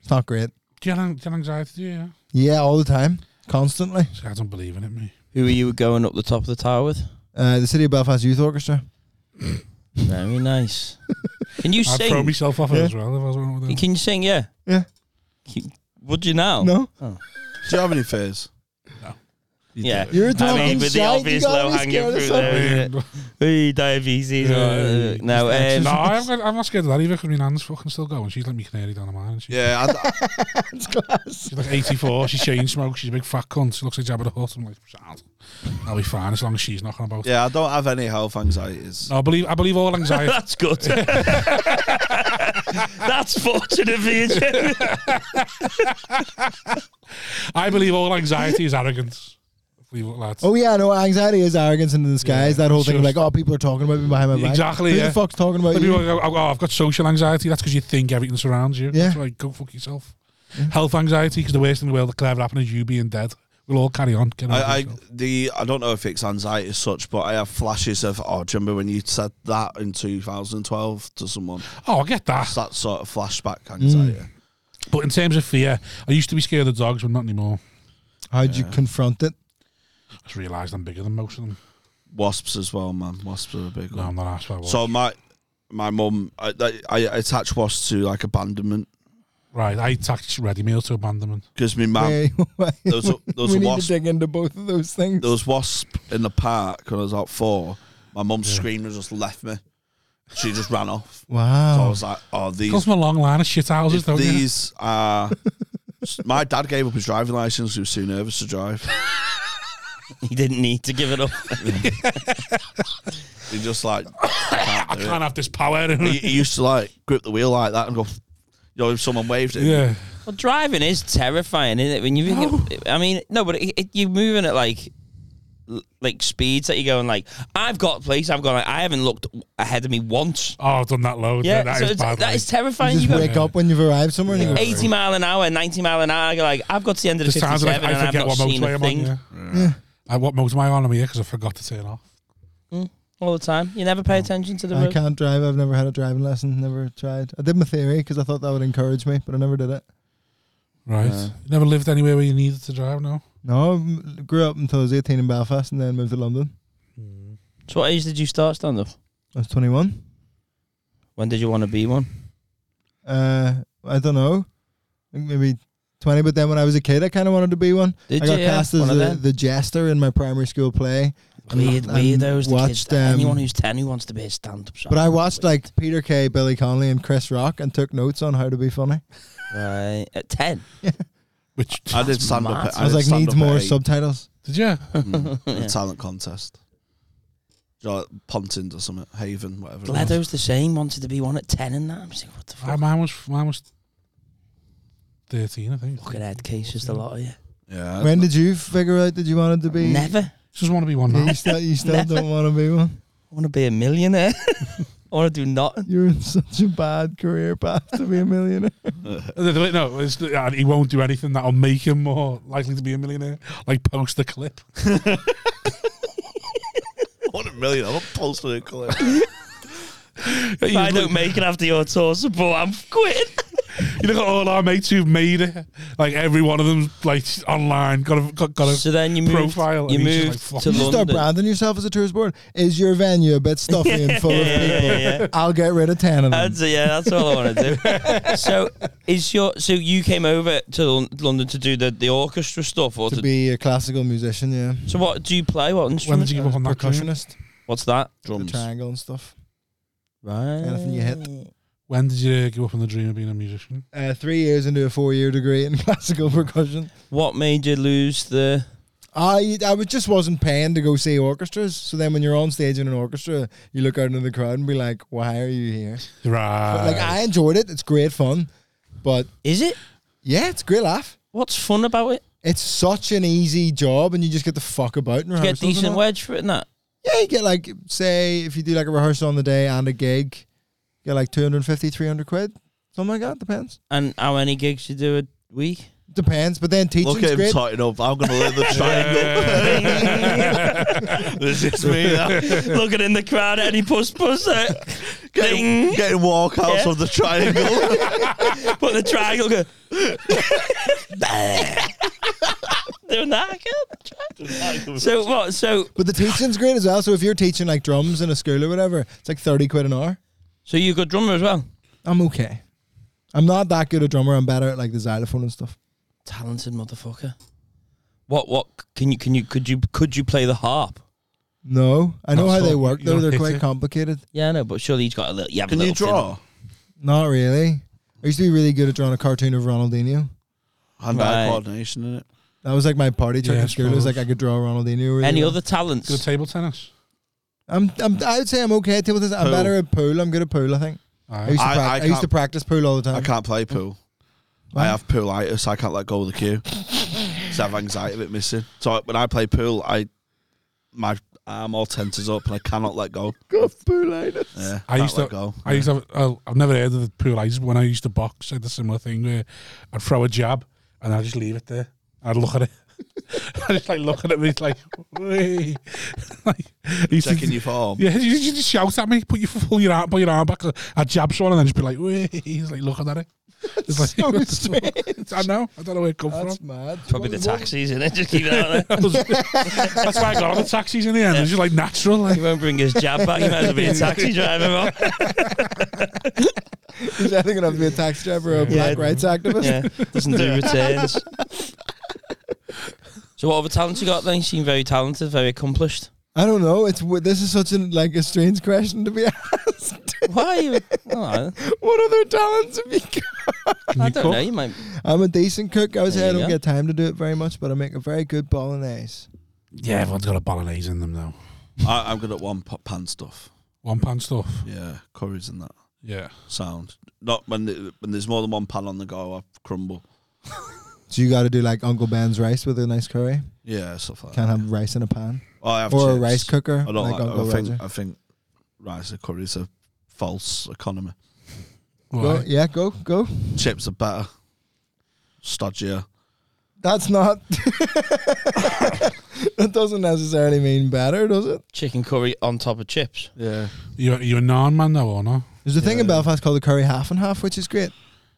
Speaker 5: It's not great.
Speaker 1: Do you have, do you have anxiety? Do you? Yeah.
Speaker 5: Yeah, all the time, constantly.
Speaker 1: See, I don't believe in it, me.
Speaker 2: Who were you going up the top of the tower with?
Speaker 5: Uh, the City of Belfast Youth Orchestra.
Speaker 2: Very nice. Can you
Speaker 1: I'd throw
Speaker 2: sing?
Speaker 1: myself off it
Speaker 5: Yeah.
Speaker 1: as well if I was one of them.
Speaker 2: Can you sing? Yeah.
Speaker 5: Yeah.
Speaker 2: Can- Would you now?
Speaker 5: No,
Speaker 4: Do you have any fears?
Speaker 1: No.
Speaker 4: You
Speaker 2: Yeah.
Speaker 4: do it.
Speaker 5: you're a
Speaker 2: I
Speaker 5: talking
Speaker 2: mean, with the
Speaker 5: shite, you
Speaker 2: obvious
Speaker 5: gotta be
Speaker 2: low hanging
Speaker 5: scared of
Speaker 2: fruit
Speaker 5: something.
Speaker 2: there.
Speaker 1: Yeah.
Speaker 2: isn't it? Hey, diabetes.
Speaker 1: Yeah.
Speaker 2: uh, No, um,
Speaker 1: no, I'm, gonna- I'm not scared of that either because my nan's fucking still going. She's like me canary down the mine. and She,
Speaker 4: Yeah, I,
Speaker 1: She's like 84. She's chain smoke. She's a big fat cunt. She looks like Jabba the Hutt. I'm like, sound. I'll be fine as long as she's knocking about.
Speaker 4: yeah, I don't have any health anxieties.
Speaker 1: No, I believe I believe all anxiety.
Speaker 2: That's good. That's fortunate for you, Jim.
Speaker 1: I believe all anxiety is arrogance. Believe it, lads.
Speaker 5: Oh yeah, no, anxiety is arrogance in the disguise.
Speaker 1: Yeah,
Speaker 5: that whole thing of
Speaker 1: sure.
Speaker 5: like, oh, people are talking about me behind my back.
Speaker 1: Exactly,
Speaker 5: Who
Speaker 1: yeah.
Speaker 5: the fuck's talking about
Speaker 1: Let people
Speaker 5: you?
Speaker 1: go, oh, oh, I've got social anxiety. That's because you think everything surrounds you.
Speaker 5: Yeah.
Speaker 1: That's why go fuck yourself. Health anxiety because the worst thing in the world that could ever happen is you being dead. We'll all carry on. Get
Speaker 4: I, I
Speaker 1: I,
Speaker 4: the I don't know if it's anxiety as such, but I have flashes of oh, do you remember when you said that in 2012 to someone?
Speaker 1: oh, I get that.
Speaker 4: It's that sort of flashback anxiety.
Speaker 1: But in terms of fear, I used to be scared of dogs, but not anymore.
Speaker 5: How'd you confront it?
Speaker 1: I just realised I'm bigger than most of them.
Speaker 4: Wasps as well, man. Wasps are a big
Speaker 1: No,
Speaker 4: one.
Speaker 1: I'm not asked about
Speaker 4: So my my mum, I, I, I attach wasps to like abandonment
Speaker 1: Right, I tax ready meal to abandonment.
Speaker 4: because my mum.
Speaker 5: Wait, wait.
Speaker 4: There was a, there was
Speaker 5: we
Speaker 4: a
Speaker 5: need
Speaker 4: wasp.
Speaker 5: to dig into both of those things.
Speaker 4: There was wasp in the park when I was out four. My mum screamed and just left me. She just ran off. So I
Speaker 5: wow.
Speaker 4: was like, oh,
Speaker 1: Comes
Speaker 4: these
Speaker 1: from a long line of shit houses, don't you?
Speaker 4: these are. My dad gave up his driving license. He was too nervous to drive.
Speaker 2: He didn't need to give it up.
Speaker 4: He just like I can't do
Speaker 1: Can't have this power.
Speaker 4: it. He, he used to like grip the wheel like that and go. You know, if someone waved it,
Speaker 1: yeah.
Speaker 2: Well, driving is terrifying, isn't it? When you think, I mean, no, but it, it, you're moving at like, l- like speeds that you're going like, I've got place, I've gone, like, I haven't looked ahead of me once.
Speaker 1: Oh, I've done that load. Yeah,
Speaker 2: Yeah,
Speaker 1: that
Speaker 2: so
Speaker 1: is
Speaker 2: it's,
Speaker 1: bad.
Speaker 2: that
Speaker 1: like.
Speaker 2: is
Speaker 5: You
Speaker 2: terrifying. You
Speaker 5: just
Speaker 2: go
Speaker 5: wake up when you've arrived somewhere and you go,
Speaker 2: 80 mile an hour, 90 mile an hour. I go like, I've got to the end of the
Speaker 1: There's times
Speaker 2: 57
Speaker 1: when I,
Speaker 2: and
Speaker 1: I
Speaker 2: I've
Speaker 1: forget
Speaker 2: not
Speaker 1: what
Speaker 2: seen
Speaker 1: motorway
Speaker 2: a
Speaker 1: I'm on.
Speaker 2: thing
Speaker 1: Yeah. I, what motorway I'm on am here because I forgot to turn off.
Speaker 2: all the time. You never pay attention to the
Speaker 5: I
Speaker 2: road.
Speaker 5: can't drive. I've never had a driving lesson. Never tried. I did my theory because I thought that would encourage me, but I never did it.
Speaker 1: Right.
Speaker 2: Uh,
Speaker 1: You never lived anywhere where you needed to drive, no?
Speaker 5: No, I m- grew up until I was 18 in Belfast and then moved to London.
Speaker 2: Mm. So, what age did you start stand up?
Speaker 5: I was 21.
Speaker 2: When did you want to be one?
Speaker 5: Uh, I don't know. I think maybe 20, but then when I was a kid, I kind of wanted to be one.
Speaker 2: Did
Speaker 5: I got
Speaker 2: you? Yeah,
Speaker 5: cast
Speaker 2: one
Speaker 5: as
Speaker 2: of
Speaker 5: the,
Speaker 2: them.
Speaker 5: the jester in my primary school play. and-
Speaker 2: Weird,
Speaker 5: and
Speaker 2: weirdos. The kids,
Speaker 5: watched, um,
Speaker 2: anyone who's 10 who wants to be a stand up.
Speaker 5: But I watched like Peter Kay, Billy Connolly, and Chris Rock and took notes on how to be funny.
Speaker 2: Right. At 10.
Speaker 1: Which,
Speaker 4: I did stand
Speaker 2: mad.
Speaker 4: up. At,
Speaker 5: I was
Speaker 4: did
Speaker 5: like,
Speaker 4: stand
Speaker 5: needs
Speaker 4: up at
Speaker 5: more
Speaker 4: eight
Speaker 5: subtitles.
Speaker 1: did you?
Speaker 4: in a talent contest. You know, like Pontins or something, Haven, whatever. it was.
Speaker 2: Ledo's the same, wanted to be one at 10 and that. I'm just like, what the
Speaker 1: I,
Speaker 2: fuck?
Speaker 1: Uh, mine, was, mine was 13, I think.
Speaker 2: Fucking head cases, the lot of you.
Speaker 4: Yeah.
Speaker 5: When did you figure out that you wanted to be?
Speaker 2: Never. I
Speaker 1: Just want to be one
Speaker 5: Yeah,
Speaker 1: now.
Speaker 5: you still, you still
Speaker 2: Never.
Speaker 5: don't want to be one.
Speaker 2: want to be a millionaire. I want to do nothing.
Speaker 5: You're in such a bad career path to be a millionaire.
Speaker 1: no, it's, uh, he won't do anything that'll make him more likely to be a millionaire. Like post the clip.
Speaker 4: What a million! I'm not posting a clip.
Speaker 2: If I don't make it after your tour support, I'm quitting.
Speaker 1: You look at all our mates who've made it. Like every one of them, like online, got a got, got a
Speaker 2: So then you moved,
Speaker 1: profile.
Speaker 2: you
Speaker 1: and he's just
Speaker 2: moved
Speaker 1: like, fuck
Speaker 2: to
Speaker 5: You should start
Speaker 2: London.
Speaker 5: branding yourself as a tourist board. Is your venue a bit stuffy and full of
Speaker 2: Yeah,
Speaker 5: people?
Speaker 2: yeah, yeah.
Speaker 5: I'll get rid of ten of them.
Speaker 2: That's, yeah, that's all I want to do. so, is your so you came over to Lon- London to do the, the orchestra stuff, or to,
Speaker 5: To be a classical musician, yeah.
Speaker 2: so what do you play? What
Speaker 1: When did
Speaker 2: instrument?
Speaker 1: you give up on that career?
Speaker 5: Percussionist,
Speaker 2: What's that?
Speaker 5: the
Speaker 4: Drums.
Speaker 5: triangle and stuff.
Speaker 2: Right.
Speaker 5: Anything you hit.
Speaker 1: When did you give up on the dream of being a musician?
Speaker 5: Uh, three years into a four-year degree in classical percussion.
Speaker 2: What made you lose the?
Speaker 5: I I was just wasn't paying to go see orchestras. So then when you're on stage in an orchestra, you look out into the crowd and be like, "Why are you here?"
Speaker 1: Right.
Speaker 5: But like I enjoyed it. It's great fun, but
Speaker 2: Is it?
Speaker 5: yeah, it's a great laugh.
Speaker 2: What's fun about it?
Speaker 5: It's such an easy job, and you just get to fuck about and
Speaker 2: You get
Speaker 5: rehearsals and
Speaker 2: decent
Speaker 5: all.
Speaker 2: wedge for it, and that.
Speaker 5: Yeah, you get like say if you do like a rehearsal on the day and a gig, you get like 250, 300 quid, something like that. Depends.
Speaker 2: And how many gigs you do a week?
Speaker 5: Depends. But then
Speaker 4: Look
Speaker 5: teaching's
Speaker 4: at him
Speaker 5: great.
Speaker 4: tighten up. I'm gonna learn the triangle. this is me. That.
Speaker 2: Looking in the crowd, and he push push it. Ding.
Speaker 4: Getting walkouts
Speaker 2: Yeah.
Speaker 4: of the triangle.
Speaker 2: Put the triangle. Go. Doing that again. So what? So
Speaker 5: But the teaching's great as well. So if you're teaching like drums in a school or whatever, it's like thirty quid an hour.
Speaker 2: so you good drummer as well?
Speaker 5: I'm okay. I'm not that good a drummer. I'm better at like the xylophone and stuff.
Speaker 2: Talented motherfucker. What? What? Can you? Can you? Could you? Could you play the harp?
Speaker 5: No, I know
Speaker 1: Oh,
Speaker 5: how
Speaker 1: so
Speaker 5: they work
Speaker 1: you
Speaker 5: though.
Speaker 1: don't
Speaker 5: They're
Speaker 1: hit
Speaker 5: quite
Speaker 1: it?
Speaker 5: complicated.
Speaker 2: Yeah, I know, but surely he's got a little. You have a
Speaker 4: Can you
Speaker 2: little thing.
Speaker 4: draw?
Speaker 5: Not really. I used to be really good at drawing a cartoon of Ronaldinho.
Speaker 4: Hand-eye
Speaker 2: Right.
Speaker 4: coordination in it.
Speaker 5: That was like my party trick
Speaker 1: Yeah,
Speaker 5: in school. It was
Speaker 1: suppose.
Speaker 5: like I could draw Ronaldinho. Really
Speaker 2: Any
Speaker 5: well.
Speaker 2: other talents?
Speaker 1: Good at table tennis.
Speaker 5: I'm, I'm, I would say I'm okay at table tennis. I'm
Speaker 4: Pool.
Speaker 5: better at pool. I'm good at pool. I think. I used to,
Speaker 4: I-
Speaker 5: prac-
Speaker 4: I
Speaker 5: I used to
Speaker 4: can't-
Speaker 5: practice pool all the time.
Speaker 4: I can't play pool.
Speaker 5: Why?
Speaker 4: I have poolitis. I can't let go of the cue. so I have anxiety of it missing. So I- when I play pool, I my arm all tenses up and I cannot let go. Got poolitis. Yeah,
Speaker 1: I
Speaker 4: can't
Speaker 1: used to.
Speaker 4: let go.
Speaker 1: I used to. Have, oh, I've never heard of the pool ice, but when I used to box, I had a similar thing where I'd throw a jab and I'd just leave it there. I'd look at it. I just like looking at me like, "Wee." like I used to-
Speaker 4: checking your form.
Speaker 1: Yeah, you you just shout at me, put your pull your arm, put your arm back. I jab someone and then just be like, "Wee." he's like looking at it. It's like,
Speaker 5: So
Speaker 1: what the
Speaker 5: strange.
Speaker 1: fuck? I know. I don't know where it come from.
Speaker 5: That's mad.
Speaker 2: Probably the taxis, isn't it? Just keep it out there.
Speaker 1: That was- That's why I got on the taxis in the end. It's just like natural. Like,
Speaker 2: He won't bring his jab back. He might as well be a taxi driver. Rob.
Speaker 5: Is that going to have to be a tax driver or a
Speaker 2: Yeah.
Speaker 5: black rights activist?
Speaker 2: Yeah, doesn't do returns. So what other talents you got then? You seem very talented, very accomplished.
Speaker 5: I don't know. It's w- this is such an like a strange question to be asked.
Speaker 2: Why are you? Oh, I-
Speaker 5: what other talents have you got?
Speaker 1: can
Speaker 2: I
Speaker 1: you
Speaker 2: don't
Speaker 1: cook?
Speaker 2: know. You might.
Speaker 5: I'm a decent cook. I would say
Speaker 2: There
Speaker 5: I
Speaker 2: you
Speaker 5: don't
Speaker 2: go.
Speaker 5: get time to do it very much, but I make a very good bolognese.
Speaker 1: Yeah, everyone's got a bolognese in them though.
Speaker 4: I, I'm good at one pot pan stuff.
Speaker 1: One pan stuff.
Speaker 4: Yeah, curries and that
Speaker 1: Yeah.
Speaker 4: sound. Not when the- when there's more than one pan on the go, I crumble.
Speaker 5: So you got to do like Uncle Ben's rice with a nice curry.
Speaker 4: Yeah, stuff like
Speaker 5: Can't
Speaker 4: that.
Speaker 5: have rice in a pan
Speaker 4: Oh, I have
Speaker 5: or a
Speaker 4: chips.
Speaker 5: rice cooker.
Speaker 4: I don't like.
Speaker 5: Uncle
Speaker 4: I think
Speaker 5: Roger.
Speaker 4: I think rice and curries are false economy.
Speaker 5: Go,
Speaker 1: Why?
Speaker 5: yeah, go go.
Speaker 4: Chips are better, stodgier.
Speaker 5: That's not. that doesn't necessarily mean better, does it?
Speaker 2: Chicken curry on top of chips.
Speaker 4: Yeah,
Speaker 1: You you a non man though, or no?
Speaker 5: There's a thing
Speaker 4: Yeah.
Speaker 5: in Belfast called the curry half and half, which is great.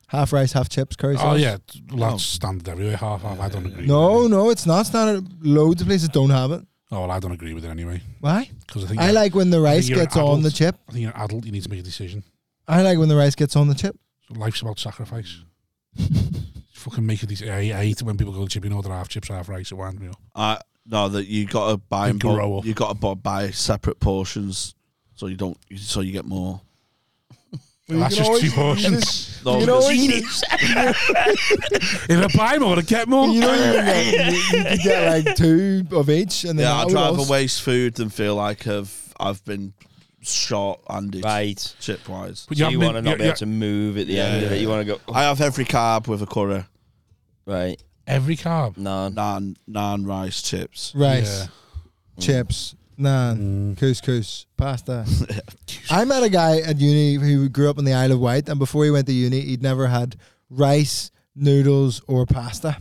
Speaker 5: Half rice, half chips, curry.
Speaker 1: Oh
Speaker 5: sauce.
Speaker 1: yeah, that's standard everywhere. Half half. I don't agree.
Speaker 5: No,
Speaker 1: With
Speaker 5: no, it's not standard. Loads of places don't have it.
Speaker 1: it. Oh well, I don't agree with it anyway
Speaker 5: Why?
Speaker 1: because I think
Speaker 5: I
Speaker 1: you're-
Speaker 5: like when the rice
Speaker 1: you're an
Speaker 5: gets on
Speaker 1: adult.
Speaker 5: the chip.
Speaker 1: I think you're an adult. You need to make a decision.
Speaker 5: I like when the rice gets on the chip.
Speaker 1: So life's about sacrifice. Fucking make it these. I, I hate it when people go and chip. You know, they're half chips, half rice. It winds me up.
Speaker 4: I no that you got to buy.
Speaker 1: You
Speaker 4: in bulk.
Speaker 1: grow up.
Speaker 4: You got to buy separate portions, so you don't. So you get more.
Speaker 5: Well,
Speaker 1: that's
Speaker 5: can
Speaker 1: just
Speaker 5: always-
Speaker 1: two
Speaker 5: You,
Speaker 1: portions.
Speaker 4: No,
Speaker 5: can always-
Speaker 1: if I buy more, I get more.
Speaker 5: you know, you can get, you, you can get like two of each, and then
Speaker 4: yeah,
Speaker 5: I
Speaker 4: I'd
Speaker 5: would
Speaker 4: rather
Speaker 5: also-
Speaker 4: waste food than feel like I've I've been short-handed
Speaker 2: Right.
Speaker 4: chip wise.
Speaker 1: But
Speaker 2: So you
Speaker 1: haven't been-
Speaker 2: want to not be
Speaker 1: you-
Speaker 2: able to move at the
Speaker 4: Yeah,
Speaker 2: end of
Speaker 4: yeah,
Speaker 2: it. You want to go
Speaker 4: I have every carb with a curry,
Speaker 2: right.
Speaker 1: every carb.
Speaker 2: No,
Speaker 4: naan, naan, rice, chips.
Speaker 5: rice, chips,
Speaker 1: Mm.
Speaker 5: naan, couscous, pasta. I met a guy at uni who grew up on the Isle of Wight, and before he went to uni, he'd never had rice, noodles, or pasta.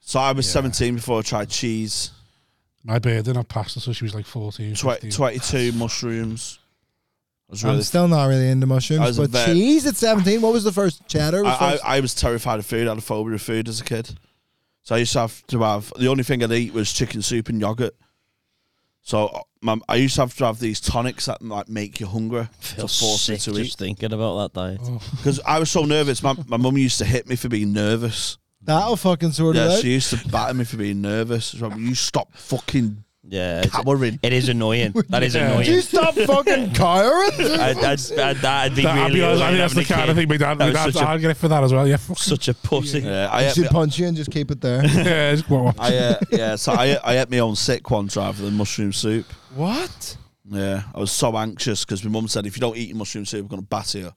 Speaker 4: So I was 17 before I tried cheese.
Speaker 1: My bird didn't have pasta, so she was like 14.
Speaker 4: Tw-
Speaker 1: 15.
Speaker 4: 22 mushrooms. was
Speaker 5: I'm
Speaker 4: really.
Speaker 5: still not really into
Speaker 4: I
Speaker 5: mushrooms,
Speaker 4: was a
Speaker 5: but
Speaker 4: vet.
Speaker 5: cheese at 17. What was the first cheddar? Was
Speaker 4: I,
Speaker 5: first-
Speaker 4: I, I was terrified of food. I had a phobia of food as a kid. So I used to have to have the only thing I'd eat was chicken soup and yogurt. So uh, my, I used to have to have these tonics that like make you hungry to force you to eat.
Speaker 6: just thinking about that diet.
Speaker 4: Because I was so nervous. My my mum used to hit me for being nervous.
Speaker 5: That'll fucking sort it
Speaker 4: Yeah,
Speaker 5: out.
Speaker 4: she used to batter me for being nervous. She's like, you stop fucking
Speaker 6: Yeah, it's-
Speaker 4: cowering.
Speaker 6: it is annoying. That is
Speaker 1: Yeah.
Speaker 6: annoying.
Speaker 5: Do you stop fucking cowering?
Speaker 6: I'd, I'd, I'd, that'd be
Speaker 1: That- I'll
Speaker 6: really.
Speaker 1: be honest, I
Speaker 6: annoying
Speaker 1: think that's the
Speaker 6: having a
Speaker 1: kind of
Speaker 6: kid.
Speaker 1: thing my dad.
Speaker 6: That
Speaker 1: My
Speaker 6: was
Speaker 1: dad's
Speaker 6: such a-
Speaker 1: arguing for that as well. Yeah, fucking-
Speaker 6: Such a pussy.
Speaker 4: Yeah, I
Speaker 5: I
Speaker 4: ate
Speaker 5: should
Speaker 4: my-
Speaker 5: punch you and just keep it there.
Speaker 1: yeah, it's quite.
Speaker 4: I uh, yeah, so I I ate my own sick once rather than mushroom soup.
Speaker 1: What?
Speaker 4: Yeah, I was so anxious because my mum said if you don't eat your mushroom soup, we're gonna batter you.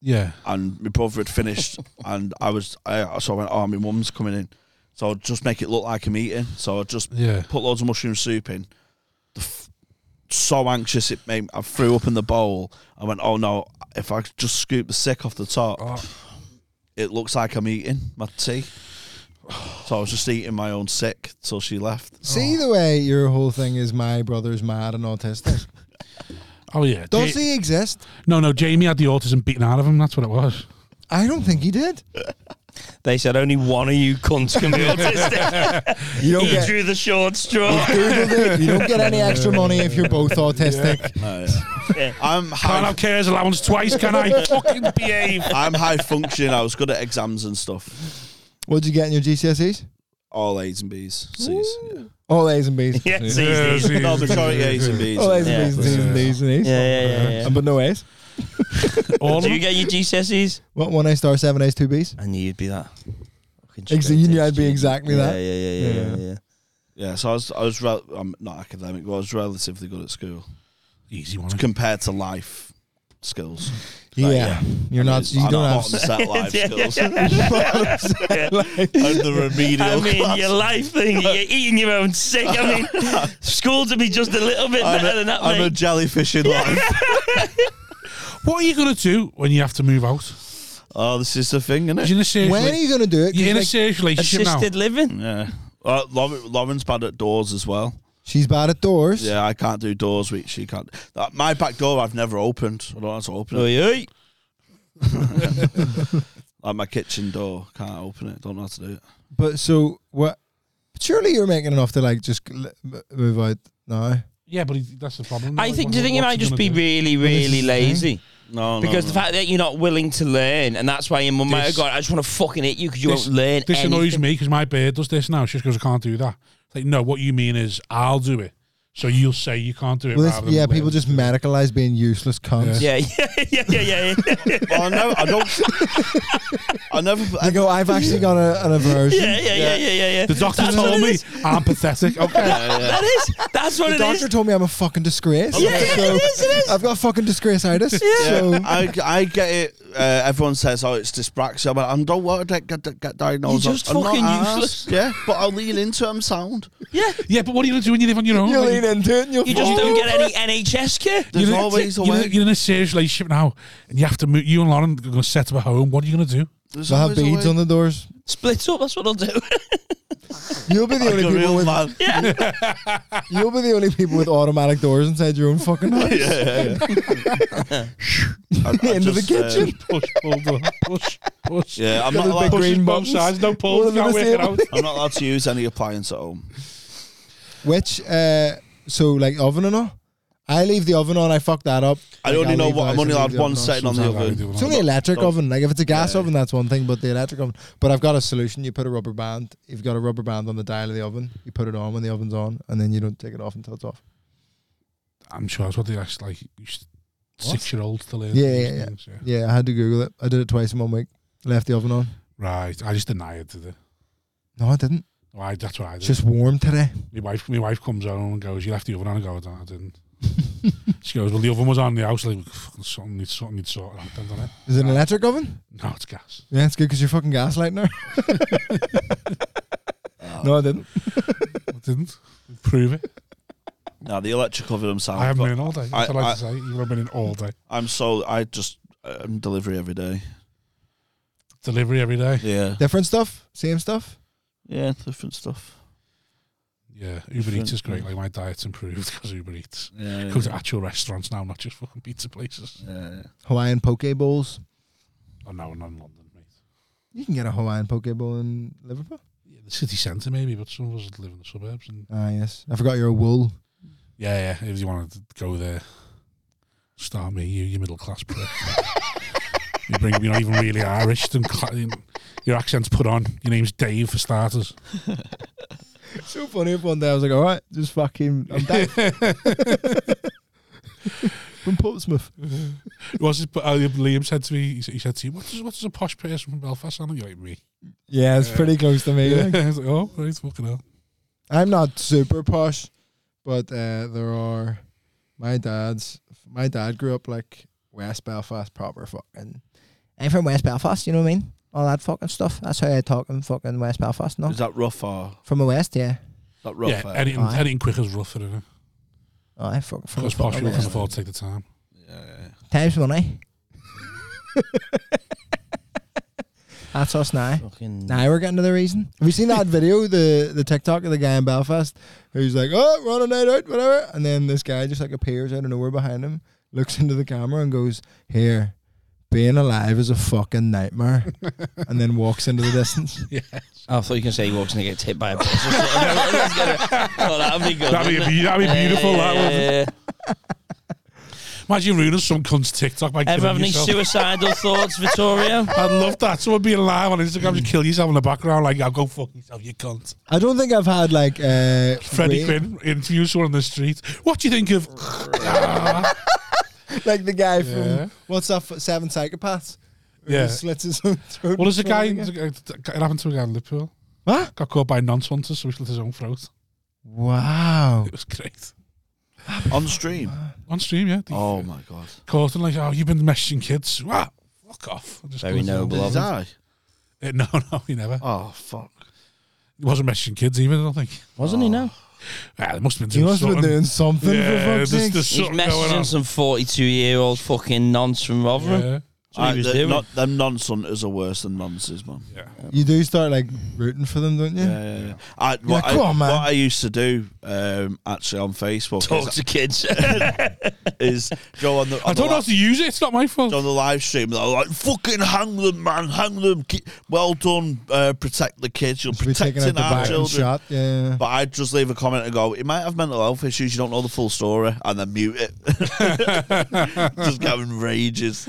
Speaker 1: Yeah.
Speaker 4: And my brother had finished, and I was I so I went, oh, my mum's coming in, so I'd just make it look like I'm eating. So I just
Speaker 1: Yeah.
Speaker 4: put loads of mushroom soup in. The f- so anxious it made. I threw up in the bowl. I went, oh no! If I just scoop the sick off the top,
Speaker 1: Oh.
Speaker 4: it looks like I'm eating my tea. So I was just eating my own sick till she left.
Speaker 5: See the way your whole thing is my brother's mad and autistic.
Speaker 1: Oh yeah.
Speaker 5: Does
Speaker 1: Ja-
Speaker 5: he exist?
Speaker 1: No, no. Jamie had the autism beaten out of him. That's what it was.
Speaker 5: I don't think he did.
Speaker 6: They said only one of you cunts can be autistic.
Speaker 5: You don't
Speaker 6: he
Speaker 5: get
Speaker 6: drew the short straw.
Speaker 5: Googled it. You don't get any extra money if you're both autistic.
Speaker 4: No, yeah. I'm
Speaker 1: Can't
Speaker 4: high.
Speaker 1: have cares allowance twice, can I? Fucking behave.
Speaker 4: I'm high functioning. I was good at exams and stuff.
Speaker 5: What'd you get in your GCSEs?
Speaker 4: All A's and B's, C's. Yeah.
Speaker 5: All A's and B's.
Speaker 6: yeah, it's
Speaker 1: Yeah,
Speaker 6: easy.
Speaker 1: see.
Speaker 4: No, majority A's and B's.
Speaker 5: All A's
Speaker 6: Yeah.
Speaker 5: and B's and C's and D's and E's.
Speaker 6: Yeah, yeah, yeah.
Speaker 5: But no A's.
Speaker 1: All of
Speaker 6: Do
Speaker 1: them.
Speaker 6: you get your GCSEs?
Speaker 5: What one A star, seven A's, two B's?
Speaker 6: I knew you'd be that. Fucking
Speaker 5: Exa-
Speaker 6: straight
Speaker 5: you knew
Speaker 6: edge
Speaker 5: I'd be
Speaker 6: genius.
Speaker 5: exactly
Speaker 6: yeah,
Speaker 5: that.
Speaker 6: Yeah, yeah, yeah, yeah, yeah.
Speaker 4: Yeah, so I was, I was rel- I'm not academic, but I was relatively good at school
Speaker 1: Easy one.
Speaker 4: compared to life skills.
Speaker 5: Yeah.
Speaker 4: Like,
Speaker 5: You're not. You
Speaker 4: I'm
Speaker 5: don't
Speaker 4: not
Speaker 5: have.
Speaker 4: bottom set life skills.
Speaker 5: like,
Speaker 4: I'm the remedial
Speaker 6: I mean,
Speaker 4: class.
Speaker 6: your life thing, you're eating your own sick. I mean, school to be just a little bit
Speaker 4: I'm,
Speaker 6: better
Speaker 4: a,
Speaker 6: than that,
Speaker 4: I'm a
Speaker 6: mate.
Speaker 4: jellyfish in life.
Speaker 1: What are you gonna do when you have to move out?
Speaker 4: Oh, this is the thing, isn't it?
Speaker 1: You're in a serious.
Speaker 5: when are
Speaker 1: rela-
Speaker 5: you gonna do it? 'Cause,
Speaker 1: You're in a
Speaker 5: like,
Speaker 1: serious relationship now.
Speaker 6: Assisted living.
Speaker 4: Yeah. Uh, Lauren, Lauren's bad at doors as well.
Speaker 5: she's bad at doors.
Speaker 4: Yeah, I can't do doors, which she can't. Uh, My back door, I've never opened. I don't know how to open it.
Speaker 6: Oi, oi.
Speaker 4: Like my kitchen door, can't open it. Don't know how to do it.
Speaker 5: But so what? Surely you're making enough to like just l- m- move out now.
Speaker 1: Yeah, but he, that's the problem.
Speaker 6: I
Speaker 1: Like,
Speaker 6: think.
Speaker 1: what-
Speaker 6: Do you think you
Speaker 1: what's
Speaker 6: might just
Speaker 1: gonna
Speaker 6: be
Speaker 1: do?
Speaker 6: really,
Speaker 5: this
Speaker 6: really
Speaker 5: is the thing.
Speaker 6: lazy?
Speaker 4: No, no,
Speaker 6: Because
Speaker 4: no.
Speaker 6: the fact that you're not willing to learn, and that's why your mum might have
Speaker 1: This-
Speaker 6: gone, I just want to fucking hit you because you
Speaker 1: this,
Speaker 6: won't learn
Speaker 1: This annoys
Speaker 6: anything."
Speaker 1: me because my bird does this now. She just goes, I can't do that. It's like, no, what you mean is I'll do it. So you'll say you can't do it.
Speaker 5: Well,
Speaker 1: rather
Speaker 5: this,
Speaker 1: than
Speaker 5: yeah,
Speaker 1: learn.
Speaker 5: people just medicalize being useless cunts.
Speaker 6: Yeah, yeah, yeah, yeah, yeah. yeah.
Speaker 4: Well, I never. I don't. I never.
Speaker 5: They go, oh, I've actually got a, an aversion.
Speaker 6: Yeah, yeah, yeah, yeah, yeah, yeah.
Speaker 1: The doctor
Speaker 6: That's what
Speaker 1: told
Speaker 6: it
Speaker 1: me
Speaker 6: is.
Speaker 1: I'm pathetic. Okay.
Speaker 6: That is. That's what
Speaker 5: The
Speaker 6: it is.
Speaker 5: doctor told me I'm a fucking disgrace.
Speaker 6: Yeah, yeah,
Speaker 5: So,
Speaker 6: it is, it is.
Speaker 5: I've got fucking disgraceitis.
Speaker 6: Yeah.
Speaker 5: So
Speaker 4: I, I get it. Uh, everyone says, "Oh, it's dyspraxia," but I don't want to get, get, get diagnosed.
Speaker 6: You're just
Speaker 4: I'm not
Speaker 6: fucking
Speaker 4: arsed.
Speaker 6: useless.
Speaker 4: Yeah, but I'll lean into. it, I'm sound.
Speaker 6: Yeah.
Speaker 1: yeah, but what are you going to do when you live on your own?
Speaker 5: you
Speaker 1: Like,
Speaker 5: lean into it and you'll
Speaker 6: You just
Speaker 5: fall.
Speaker 6: don't get any NHS care.
Speaker 4: There's
Speaker 1: you're in-
Speaker 4: always a
Speaker 1: you're in-
Speaker 4: way.
Speaker 1: You're in a serious relationship now, and you have to move. You and Lauren are going to set up a home. What are you going to do?
Speaker 4: There's
Speaker 5: They'll have
Speaker 4: always a
Speaker 5: beads
Speaker 4: way.
Speaker 5: on the doors.
Speaker 6: Split up. That's what I'll do.
Speaker 5: You'll be the
Speaker 4: Like
Speaker 5: only
Speaker 4: a
Speaker 5: people
Speaker 4: real
Speaker 5: with
Speaker 4: man. Yeah,
Speaker 5: you'll be the only people with automatic doors inside your own fucking house.
Speaker 4: yeah, yeah. I- I
Speaker 5: Into the
Speaker 4: just, uh,
Speaker 5: kitchen.
Speaker 1: Push, pull, pull, push, push.
Speaker 4: yeah, I'm not,
Speaker 5: Little big
Speaker 4: allowed,
Speaker 5: green
Speaker 1: both
Speaker 5: buttons.
Speaker 1: sides, no
Speaker 5: All
Speaker 1: pulls,
Speaker 5: over
Speaker 1: can't
Speaker 5: the
Speaker 1: work it out.
Speaker 5: table.
Speaker 4: I'm not allowed to use any appliance at home.
Speaker 5: Which uh, so like oven and all. I leave the oven on. I fuck that up.
Speaker 4: I
Speaker 5: Like,
Speaker 4: only
Speaker 5: I'll
Speaker 4: know
Speaker 5: leave
Speaker 4: what
Speaker 5: the
Speaker 4: I'm
Speaker 5: house
Speaker 4: only
Speaker 5: and
Speaker 4: allowed
Speaker 5: leave the
Speaker 4: one Oh.
Speaker 5: oven on.
Speaker 4: setting on the
Speaker 1: Sometimes I do
Speaker 4: oven.
Speaker 1: when
Speaker 5: It's
Speaker 1: I'm-
Speaker 5: only electric
Speaker 4: don't-
Speaker 5: oven. Like if it's a gas oven, that's one thing. But the electric oven. But I've got a solution. You put a rubber band. You've got a rubber band on the dial of the oven. You put it on when the oven's on, and then you don't take it off until it's off.
Speaker 1: I'm sure that's what they asked, like, you s- six-year-olds to learn.
Speaker 5: Yeah,
Speaker 1: these
Speaker 5: yeah, yeah.
Speaker 1: things, yeah.
Speaker 5: Yeah, I had to Google it. I did it twice in one week. Left the oven on.
Speaker 1: Right. I just deny it to the...
Speaker 5: No, I didn't.
Speaker 1: Well, I, that's what I did.
Speaker 5: It's just warm today.
Speaker 1: My wife, my wife comes home and goes, "You left the oven on." I go, "No, I didn't." she goes, "Well, the oven was on in the house. Like, fucking something needs something needs sorted out, then, doesn't it?"
Speaker 5: Is it an electric oven?
Speaker 1: No, it's gas.
Speaker 5: Yeah, it's good because you're fucking gaslighting her. no, I didn't.
Speaker 1: I didn't prove it.
Speaker 4: No, the electric oven. I'm sound.
Speaker 1: I haven't
Speaker 4: Oh, but
Speaker 1: been in all day. That's
Speaker 4: I-
Speaker 1: what I like
Speaker 4: I-
Speaker 1: to say. You haven't been in all day.
Speaker 4: I'm so. I just. I'm delivery every day.
Speaker 1: Delivery every day.
Speaker 4: Yeah.
Speaker 5: Different stuff, same stuff.
Speaker 4: Yeah, different stuff.
Speaker 1: Yeah, Uber Eats is great. Like my diet's improved because Uber Eats.
Speaker 4: Yeah,
Speaker 1: Go to actual restaurants now, not just fucking pizza places.
Speaker 4: yeah.
Speaker 5: Hawaiian poke bowls.
Speaker 1: Oh no, not in London, mate.
Speaker 5: You can get a Hawaiian poke bowl in Liverpool.
Speaker 1: Yeah, the city centre maybe, but some of us live in the suburbs. And
Speaker 5: Ah, yes. I forgot you're a wool.
Speaker 1: yeah, yeah. If you wanted to go there, start me, you, you middle class prick. you bring, you're not even really Irish. Then cla- your accent's put on. Your name's Dave for starters.
Speaker 5: So funny. If one day I was like, all right, just fucking, I'm down. From Portsmouth.
Speaker 1: Was it? but, Uh, Liam said to me. He said, he said to you, "What does what does a posh person from Belfast sound like?" You're like me.
Speaker 5: Yeah, it's pretty close to me. like.
Speaker 1: I was like, "Oh, right, fucking hell."
Speaker 5: I'm not super posh, but uh, there are my dad's. My dad grew up like West Belfast proper fucking. I'm from West Belfast. You know what I mean? All that fucking stuff. That's how I talk in fucking West Belfast. No,
Speaker 4: Is that rough or
Speaker 5: from the west, yeah.
Speaker 4: that rough?
Speaker 1: yeah,
Speaker 4: eh?
Speaker 1: anything,
Speaker 5: Aye.
Speaker 1: anything quicker is rougher, isn't it?
Speaker 5: Oh, I fucking from the
Speaker 1: Because posh
Speaker 5: fucking
Speaker 1: people can
Speaker 5: west.
Speaker 1: afford to take the time.
Speaker 4: yeah, yeah.
Speaker 5: Times money. That's us now.
Speaker 6: Fucking
Speaker 5: Now we're getting to the reason. Have you seen that video, the the TikTok of the guy in Belfast who's like, "Oh, we're on a night out, whatever," and then this guy just like appears out of nowhere behind him, looks into the camera, and goes, "Here, being alive is a fucking nightmare," and then walks into the distance.
Speaker 2: Oh, I thought you can say he walks in and gets hit by a bus. or something. That's gonna- oh, that'd be good.
Speaker 1: That'd be,
Speaker 2: wouldn't it?
Speaker 1: be- that'd be beautiful. that
Speaker 2: Yeah,
Speaker 1: would.
Speaker 2: yeah, yeah.
Speaker 1: Imagine ruining some cunt's TikTok by
Speaker 2: Ever have
Speaker 1: killing
Speaker 2: any
Speaker 1: yourself.
Speaker 2: suicidal thoughts, Vittorio?
Speaker 1: I'd love that. Someone being live on Instagram
Speaker 2: Mm.
Speaker 1: to kill yourself in the background, like, I'll go fuck yourself, you cunt.
Speaker 5: I don't think I've had like uh,
Speaker 1: Freddie
Speaker 5: great-
Speaker 1: Quinn interviews someone on the street. What do you think of. Ah,
Speaker 5: like the guy
Speaker 1: Yeah.
Speaker 5: from what's up, Seven Psychopaths. who
Speaker 1: Yeah.
Speaker 5: slits his own throat.
Speaker 1: well, there's a
Speaker 5: for
Speaker 1: guy,
Speaker 5: again.
Speaker 1: it happened to a guy in Liverpool.
Speaker 5: What?
Speaker 1: Got caught by nonce hunters, so he slit his own throat.
Speaker 5: Wow.
Speaker 1: It was great.
Speaker 4: On stream.
Speaker 1: On stream, yeah. They
Speaker 4: Oh my god.
Speaker 1: Caught and like, oh, you've been messaging kids. Ah, fuck off. And just
Speaker 2: Very
Speaker 1: killed himself.
Speaker 2: noble.
Speaker 4: Did he die?
Speaker 1: Eh, No, no, he never.
Speaker 4: Oh fuck.
Speaker 1: He wasn't messaging kids either, I don't think.
Speaker 2: Wasn't he now?
Speaker 1: Ah, there must have been
Speaker 5: He
Speaker 1: doing
Speaker 5: must have been
Speaker 1: something.
Speaker 5: doing something
Speaker 1: Yeah,
Speaker 5: for fuck's
Speaker 1: there's-
Speaker 5: sake.
Speaker 1: there's
Speaker 2: He's
Speaker 1: something going on.
Speaker 2: messaging some 42 year old fucking nonce from Rotherham.
Speaker 1: Yeah.
Speaker 2: That's what he
Speaker 4: Aye,
Speaker 2: was
Speaker 4: Uh, the-
Speaker 2: doing.
Speaker 4: Not, them nonsenses are worse than nonsenses, man.
Speaker 5: You do start like rooting for them, don't you?
Speaker 4: Yeah, yeah, yeah. I, what,
Speaker 5: like, "Come
Speaker 4: I,
Speaker 5: on, man."
Speaker 4: what I used to do, um, actually on Facebook,
Speaker 2: Talk
Speaker 4: is,
Speaker 2: to kids.
Speaker 4: is go on the. On
Speaker 1: I don't
Speaker 4: the
Speaker 1: know how
Speaker 4: li-
Speaker 1: to use it. It's not my fault.
Speaker 4: on the live stream, they're like, "Fucking hang them, man! Hang them! Ki- Well done, uh, protect the kids. You're
Speaker 5: To be taken
Speaker 4: protecting
Speaker 5: out the
Speaker 4: our
Speaker 5: back and
Speaker 4: children."
Speaker 5: shot. Yeah.
Speaker 4: But I'd just leave a comment and go, "You might have mental health issues. You don't know the full story," and then mute it. just going rages.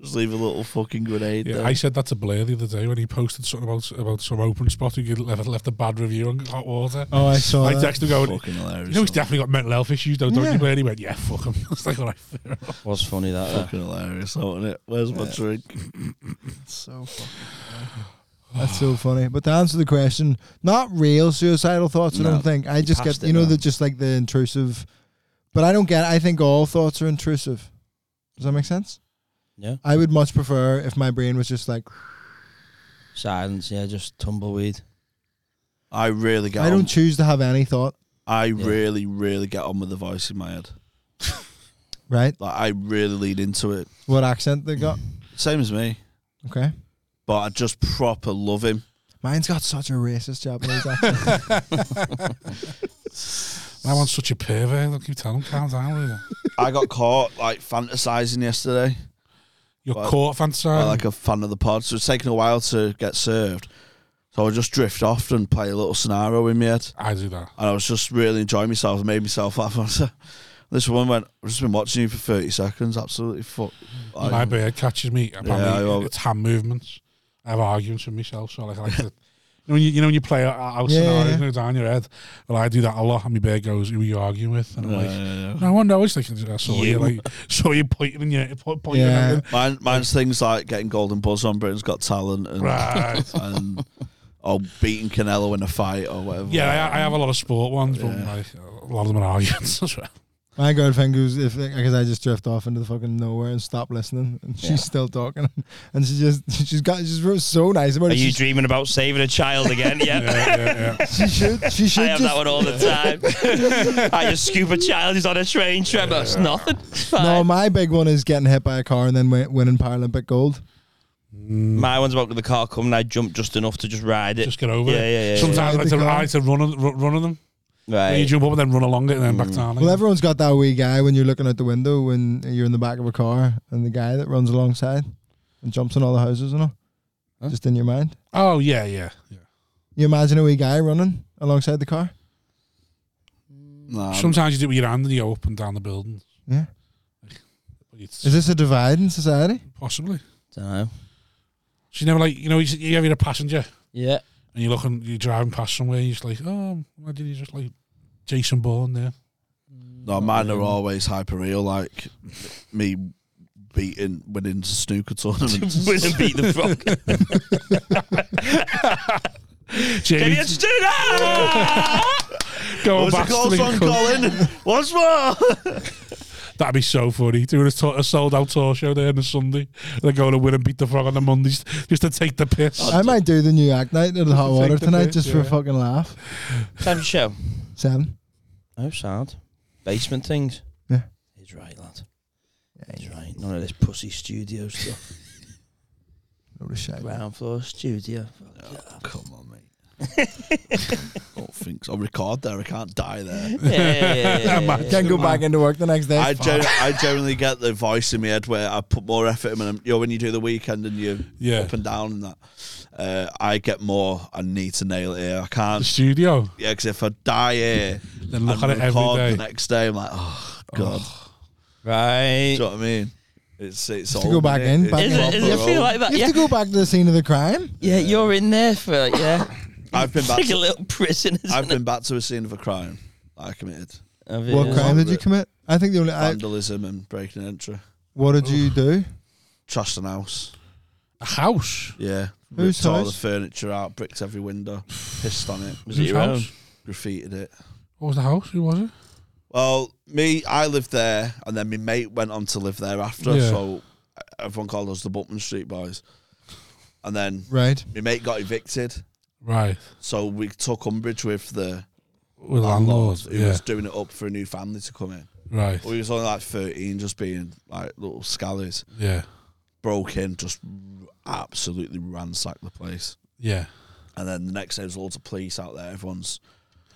Speaker 4: Just leave a little fucking grenade.
Speaker 1: Yeah,
Speaker 4: there.
Speaker 1: I said that to Blair the other day when he posted something about about some open spot who left, left a bad review on hot water.
Speaker 5: Oh, I saw
Speaker 1: I
Speaker 5: that.
Speaker 1: texted him going,
Speaker 4: fucking hilarious.
Speaker 1: you know he's
Speaker 4: man.
Speaker 1: definitely got mental health issues, though, don't
Speaker 5: Yeah.
Speaker 1: you, Blair? He went, yeah, fuck him. It's like, all right, fair enough.
Speaker 2: was funny that. though.
Speaker 4: fucking hilarious, isn't it? Where's my drink?
Speaker 5: So fucking. That's so funny. But to answer the question, not real suicidal thoughts. I
Speaker 4: No.
Speaker 5: don't think. I just
Speaker 2: passed
Speaker 5: get
Speaker 2: it
Speaker 5: you know
Speaker 2: now.
Speaker 5: the just like the intrusive. But I don't get. I think all thoughts are intrusive. Does that make sense?
Speaker 2: Yeah.
Speaker 5: I would much prefer if my brain was just like
Speaker 2: Silence, yeah, just tumbleweed.
Speaker 4: I really get.
Speaker 5: I
Speaker 4: on-
Speaker 5: don't choose to have any thought.
Speaker 4: I
Speaker 2: Yeah.
Speaker 4: really, really get on with the voice in my head.
Speaker 5: Right?
Speaker 4: Like I really lean into it.
Speaker 5: What accent they got?
Speaker 4: Same as me,
Speaker 5: Okay.
Speaker 4: but I just proper love him.
Speaker 5: Mine's got such a racist Japanese accent.
Speaker 1: That one's such a pervert. Don't keep telling him, calm down, will you?
Speaker 4: I got caught like fantasizing yesterday,
Speaker 1: You're
Speaker 4: Well,
Speaker 1: caught fantasizing.
Speaker 4: like, like a fan of the pod. So it's taken a while to get served. So I just drift off and play a little scenario in my head.
Speaker 1: I do that.
Speaker 4: and I was just really enjoying myself. I made myself laugh. I said- This woman went, I've just been watching you for 30 seconds. Absolutely fuck. like,
Speaker 1: My bird catches me. Apparently,
Speaker 4: I love it.
Speaker 1: it's hand movements. I have arguments with myself, so like, I like to. You know, when you, you know when you play out- out
Speaker 5: Yeah, yeah,
Speaker 1: scenarios
Speaker 5: yeah.
Speaker 1: you know, down your head. Well, I do that a lot, and my bear goes, "Who are you arguing with?" And I'm like,
Speaker 4: uh,
Speaker 1: No one knows. Like, I saw you,
Speaker 2: You.
Speaker 1: like, saw you pointing and you po- pointing.
Speaker 5: Yeah.
Speaker 1: Yeah.
Speaker 4: mine, mine's things like getting Golden Buzz on Britain's Got Talent and,
Speaker 1: Right.
Speaker 4: and or beating Canelo in a fight or whatever.
Speaker 1: Yeah, I, I have a lot of sport ones, but
Speaker 4: Yeah.
Speaker 1: like, a lot of them are arguments as well.
Speaker 5: My girlfriend goes if because I just drift off into the fucking nowhere and stop listening, and she's
Speaker 2: Yeah.
Speaker 5: still talking, and she just she's got she's real- so nice about
Speaker 2: Are
Speaker 5: it.
Speaker 2: you
Speaker 5: She,
Speaker 2: dreaming about saving a child again? Yeah.
Speaker 1: Yeah, yeah, yeah.
Speaker 5: she should she
Speaker 2: I
Speaker 5: should
Speaker 2: have
Speaker 5: just
Speaker 2: that one all the time. I just scoop a child who's on a train trip. That's nothing. It's fine.
Speaker 5: no. My big one is getting hit by a car and then win, winning Paralympic gold.
Speaker 2: My one's about the car coming. I jumped just enough to just ride it.
Speaker 1: Mm, Just get over
Speaker 2: yeah,
Speaker 1: it.
Speaker 2: Yeah, yeah, yeah.
Speaker 1: Sometimes I
Speaker 5: Yeah,
Speaker 1: like to,
Speaker 5: because-
Speaker 1: I like to run, on, ru- run on them.
Speaker 2: right.
Speaker 1: You jump up and then run along it and then back down.
Speaker 5: Well,
Speaker 1: again.
Speaker 5: everyone's got that wee guy when you're looking out the window when you're in the back of a car and the guy that runs alongside and jumps in all the houses and all. Just in your mind.
Speaker 1: oh yeah, yeah, yeah.
Speaker 5: You imagine a wee guy running alongside the car?
Speaker 4: Nah,
Speaker 1: Sometimes you do it with your hand and you go up and down the building.
Speaker 5: Yeah.
Speaker 1: It's
Speaker 5: Is this a divide in society?
Speaker 1: possibly.
Speaker 2: Dunno.
Speaker 1: So you never like you know you s- you have you're a passenger
Speaker 2: Yeah.
Speaker 1: and you're looking you're driving past somewhere. You're just like, oh, why did you just like Jason Bourne there?
Speaker 4: no, mine are always hyper real, like me beating, winning snooker tournaments.
Speaker 2: Win and beat the frog.
Speaker 1: Jamie,
Speaker 6: Let's do that!
Speaker 1: going
Speaker 4: What's
Speaker 1: back
Speaker 4: the
Speaker 1: to
Speaker 4: goal
Speaker 1: the
Speaker 4: song, Colin?
Speaker 6: What's what?
Speaker 1: That'd be so funny doing a, to- a sold out tour show there on a Sunday. They're going to win and beat the frog on the Mondays just to take the piss.
Speaker 4: Oh,
Speaker 5: I might do the new act night at the hot
Speaker 1: Take
Speaker 5: water
Speaker 1: the
Speaker 5: tonight
Speaker 1: piss,
Speaker 5: just for a
Speaker 1: yeah.
Speaker 5: fucking laugh.
Speaker 2: Time to show.
Speaker 5: Seven.
Speaker 2: Oh, sad. Basement things.
Speaker 5: Yeah.
Speaker 2: He's right, lad. He's right. None of this pussy studio stuff.
Speaker 5: Load of shite.
Speaker 2: Ground floor studio.
Speaker 4: Come on, mate. don't think so. I'll record there. I can't die there.
Speaker 2: Yeah, yeah, yeah, yeah, yeah, yeah.
Speaker 5: Can't go back into work the next day.
Speaker 4: I, gen- I generally get the voice in my head where I put more effort in. And I'm- you know, when you do the weekend and you
Speaker 1: Yeah.
Speaker 4: up and down and that, uh, I get more. I need to nail it here. I
Speaker 1: the
Speaker 4: can't.
Speaker 1: studio.
Speaker 4: Yeah, because if I die here,
Speaker 1: Then look
Speaker 4: and
Speaker 1: at it every
Speaker 4: record
Speaker 1: day.
Speaker 4: the next day, I'm like, oh god. Do
Speaker 2: Right.
Speaker 4: you know what I mean? It's it's all
Speaker 5: to go back in, back
Speaker 4: It's
Speaker 2: Is it,
Speaker 5: in.
Speaker 2: is it
Speaker 4: proper
Speaker 2: feel
Speaker 4: old.
Speaker 2: like that?
Speaker 5: you
Speaker 2: Yeah.
Speaker 5: have to go back to the scene of the crime.
Speaker 2: yeah, you're in there for like, yeah.
Speaker 4: I've been
Speaker 2: It's
Speaker 4: back.
Speaker 2: like a little prison. Isn't
Speaker 4: I've
Speaker 2: it?
Speaker 4: been back to a scene of a crime I committed:
Speaker 2: Have
Speaker 5: What
Speaker 2: you-
Speaker 5: crime did you
Speaker 4: Elaborate.
Speaker 5: commit? I think the only. I,
Speaker 4: vandalism and breaking and entry,
Speaker 5: what did you do?
Speaker 4: trashed an house.
Speaker 1: A house.
Speaker 4: Yeah,
Speaker 5: Whose
Speaker 4: ripped all the
Speaker 5: house?
Speaker 4: furniture out, bricked every window, pissed on it,
Speaker 2: Was it
Speaker 1: Whose
Speaker 2: your own?
Speaker 1: house?
Speaker 4: graffitied it.
Speaker 1: What was the house? Who was it?
Speaker 4: Well, me, I lived there, and then my mate went on to live there after.
Speaker 1: Yeah.
Speaker 4: So uh, everyone called us the Butman Street Boys. And then
Speaker 5: Right.
Speaker 4: my mate got evicted,
Speaker 1: Right.
Speaker 4: so we took umbrage with the
Speaker 1: With
Speaker 4: landlord
Speaker 1: landlord.
Speaker 4: who
Speaker 1: Yeah.
Speaker 4: was doing it up for a new family to come in.
Speaker 1: Right.
Speaker 4: We was only like thirteen, just being like little scallies.
Speaker 1: Yeah.
Speaker 4: Broke in, just absolutely ransacked the place.
Speaker 1: Yeah.
Speaker 4: And then the next day, there's loads of police out there. Everyone's,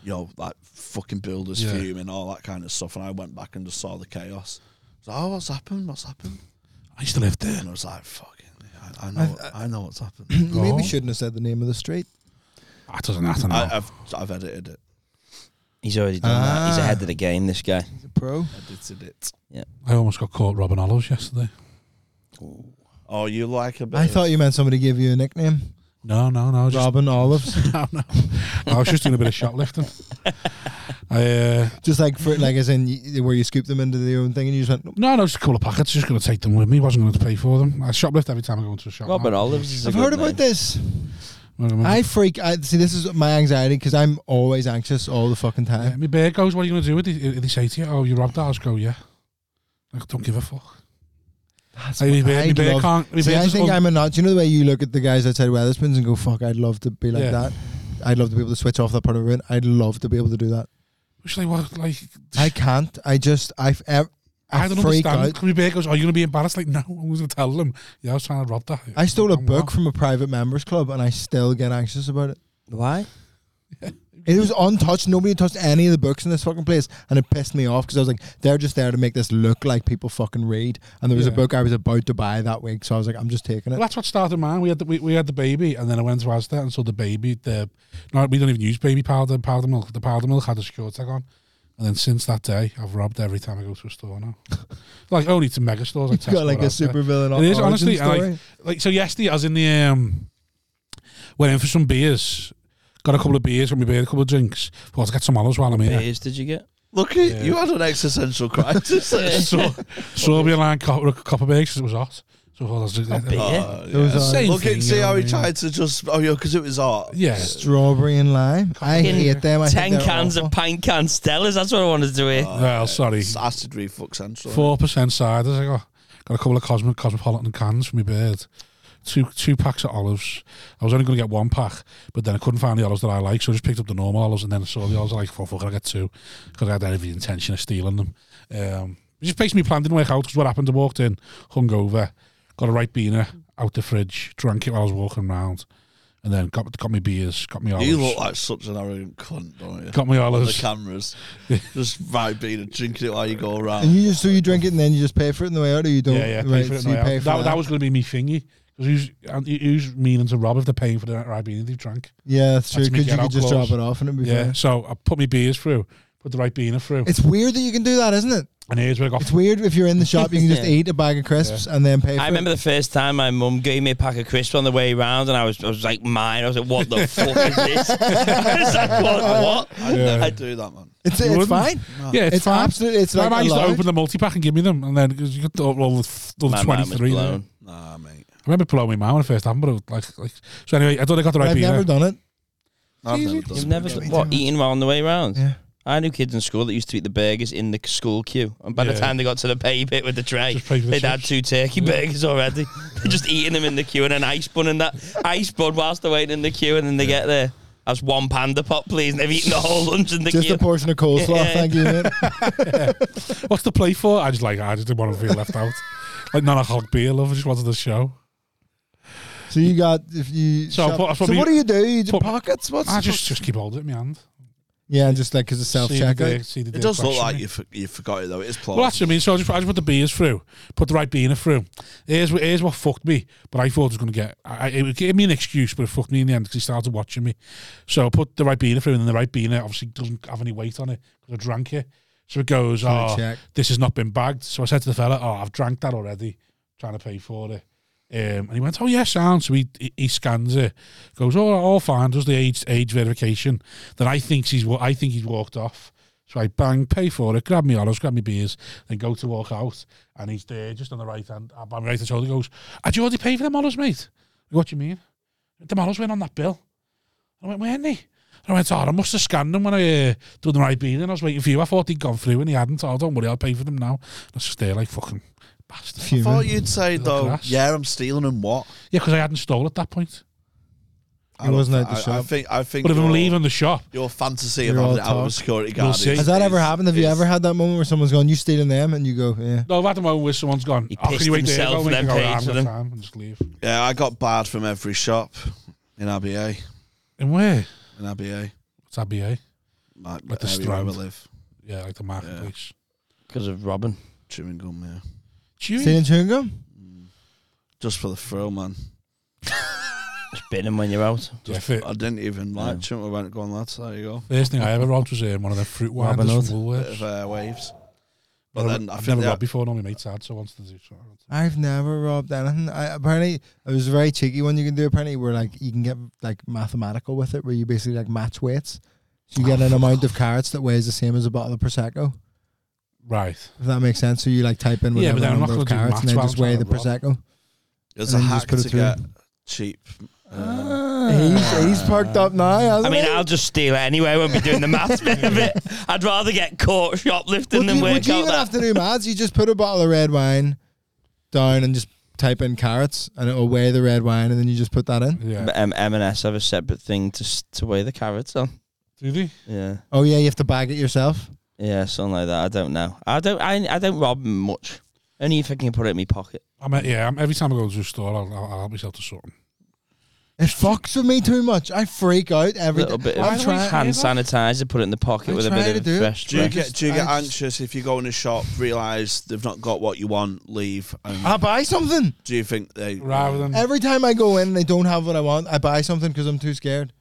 Speaker 4: you know, like fucking builders
Speaker 1: Yeah.
Speaker 4: fuming, all that kind of stuff. And I went back and just saw the chaos. I was like, oh, what's happened? What's happened?
Speaker 1: I used to live there.
Speaker 4: And I was like, fucking, I, I know, I, know what's happened.
Speaker 5: You
Speaker 1: Oh.
Speaker 5: maybe shouldn't have said the name of the street.
Speaker 1: That doesn't happen. now.
Speaker 4: I, I've, I've edited it.
Speaker 2: He's already done that.
Speaker 5: Ah.
Speaker 2: He's ahead of the game, this guy.
Speaker 5: Pro.
Speaker 4: Edited it.
Speaker 1: I almost got caught robbing olives yesterday.
Speaker 4: Oh, you like a bit?
Speaker 5: I
Speaker 4: of-
Speaker 5: thought you meant somebody gave you a nickname,
Speaker 1: No, no, no. Just,
Speaker 5: Robin Olives,
Speaker 1: no, no. I was just doing a bit of shoplifting. I, uh,
Speaker 5: just like for like as in y- where you scoop them into their own thing, and you just went. "Nope."
Speaker 1: no, no, just a couple of packets. Just going to take them with me. Wasn't going to pay for them. I shoplift every time I go into a shop.
Speaker 2: Robert
Speaker 1: now.
Speaker 2: Olives is a
Speaker 5: I've
Speaker 2: good
Speaker 5: heard
Speaker 2: name.
Speaker 5: about this.
Speaker 1: Wait a minute.
Speaker 5: I freak. I see. This is my anxiety because I'm always anxious all the fucking
Speaker 1: Yeah,
Speaker 5: time.
Speaker 1: my bear Uh, goes, what are you going to do with it? They say to you, oh, you robbed that. I just go, yeah. I don't give a fuck.
Speaker 5: That's
Speaker 1: Hey, me
Speaker 5: what
Speaker 1: bear,
Speaker 5: I
Speaker 1: me bear
Speaker 5: love.
Speaker 1: can't. me
Speaker 5: See,
Speaker 1: bear
Speaker 5: I
Speaker 1: just
Speaker 5: think
Speaker 1: un-
Speaker 5: I'm a nut. You know the way you look at the guys outside Weatherspoons and go, "Fuck, I'd love to be like
Speaker 1: Yeah.
Speaker 5: that. I'd love to be able to switch off that part of the room. I'd love to be able to do that.
Speaker 1: It's like, what, like,
Speaker 5: I can't. I just I I,
Speaker 1: I
Speaker 5: I
Speaker 1: don't understand.
Speaker 5: freak out.
Speaker 1: Can we be goes, are you going to be embarrassed? Like, no, I'm going to tell them. Yeah, I was trying to rob that.
Speaker 5: I stole a
Speaker 1: I'm not.
Speaker 5: book from a private members club and I still get anxious about it.
Speaker 2: Why?
Speaker 5: It was untouched. Nobody touched any of the books in this fucking place, and it pissed me off because I was like, they're just there to make this look like people fucking read. And there was
Speaker 1: Yeah.
Speaker 5: a book I was about to buy that week, so I was like, I'm just taking
Speaker 1: Well,
Speaker 5: it.
Speaker 1: that's what started mine. We had the, we, we had the baby, and then I went to Asda and saw the baby. The no, we don't even use baby powder powder milk. The powder milk had a secure tag on, and then since that day, I've robbed every time I go to a store now. like only to mega stores. Like
Speaker 5: You've got
Speaker 1: Tesco
Speaker 5: like
Speaker 1: or
Speaker 5: a
Speaker 1: Asda.
Speaker 5: super villain.
Speaker 1: It is honestly
Speaker 5: story.
Speaker 1: like like so. Yesterday, I was in the um, went in for some beers. Got a couple of beers when we beer, a couple of drinks. Well, to get some olives while I'm here.
Speaker 2: Beers did you get?
Speaker 4: Look at
Speaker 1: Yeah.
Speaker 4: you had an existential crisis.
Speaker 1: so, so I'll be like copper, copper bags because it was hot. So I thought I was,
Speaker 4: Oh,
Speaker 5: It was,
Speaker 4: yeah.
Speaker 5: uh,
Speaker 1: Same
Speaker 4: Look
Speaker 1: thing,
Speaker 4: at see
Speaker 1: you know
Speaker 4: how
Speaker 1: what I
Speaker 4: he
Speaker 1: mean?
Speaker 4: tried to just oh yeah because it was art.
Speaker 1: yeah,
Speaker 5: strawberry and lime. I
Speaker 2: Fucking
Speaker 5: hate them. I
Speaker 2: Ten cans of pint can Stellas. That's what I wanted to do here.
Speaker 1: well, sorry.
Speaker 4: It's acid reflux central.
Speaker 1: Four percent ciders. I got got a couple of Cosmo, cosmopolitan cans for my bird. Two two packs of olives. I was only going to get one pack, but then I couldn't find the olives that I like, so I just picked up the normal olives and then I saw the olives. I like, fuck, fuck, I get two because I had every intention of stealing them. Um, it just basically my plan didn't work out because what happened? I walked in hungover, Got a right beaner out the fridge, drank it while I was walking around, and then got got me beers, got me olives,
Speaker 4: You look like such an arrogant cunt, don't you?
Speaker 1: got me
Speaker 4: On the
Speaker 1: olives.
Speaker 4: cameras, just right being and drinking it while you go
Speaker 5: And
Speaker 4: around.
Speaker 5: you just so you drink it and then you just pay for it on the way out, or you don't.
Speaker 1: Yeah, yeah, pay
Speaker 5: right,
Speaker 1: for it.
Speaker 5: so you
Speaker 1: now.
Speaker 5: pay for
Speaker 1: that,
Speaker 5: that.
Speaker 1: that was going to be me thingy. Because who's, and who's meaning to rob if they're paying for the right beaner they've drank?
Speaker 5: yeah, that's true.
Speaker 1: That's me
Speaker 5: Because you
Speaker 1: get
Speaker 5: could
Speaker 1: out
Speaker 5: just
Speaker 1: clause.
Speaker 5: drop it off and it'd be
Speaker 1: Yeah.
Speaker 5: fine.
Speaker 1: So I put my beers through, put the right beaner through,
Speaker 5: It's weird that you can do that, isn't it?
Speaker 1: and here's where I got
Speaker 5: It's weird if you're in the shop, you can just
Speaker 2: Yeah.
Speaker 5: eat a bag of crisps and then pay for
Speaker 2: I remember the first time my mum gave me a pack of crisps on the way round, and I was I was like mine. I was like, what the fuck is this? I was like, what? what?
Speaker 4: I'd
Speaker 1: Yeah.
Speaker 4: never do that, man.
Speaker 5: it. It's,
Speaker 1: You
Speaker 5: it's
Speaker 1: wouldn't?
Speaker 5: fine.
Speaker 1: Yeah, it's,
Speaker 5: It's
Speaker 1: fine.
Speaker 5: absolutely- it's
Speaker 1: my
Speaker 5: like
Speaker 1: man used to
Speaker 5: allowed.
Speaker 1: open the multi pack and give me them, and then because you got the, all the, f- all the
Speaker 2: My mind was
Speaker 1: 23. there.
Speaker 2: blown.
Speaker 4: Nah, mate.
Speaker 1: I remember blowing my mind when it first happened, but it was like, like so anyway, I thought I got the right
Speaker 5: I've
Speaker 1: beer.
Speaker 5: never done it.
Speaker 4: I've never done
Speaker 2: You've
Speaker 4: that.
Speaker 2: never what eaten while on the way round.
Speaker 5: Yeah.
Speaker 2: I knew kids in school that used to eat the burgers in the school queue, and by
Speaker 1: Yeah.
Speaker 2: the time they got to the pay bit with the tray,
Speaker 1: Just pay for the
Speaker 2: they'd had
Speaker 1: chips.
Speaker 2: two turkey burgers already. They're just eating them in the queue and an ice bun and that ice bun whilst they're waiting in the queue, and then they get there. That's one panda pop, please. And they've eaten the whole lunch in the
Speaker 5: Just
Speaker 2: queue.
Speaker 5: a portion of coleslaw.
Speaker 2: Yeah.
Speaker 5: Thank you, mate.
Speaker 1: What's the play for? I just like, I just didn't want to feel left out. Like, non alcoholic beer, love. I just wanted the show.
Speaker 5: So you got if you.
Speaker 1: So I
Speaker 5: shop-
Speaker 1: put- I put
Speaker 5: so
Speaker 1: me-
Speaker 5: what do you do? You do
Speaker 1: put-
Speaker 5: pockets? What's
Speaker 1: I just just keep holding it in my hand.
Speaker 5: yeah, and just like because of self
Speaker 1: See the day-
Speaker 5: checkout.
Speaker 1: see the day
Speaker 4: It does look
Speaker 1: question
Speaker 4: like
Speaker 1: me.
Speaker 4: you, for, you forgot it though. It is plausible.
Speaker 1: Well, that's what I mean. So I just, I just put the beers through, put the right beer through. Here's, wh- here's what fucked me, but I thought it was going to get. I, I- it gave me an excuse, but it fucked me in the end because he started watching me. So I put the right beer through, and then the right beer obviously doesn't have any weight on it because I drank it. So it goes,
Speaker 5: Trying to
Speaker 1: oh,
Speaker 5: check."
Speaker 1: this has not been bagged. So I said to the fella, oh, I've drank that already, trying to pay for it. Um, and he went, oh yeah, sound. So he he- he scans it, goes, oh, all fine. Does the age age verification? Then I thinks he's wa- I think he's walked off. So I bang, pay for it, grab me olives, grab me beers, then go to walk out. And he's there, just on the right hand, uh, by my right hand shoulder. He goes, "Had you already paid for them olives, mate?" I go, what do you mean? The olives went on that bill. I went, weren't they? And I went, oh, I must have scanned them when I uh, done the right bean and I was waiting for you. I thought he'd gone through and he hadn't. Oh, don't worry, I'll pay for them now. And I was just there like fucking bastard.
Speaker 4: I
Speaker 5: Fuming.
Speaker 4: thought you'd say
Speaker 1: Like
Speaker 4: though,
Speaker 1: that.
Speaker 4: yeah, I'm stealing and what?
Speaker 1: Yeah, because I hadn't stole at that point.
Speaker 5: I wasn't at the
Speaker 4: I, I
Speaker 5: shop.
Speaker 4: think I think.
Speaker 1: But if I'm
Speaker 4: your-
Speaker 1: leaving the shop,
Speaker 4: Your fantasy
Speaker 5: You're
Speaker 4: of having
Speaker 5: all
Speaker 4: it out of a
Speaker 5: talk.
Speaker 4: security
Speaker 1: We'll
Speaker 4: guard.
Speaker 1: see.
Speaker 4: is-
Speaker 5: Has that ever
Speaker 4: is-
Speaker 5: happened? Have you
Speaker 4: is-
Speaker 5: ever had that moment where someone's gone, "You stealing them," and you go, "Yeah."
Speaker 1: no, I've had a moment where someone's gone,
Speaker 2: He
Speaker 1: oh, can
Speaker 2: pissed
Speaker 1: you wait there?
Speaker 2: himself
Speaker 1: Go, mate?"
Speaker 2: and
Speaker 1: I go,
Speaker 2: then
Speaker 1: "Ah,
Speaker 2: paid
Speaker 1: I've
Speaker 2: for
Speaker 1: got
Speaker 2: them.
Speaker 1: time," and just leave.
Speaker 4: Yeah, I got barred from every shop in ABA.
Speaker 1: And where?
Speaker 4: In ABA,
Speaker 1: It's ABA.
Speaker 4: like,
Speaker 1: Like the
Speaker 4: area where we
Speaker 1: Strand.
Speaker 4: live,
Speaker 1: Yeah, like the marketplace.
Speaker 2: Because of Robin.
Speaker 4: chewing gum. Yeah,
Speaker 1: Chewy.
Speaker 5: Stealing chewing gum?
Speaker 4: just for the thrill, man.
Speaker 2: Just bit him when you're out.
Speaker 1: Yeah, fit.
Speaker 4: I didn't even like
Speaker 2: Yeah.
Speaker 4: chewing. I went, go on, lads. There you go.
Speaker 1: First thing I ever robbed was um, one of the fruit
Speaker 5: Robin
Speaker 1: winders
Speaker 5: Hood.
Speaker 1: from
Speaker 4: Bit
Speaker 1: Woolworths.
Speaker 4: of uh, waves. But
Speaker 1: Never-
Speaker 4: then I
Speaker 1: I've
Speaker 4: think
Speaker 1: never
Speaker 4: they
Speaker 1: robbed before, no, my mate's had, so I wanted to do so.
Speaker 5: I've never robbed anything. I, apparently, it was a very cheeky one you can do. Apparently, where like you can get like mathematical with it, where you basically like match weights. So you get
Speaker 1: Oh.
Speaker 5: an amount of carrots that weighs the same as a bottle of prosecco.
Speaker 1: Right.
Speaker 5: If that makes sense. So you like type in
Speaker 1: Yeah,
Speaker 5: whatever
Speaker 1: but then I'm not
Speaker 5: number of
Speaker 1: gonna do
Speaker 5: carrots and then
Speaker 1: maths
Speaker 5: just
Speaker 1: while
Speaker 5: weigh
Speaker 1: I'm
Speaker 5: the
Speaker 1: trying
Speaker 5: prosecco.
Speaker 4: There's a
Speaker 5: And then you
Speaker 4: hack
Speaker 5: just put it
Speaker 4: to
Speaker 5: through.
Speaker 4: get cheap. Uh,
Speaker 1: Ah,
Speaker 5: he's, he's perked up now. Hasn't
Speaker 2: I mean,
Speaker 5: he?
Speaker 2: I'll just steal it anyway when we're doing the maths bit of it. I'd rather get caught shoplifting
Speaker 5: would
Speaker 2: than
Speaker 5: you,
Speaker 2: work
Speaker 5: would you
Speaker 2: out
Speaker 5: even
Speaker 2: that.
Speaker 5: have to do maths? You just put a bottle of red wine down and just type in carrots, and it'll weigh the red wine, and then you just put that in.
Speaker 1: Yeah.
Speaker 2: But, um, M&S have a separate thing to s- to weigh the carrots on.
Speaker 1: Do they?
Speaker 2: Yeah,
Speaker 5: Oh yeah, you have to bag it yourself.
Speaker 2: yeah, something like that. I don't know. I don't. I, I don't rob much. Only if I can put it in my pocket.
Speaker 1: I'm, uh, yeah, I'm, every time I go to the store, I'll, I'll, I'll help myself to something.
Speaker 5: It fucks with me too much. I freak out
Speaker 2: A
Speaker 5: every
Speaker 2: little
Speaker 5: time.
Speaker 2: bit
Speaker 1: Why
Speaker 2: of
Speaker 1: do we
Speaker 2: hand
Speaker 1: say that?
Speaker 2: sanitizer, put it in the pocket
Speaker 5: I
Speaker 2: with a
Speaker 5: try
Speaker 2: bit
Speaker 5: to
Speaker 2: of
Speaker 5: do it.
Speaker 2: fresh
Speaker 4: do you
Speaker 2: breath.
Speaker 4: get do you
Speaker 5: I
Speaker 4: get
Speaker 5: just-
Speaker 4: anxious if you go in a shop, realise they've not got what you want, leave? And
Speaker 5: I buy something
Speaker 4: do you think they
Speaker 1: Rather than.
Speaker 5: every time I go in. and They don't have what I want. I buy something because I'm too scared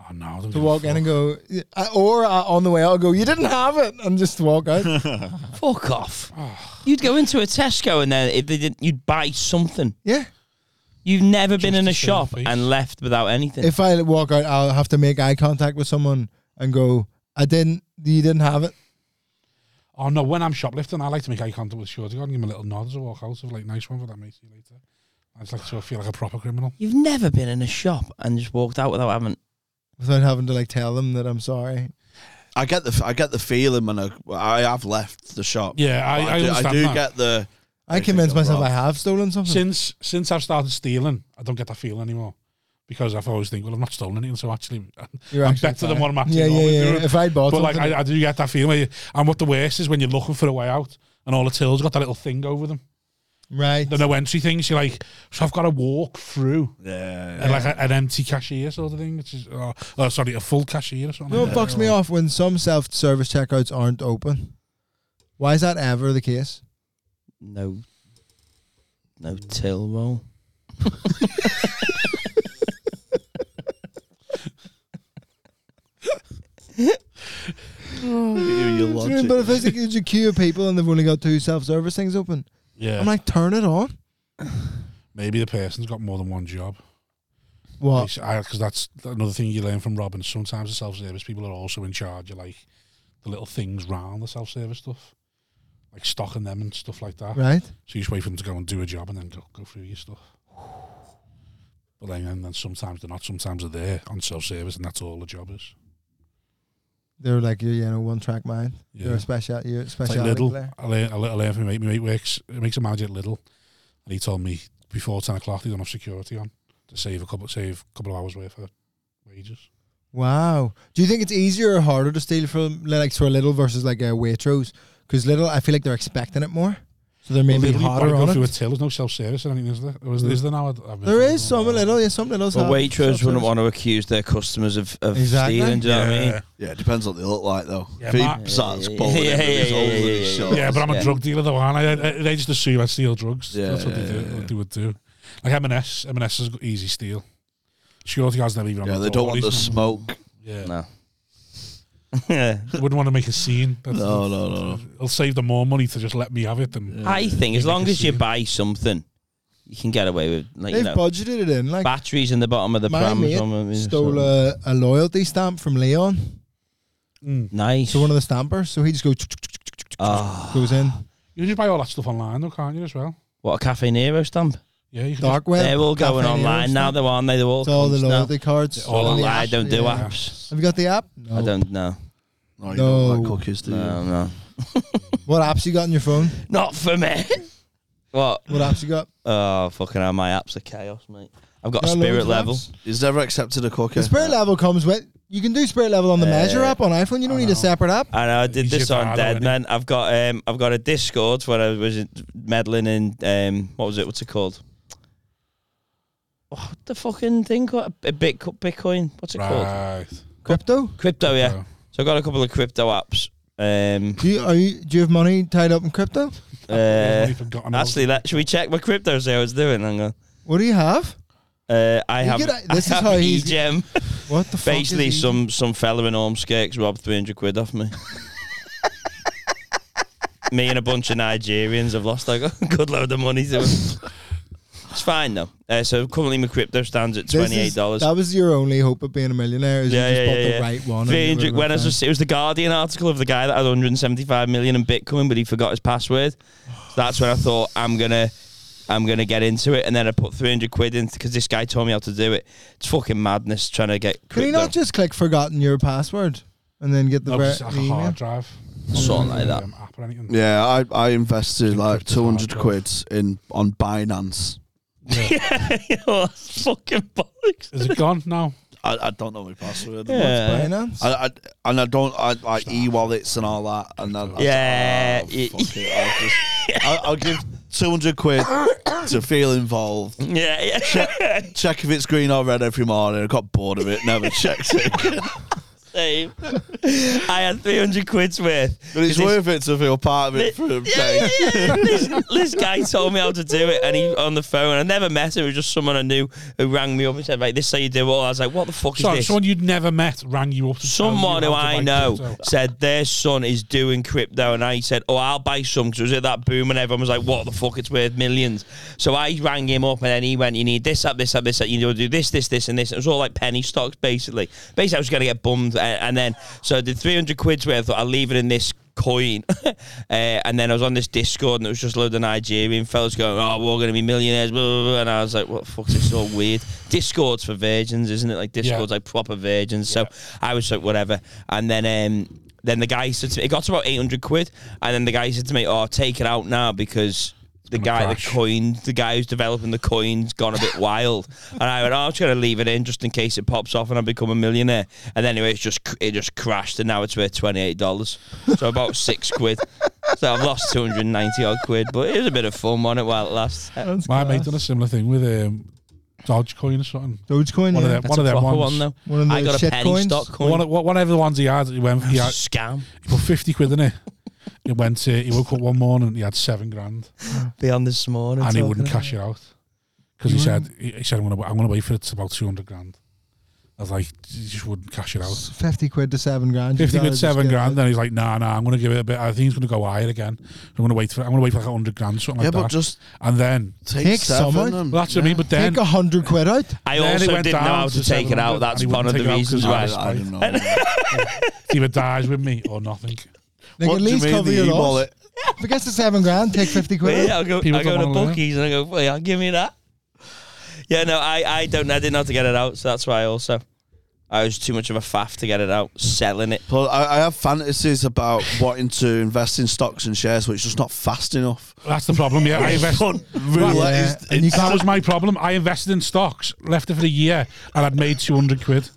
Speaker 1: oh, no. I don't
Speaker 5: to
Speaker 1: give a
Speaker 5: walk in and go. I, or I, on the way, out, I'll go. You didn't have it, and just walk out.
Speaker 2: Fuck off.
Speaker 5: Oh.
Speaker 2: You'd go into a Tesco and then if they didn't, you'd buy something.
Speaker 5: yeah.
Speaker 2: You've never been
Speaker 1: Just
Speaker 2: in
Speaker 1: to
Speaker 2: a
Speaker 1: save
Speaker 2: shop
Speaker 1: face.
Speaker 2: and left without anything.
Speaker 5: If I walk out, I'll have to make eye contact with someone and go. I didn't. You didn't have it.
Speaker 1: Oh no, when I'm shoplifting, I like to make eye contact with Shorty. I can give him a little nod as I walk out. So like, nice one for that, mate. See you later. I just like to feel like a proper criminal.
Speaker 2: You've never been in a shop and just walked out without having.
Speaker 5: without having to like tell them that I'm sorry.
Speaker 4: I get the I get the feeling when I, I have left the shop.
Speaker 1: Yeah, I,
Speaker 4: But
Speaker 1: I,
Speaker 4: do,
Speaker 1: understand
Speaker 4: I do
Speaker 1: that. Mm-hmm.
Speaker 4: get the
Speaker 5: I,
Speaker 4: I
Speaker 5: convince
Speaker 4: think I'm
Speaker 5: myself
Speaker 4: wrong.
Speaker 5: I have stolen something.
Speaker 1: since since I've started stealing, I don't get that feeling anymore because I've always think, well, I've not stolen anything, so actually,
Speaker 5: You're
Speaker 1: I'm
Speaker 5: actually
Speaker 1: better than
Speaker 5: fine.
Speaker 1: what I'm actually
Speaker 5: Yeah, yeah,
Speaker 1: normally
Speaker 5: yeah.
Speaker 1: doing.
Speaker 5: If I'd bought
Speaker 1: But like,
Speaker 5: something,
Speaker 1: I, I do get that feeling. Where you, and what the worst is when you're looking for a way out, and all the tills got that little thing over them.
Speaker 5: Right.
Speaker 1: the no entry thing. So you're like, so I've got to walk through
Speaker 4: Yeah.
Speaker 1: uh, like a, an empty cashier sort of thing. Which is, oh, oh, sorry, a full cashier or something.
Speaker 5: You know what fucks me off when some self service checkouts aren't open? Why is that ever the case?
Speaker 2: No. No till roll.
Speaker 4: You
Speaker 5: Do you know, But if there's like, there's a queue of people and they've only got two self service things open,
Speaker 1: Yeah,
Speaker 5: I'm like, turn it on.
Speaker 1: maybe the person's got more than one job.
Speaker 5: What?
Speaker 1: Because that's another thing you learn from Robin. Sometimes the self-service people are also in charge of like the little things round the self-service stuff, like stocking them and stuff like that.
Speaker 5: Right?
Speaker 1: So you just wait for them to go and do a job and then go, go through your stuff. But then, and then sometimes they're not. Sometimes they're there on self-service, and that's all the job is.
Speaker 5: They're like, you're, you know, one track mind. You're
Speaker 1: Yeah.
Speaker 5: a special, you're a
Speaker 1: It's
Speaker 5: special.
Speaker 1: like Lidl. I learned, I learned, I learned from my mate. My mate works, he makes a manager at Lidl, and he told me before ten o'clock they don't have security on to save a couple, save a couple of hours worth of wages.
Speaker 5: Wow. Do you think it's easier or harder to steal from like for Little versus like a Waitrose? Because Little, I feel like they're expecting it more, so they're maybe
Speaker 1: Lidl, you've gotta
Speaker 5: harder
Speaker 1: go
Speaker 5: on
Speaker 1: through
Speaker 5: it.
Speaker 1: a till. There's no self service or anything, is there? Or is, is there now? I've- I've been
Speaker 5: There
Speaker 1: thinking
Speaker 5: is
Speaker 1: about
Speaker 5: some at
Speaker 1: that.
Speaker 5: Little, yeah, some Littles.
Speaker 2: But
Speaker 5: have
Speaker 2: Waitrose wouldn't
Speaker 5: self-service.
Speaker 2: want to accuse their customers of, of
Speaker 5: Exactly.
Speaker 2: stealing, do you know what I mean?
Speaker 1: Yeah.
Speaker 4: Yeah, it depends what they look like though.
Speaker 1: Yeah,
Speaker 4: if he
Speaker 1: Mark-
Speaker 4: starts
Speaker 2: Yeah,
Speaker 4: bowling
Speaker 2: yeah,
Speaker 4: yeah,
Speaker 2: yeah, yeah, yeah, yeah, yeah.
Speaker 1: Yeah, but I'm a
Speaker 2: Yeah.
Speaker 1: drug dealer though, aren't I? I- I- They just assume I steal drugs.
Speaker 4: Yeah,
Speaker 1: That's what they,
Speaker 4: yeah,
Speaker 1: do,
Speaker 4: yeah,
Speaker 1: what they would do. Like M&S, M&S is easy steal. Security guards never even on
Speaker 4: Yeah,
Speaker 1: the door,
Speaker 4: they don't want the
Speaker 1: these men.
Speaker 4: smoke.
Speaker 1: Yeah,
Speaker 2: No. yeah.
Speaker 1: They wouldn't want to make a scene. That's-
Speaker 4: No, no, no, no.
Speaker 1: It'll save them more money to just let me have it than
Speaker 2: I think as
Speaker 1: Make
Speaker 2: long
Speaker 1: a
Speaker 2: as you
Speaker 1: scene.
Speaker 2: buy something, you can get away with like
Speaker 5: They've
Speaker 2: you know
Speaker 5: budgeted it in. Like
Speaker 2: batteries in the bottom of the
Speaker 5: my
Speaker 2: pram. or
Speaker 5: mate
Speaker 2: something, you know,
Speaker 5: stole
Speaker 2: so-
Speaker 5: a, a loyalty stamp from Leon,
Speaker 1: Mm.
Speaker 2: nice.
Speaker 5: so one of the stampers. So he just goes
Speaker 2: Ah,
Speaker 5: goes in
Speaker 1: You can just buy all that stuff online though, can't you as well?
Speaker 2: what a Cafe Nero stamp.
Speaker 1: Yeah, you can
Speaker 5: dark web.
Speaker 2: They're all going
Speaker 5: Cafe Nero
Speaker 2: online now,
Speaker 5: stamp.
Speaker 2: though, aren't they? They're all,
Speaker 5: It's all the
Speaker 2: cunts now.
Speaker 5: loyalty cards.
Speaker 1: They're
Speaker 2: All
Speaker 1: on the
Speaker 2: I
Speaker 5: apps,
Speaker 2: don't do
Speaker 5: yeah.
Speaker 2: apps.
Speaker 5: Have you got the app? No.
Speaker 2: I don't know.
Speaker 4: No, you don't
Speaker 5: No.
Speaker 4: like cookies, do you?
Speaker 2: No, no.
Speaker 5: What apps you got on your phone?
Speaker 2: Not for me. what?
Speaker 5: What apps you got?
Speaker 2: Oh, fucking hell, my apps are chaos, mate. I've got
Speaker 5: You got loads
Speaker 2: spirit
Speaker 5: of
Speaker 2: level.
Speaker 5: apps?
Speaker 4: He's never accepted a cookie.
Speaker 5: The spirit level comes with. You can do spirit level on the
Speaker 2: Uh,
Speaker 5: measure app on iPhone. You don't need a separate app.
Speaker 2: I know I did
Speaker 1: Easier
Speaker 2: this
Speaker 1: to
Speaker 2: on
Speaker 1: handle,
Speaker 2: Dead
Speaker 1: innit?
Speaker 2: Man. I've got um, I've got a Discord where I was meddling in um, what was it? What's it called? What the fucking thing? called? A bit Bitcoin? What's it called?
Speaker 1: Right.
Speaker 5: Crypto.
Speaker 2: Crypto, yeah.
Speaker 1: So,
Speaker 2: So I got a couple of crypto apps. Um,
Speaker 5: Do you, are you do you have money tied up in crypto?
Speaker 2: uh,
Speaker 1: I've forgotten all-
Speaker 2: actually, let, should we check my crypto? See how it's doing. Hang on.
Speaker 5: What do you have?
Speaker 2: Uh, I
Speaker 5: You
Speaker 2: have.
Speaker 5: get a- this is
Speaker 2: I have
Speaker 5: how he's-
Speaker 2: EGEM.
Speaker 5: What the fuck? is
Speaker 2: Basically,
Speaker 5: he-
Speaker 2: some some fella in Ormskirk's robbed three hundred quid off me. me and a bunch of Nigerians have lost like a good load of money to him. It's fine though. Uh, so currently, my crypto stands at
Speaker 5: This is-
Speaker 2: twenty eight dollars.
Speaker 5: That was your only hope of being a millionaire. Is
Speaker 2: Yeah,
Speaker 5: you just
Speaker 2: yeah,
Speaker 5: bought
Speaker 2: yeah,
Speaker 5: the
Speaker 2: yeah.
Speaker 5: right one. and you
Speaker 2: Three hundred.
Speaker 5: were
Speaker 2: When I
Speaker 5: like,
Speaker 2: was, it was the Guardian article of the guy that had one hundred seventy five million in Bitcoin, but he forgot his password. That's when I thought I'm gonna. I'm gonna get into it, and then I put 300 quid in because this guy told me how to do it. It's fucking madness trying to get.
Speaker 5: Could he
Speaker 2: crypto.
Speaker 5: not just click forgotten your password and then get the
Speaker 1: No,
Speaker 5: ver-
Speaker 1: it's Oh, like
Speaker 5: the
Speaker 1: a
Speaker 5: email?
Speaker 1: hard drive.
Speaker 2: Something like that.
Speaker 1: Um, app or anything.
Speaker 4: Yeah, I, I invested like
Speaker 1: Encrypted
Speaker 4: two hundred
Speaker 1: hard
Speaker 4: quid in on Binance.
Speaker 2: Oh, fucking bollocks.
Speaker 1: Is it gone now?
Speaker 4: I, I don't know my password.
Speaker 2: Yeah.
Speaker 5: Binance.
Speaker 4: I, I, and I don't I, like e wallets and all that. And then I,
Speaker 2: Yeah,
Speaker 4: oh,
Speaker 2: y-
Speaker 4: fuck it, I'll, just, I'll, I'll give two hundred quid to feel involved.
Speaker 2: Yeah, yeah.
Speaker 4: Check if it's green or red every morning. I got bored of it. Never checked it.
Speaker 2: Same. I had 300 quid's worth.
Speaker 4: But it's
Speaker 2: This-
Speaker 4: worth it to feel part of it for a
Speaker 2: Yeah,
Speaker 4: day.
Speaker 2: yeah, yeah. this, this guy told me how to do it, and he on the phone. I never met him; it was just someone I knew who rang me up and said, "Right, this is how you do it." I was like, "What the fuck is
Speaker 1: Sorry,
Speaker 2: this?"
Speaker 1: someone you'd never met rang you up. To tell you
Speaker 2: Someone who
Speaker 1: how to
Speaker 2: I
Speaker 1: buy
Speaker 2: know
Speaker 1: crypto.
Speaker 2: said their son is doing crypto, and I said, "Oh, I'll buy some." Because was at that boom, and everyone was like, "What the fuck? It's worth millions. So I rang him up, and then he went, "You need this up, this up, this up. You need to do this, this, this, and this." It was all like penny stocks, basically. Basically, I was going to get bummed, uh, and then so I did three hundred quid's worth. I'll leave it in this coin. uh, and then I was on this Discord and it was just a load of Nigerian fellas going, oh, we're going to be millionaires. Blah, blah, blah. And I was like, what the fuck, this is all weird. Discord's for virgins, isn't it? Like, Discord's like proper virgins. So I was like, whatever. And then um, then the guy said to me, it got to about 800 quid. And then the guy said to me, oh, take it out now because the
Speaker 1: gonna
Speaker 2: guy
Speaker 1: crash.
Speaker 2: that coined, the guy who's developing the coin's gone a bit wild. And I went, oh, I'm just going to leave it in just in case it pops off and I become a millionaire. And anyway, it's just, it just crashed and now it's worth $28. So about six quid. so I've lost 290 odd quid, but it was a bit of fun on it while it lasts.
Speaker 1: My mate done a similar thing with um, Dogecoin or something. One
Speaker 5: Dogecoin, yeah.
Speaker 1: of them,
Speaker 2: That's
Speaker 1: one of
Speaker 2: a
Speaker 1: them
Speaker 2: proper
Speaker 1: ones.
Speaker 2: one though.
Speaker 5: One of
Speaker 2: I
Speaker 5: the
Speaker 2: got a
Speaker 5: shit
Speaker 2: penny
Speaker 5: coins?
Speaker 2: stock coin.
Speaker 1: One, of- one of the ones he had, he went, he, had,
Speaker 2: Scam.
Speaker 1: he put 50 quid in it. He went to, he woke up one morning and he had seven grand.
Speaker 2: Be on this morning.
Speaker 1: and he
Speaker 2: talking
Speaker 1: wouldn't
Speaker 2: about-
Speaker 1: cash it out because he said he, he said I'm gonna wa- I'm gonna wait for it to about two hundred grand. I was like, he just wouldn't cash it out.
Speaker 5: It's 50 quid to 7 grand.
Speaker 1: Fifty
Speaker 5: You've gotta
Speaker 1: quid,
Speaker 5: just
Speaker 1: seven
Speaker 5: get
Speaker 1: grand.
Speaker 5: it.
Speaker 1: Then he's like, nah, nah, I'm gonna give it a bit. I think he's gonna go higher again. I'm gonna wait for I'm gonna wait for like hundred grand, something
Speaker 4: yeah,
Speaker 1: like
Speaker 4: but
Speaker 1: that.
Speaker 4: just
Speaker 1: and then
Speaker 4: take,
Speaker 5: Take
Speaker 4: seven.
Speaker 5: someone.
Speaker 4: and-
Speaker 1: well, that's what I mean. But then
Speaker 5: Take a 100 quid out.
Speaker 2: I
Speaker 1: then
Speaker 2: also
Speaker 1: it went
Speaker 2: didn't know
Speaker 1: down
Speaker 2: how to take it
Speaker 1: 700,
Speaker 2: out. That's
Speaker 1: and he
Speaker 2: one of
Speaker 1: wouldn't
Speaker 2: the
Speaker 1: take it out
Speaker 2: reasons
Speaker 1: 'cause
Speaker 2: why.
Speaker 1: he was
Speaker 4: I, I don't know.
Speaker 1: it either dies with me or nothing.
Speaker 5: Like,
Speaker 4: What do
Speaker 5: at
Speaker 4: you
Speaker 5: least
Speaker 4: mean
Speaker 5: cover
Speaker 4: the
Speaker 5: your loss.
Speaker 4: e-wallet?
Speaker 5: If it gets to 7 grand, take 50
Speaker 2: But
Speaker 5: quid
Speaker 2: yeah,
Speaker 5: out.
Speaker 2: I'll go,
Speaker 1: People
Speaker 2: I'll go
Speaker 1: don't
Speaker 2: to
Speaker 1: wanna learn.
Speaker 2: bookies and I go, well, yeah, give me that. Yeah, no, I, I don't I didn't know how to get it out, so that's why I also I was too much of a faff to get it out, selling it.
Speaker 4: But I, I have fantasies about wanting to invest in stocks and shares, but it's just not fast enough.
Speaker 1: That's the problem. Yeah, I invest.
Speaker 4: Roulette
Speaker 5: Yeah,
Speaker 4: is-
Speaker 5: and you
Speaker 1: That
Speaker 5: can't
Speaker 1: was my problem. I invested in stocks, left it for a year, and I'd made two hundred quid.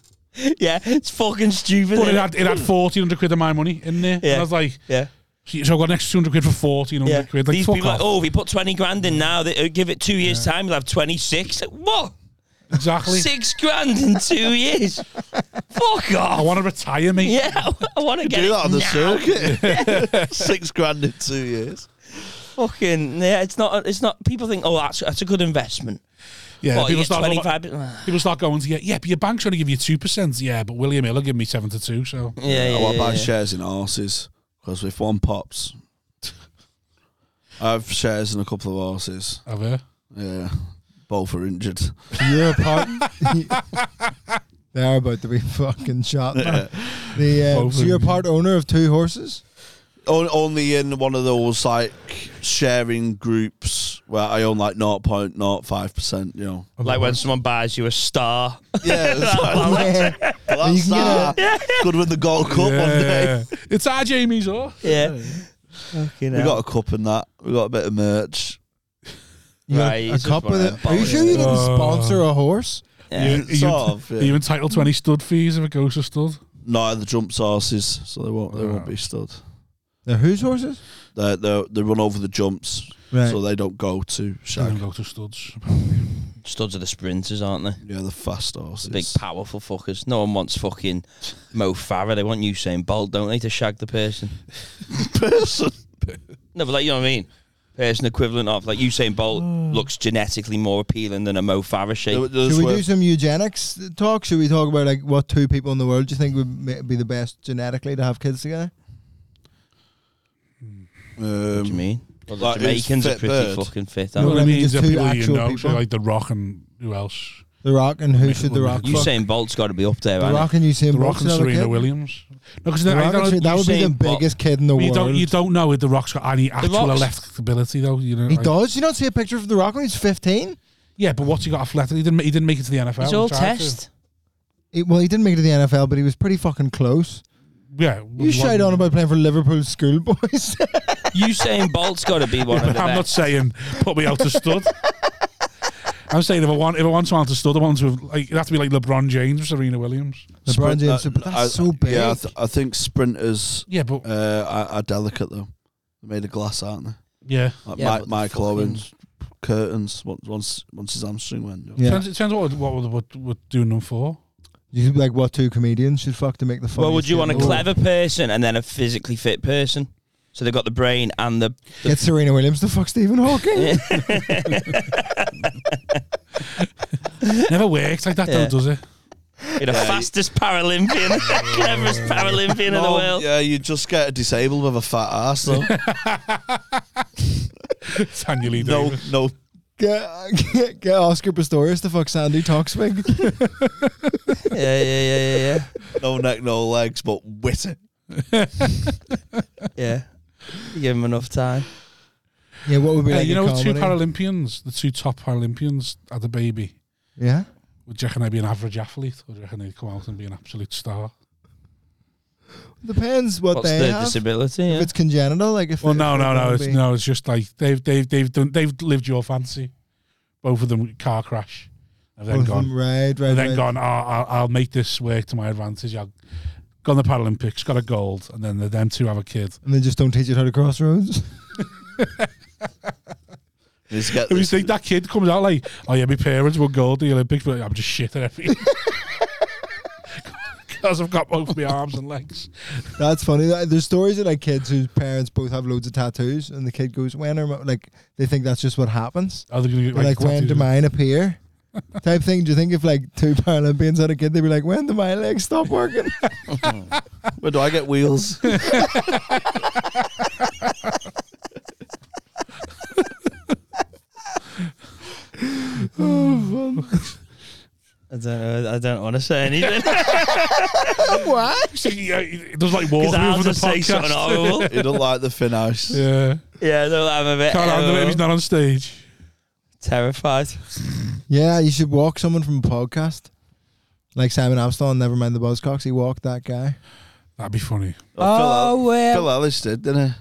Speaker 2: Yeah, it's fucking stupid.
Speaker 1: But it
Speaker 2: innit?
Speaker 1: had it had fourteen hundred quid of my money in there. And
Speaker 2: Yeah.
Speaker 1: I was like,
Speaker 2: yeah,
Speaker 1: so I got an extra two hundred quid for fourteen hundred
Speaker 2: yeah.
Speaker 1: quid. Like,
Speaker 2: These
Speaker 1: fuck
Speaker 2: people are
Speaker 1: off.
Speaker 2: like, oh, if you put twenty grand in now, they, uh, give it two years time, you'll have twenty six. What?
Speaker 1: exactly.
Speaker 2: Six grand in two years? Fuck
Speaker 1: I
Speaker 2: off.
Speaker 1: want to retire, mate.
Speaker 2: Yeah, I want to get
Speaker 4: Do
Speaker 2: it
Speaker 4: that on the
Speaker 2: now.
Speaker 4: circuit. Six grand in two years.
Speaker 2: Fucking yeah, it's not. It's not. People think, oh, that's that's a good investment.
Speaker 1: Yeah,
Speaker 2: What, you
Speaker 1: people
Speaker 2: get
Speaker 1: start
Speaker 2: twenty
Speaker 1: going,
Speaker 2: five.
Speaker 1: people start going to get yeah, but your bank's only give you two percent. Yeah, but William Hill will give me seven to two. So
Speaker 2: Yeah, yeah,
Speaker 4: Oh, I want to
Speaker 2: yeah,
Speaker 4: buy
Speaker 2: yeah.
Speaker 4: shares in horses because if one pops, I have shares in a couple of horses.
Speaker 1: have her.
Speaker 4: Yeah, both are injured.
Speaker 5: You're a part. They're about to be fucking shot. man. The, uh,
Speaker 1: Both
Speaker 5: so
Speaker 1: of
Speaker 5: you're
Speaker 1: them.
Speaker 5: part owner of two horses?
Speaker 4: On- Only in one of those like sharing groups where I own like 0.05 percent. You know.
Speaker 2: Like when someone buys you a star.
Speaker 4: Yeah, it's like,
Speaker 2: Oh,
Speaker 5: Yeah. You
Speaker 4: that's
Speaker 5: can get
Speaker 4: that. Could win the gold cup one day.
Speaker 1: Yeah. It's our Jamie's or
Speaker 2: Yeah. Fucking
Speaker 4: We
Speaker 2: hell.
Speaker 4: got a cup in that. We got a bit of merch.
Speaker 5: You got
Speaker 2: Right,
Speaker 5: a,
Speaker 2: he's just
Speaker 5: cup
Speaker 2: one
Speaker 5: with
Speaker 2: of
Speaker 5: it.
Speaker 2: them
Speaker 5: Are you sure you didn't
Speaker 1: bollocks.
Speaker 5: sponsor a horse?
Speaker 2: Yeah.
Speaker 1: You- you-
Speaker 4: Sort of,
Speaker 1: are
Speaker 4: yeah.
Speaker 1: you entitled to any stud fees if it goes to stud?
Speaker 4: No, the jumps horses, so they won't they won't be stood.
Speaker 5: They're whose horses?
Speaker 4: They they they run over the jumps,
Speaker 5: Right.
Speaker 4: so they don't go to
Speaker 1: Doesn't
Speaker 4: shag.
Speaker 1: go to studs.
Speaker 2: Studs are the sprinters, aren't
Speaker 1: Mm-hmm.
Speaker 2: they?
Speaker 4: Yeah, the fast horses.
Speaker 2: The big powerful fuckers. No one wants fucking Mo Farah. They want Usain Bolt, don't they, to shag the person?
Speaker 4: person.
Speaker 2: No, but like you know what I mean. Person equivalent of like Usain Bolt looks genetically more appealing than a Mo Farah shape.
Speaker 4: They- they
Speaker 5: Should
Speaker 4: just
Speaker 5: we
Speaker 4: wear-
Speaker 5: do some eugenics talk? Should we talk about like what two people in the world do you think would ma- be the best genetically to have kids together?
Speaker 2: what do you
Speaker 4: um,
Speaker 2: mean? Well, the
Speaker 4: Like, it's
Speaker 2: Jamaicans are
Speaker 4: fit
Speaker 2: pretty
Speaker 4: bird.
Speaker 2: fucking fit.
Speaker 1: You know
Speaker 2: Aren't
Speaker 1: what I
Speaker 5: I mean,
Speaker 1: mean?
Speaker 5: just
Speaker 1: The
Speaker 5: two
Speaker 1: people you
Speaker 5: actual
Speaker 1: know,
Speaker 5: people.
Speaker 1: so like The Rock and who else?
Speaker 5: The Rock and who should The
Speaker 1: Michael
Speaker 5: Rock?
Speaker 2: they?
Speaker 1: Michael.
Speaker 5: fuck?
Speaker 2: Usain Bolt's got to be up there,
Speaker 5: The
Speaker 2: hasn't
Speaker 5: Rock and Usain
Speaker 1: The
Speaker 5: Bolt
Speaker 1: Rock
Speaker 5: should
Speaker 1: and
Speaker 5: have a
Speaker 1: Serena
Speaker 5: kid?
Speaker 1: Williams. No, because
Speaker 5: The Rock and Serena- that would be the
Speaker 2: Usain Bolt.
Speaker 5: biggest kid in the
Speaker 1: you
Speaker 5: world.
Speaker 1: don't you don't know if the Rock's got any actual
Speaker 2: Rock's-
Speaker 1: athletic ability though. You know,
Speaker 5: he
Speaker 1: like-
Speaker 5: does. You don't see a picture of The Rock when he's fifteen.
Speaker 1: Yeah, but what's he got athletic? He didn't he didn't make it to the NFL.
Speaker 2: he? It's all
Speaker 1: He tried to.
Speaker 2: test.
Speaker 5: He- well, he didn't make it to the NFL, but he was pretty fucking close.
Speaker 1: Yeah,
Speaker 5: You shite on about playing for Liverpool schoolboys.
Speaker 2: Usain Bolt's got to be one of the
Speaker 1: I'm not
Speaker 2: best.
Speaker 1: saying put me out to stud. I'm saying if I want if I want someone to stud, I want to have, like it have to be like LeBron James or Serena Williams.
Speaker 5: LeBron
Speaker 4: sprint-
Speaker 5: James,
Speaker 4: uh,
Speaker 5: but that's
Speaker 4: I-
Speaker 5: so big.
Speaker 4: Yeah, I, th- I think sprinters
Speaker 1: Yeah, but
Speaker 4: uh, are, are delicate though. They're made of glass, aren't they?
Speaker 1: yeah,
Speaker 4: Like
Speaker 2: Yeah,
Speaker 4: Mi-
Speaker 2: but the
Speaker 4: Michael
Speaker 2: fucking-
Speaker 4: Owens curtains once once once his hamstring went.
Speaker 5: Yeah.
Speaker 1: Depends, it depends what we're- what we're, what we're doing them for.
Speaker 5: You could be like, what two comedians should fuck to make the fun?
Speaker 2: Well, would you want a
Speaker 1: Ooh.
Speaker 2: clever person and then a physically fit person? So they've got the brain and the.
Speaker 5: Get Serena Williams to fuck Stephen Hawking.
Speaker 1: Never works like that
Speaker 2: Yeah.
Speaker 1: though, does it?
Speaker 2: You're the fastest Paralympian, cleverest Paralympian in the
Speaker 4: No,
Speaker 2: world.
Speaker 4: yeah, you just get disabled with a fat ass though.
Speaker 1: Tanya Lee
Speaker 4: no,
Speaker 1: Davis.
Speaker 4: no.
Speaker 5: get, get, get Oscar Pistorius to fuck Sandy Toksvig.
Speaker 2: Yeah, yeah, yeah, yeah,
Speaker 4: No neck, no legs, but witty.
Speaker 2: yeah. yeah. You give him enough time.
Speaker 5: yeah, what would be
Speaker 1: Yeah,
Speaker 5: like
Speaker 1: you
Speaker 5: a
Speaker 1: know, two
Speaker 5: comedy?
Speaker 1: Paralympians, the two top Paralympians, had a baby.
Speaker 5: Yeah,
Speaker 1: Would you reckon I'd be an average athlete, or do you reckon they'd come out and be an absolute star?
Speaker 5: depends what
Speaker 2: What's
Speaker 5: they
Speaker 2: the
Speaker 5: have.
Speaker 2: disability?
Speaker 5: If
Speaker 2: Yeah.
Speaker 5: it's congenital, like if
Speaker 1: Well,
Speaker 5: it-
Speaker 1: no,
Speaker 5: if
Speaker 1: no,
Speaker 5: it
Speaker 1: no.
Speaker 5: would
Speaker 1: It's,
Speaker 5: be-
Speaker 1: no, it's just like they've they've they've done they've lived your fantasy. Both of them car crash, and then
Speaker 5: both of
Speaker 1: gone.
Speaker 5: them, Right, right,
Speaker 1: and then
Speaker 5: right.
Speaker 1: gone. "Oh, I'll, I'll make this work to my advantage. I'll gone to the Paralympics, got a gold, and then the, them two have a kid.
Speaker 5: And they just don't teach it how to cross roads.
Speaker 4: Let's get
Speaker 1: If you
Speaker 4: this-
Speaker 1: think that kid comes out like, oh yeah, my parents won gold at the Olympics, but I'm just shit at everything. Because I've got both my arms and legs.
Speaker 5: That's funny. Like, There's stories of like kids whose parents both have loads of tattoos, and the kid goes, "When are my-" like they think that's just what happens?
Speaker 1: Are they gonna get,
Speaker 5: Like, like when
Speaker 1: tattoos?
Speaker 5: do mine appear?" Type thing. Do you think if like two Paralympians had a kid, they'd be like, "When do my legs stop working?"
Speaker 4: Where do I get wheels?
Speaker 2: I don't know. I don't want to say anything because
Speaker 5: what?
Speaker 1: So, yeah, it does like walk
Speaker 2: I'll
Speaker 1: over the
Speaker 2: just say something
Speaker 1: podcast.
Speaker 2: horrible.
Speaker 4: you don't like the finesse.
Speaker 1: Yeah,
Speaker 2: yeah, no, I'm a bit
Speaker 1: can't handle it
Speaker 2: Um,
Speaker 1: if he's not on stage.
Speaker 2: terrified.
Speaker 5: Yeah, you should walk someone from a podcast, like Simon Amstel. Never mind the Buzzcocks. He walwalked that guy.
Speaker 1: That'd be funny.
Speaker 4: Oh, Phil,
Speaker 2: well.
Speaker 4: Phil Ellis did, didn't he?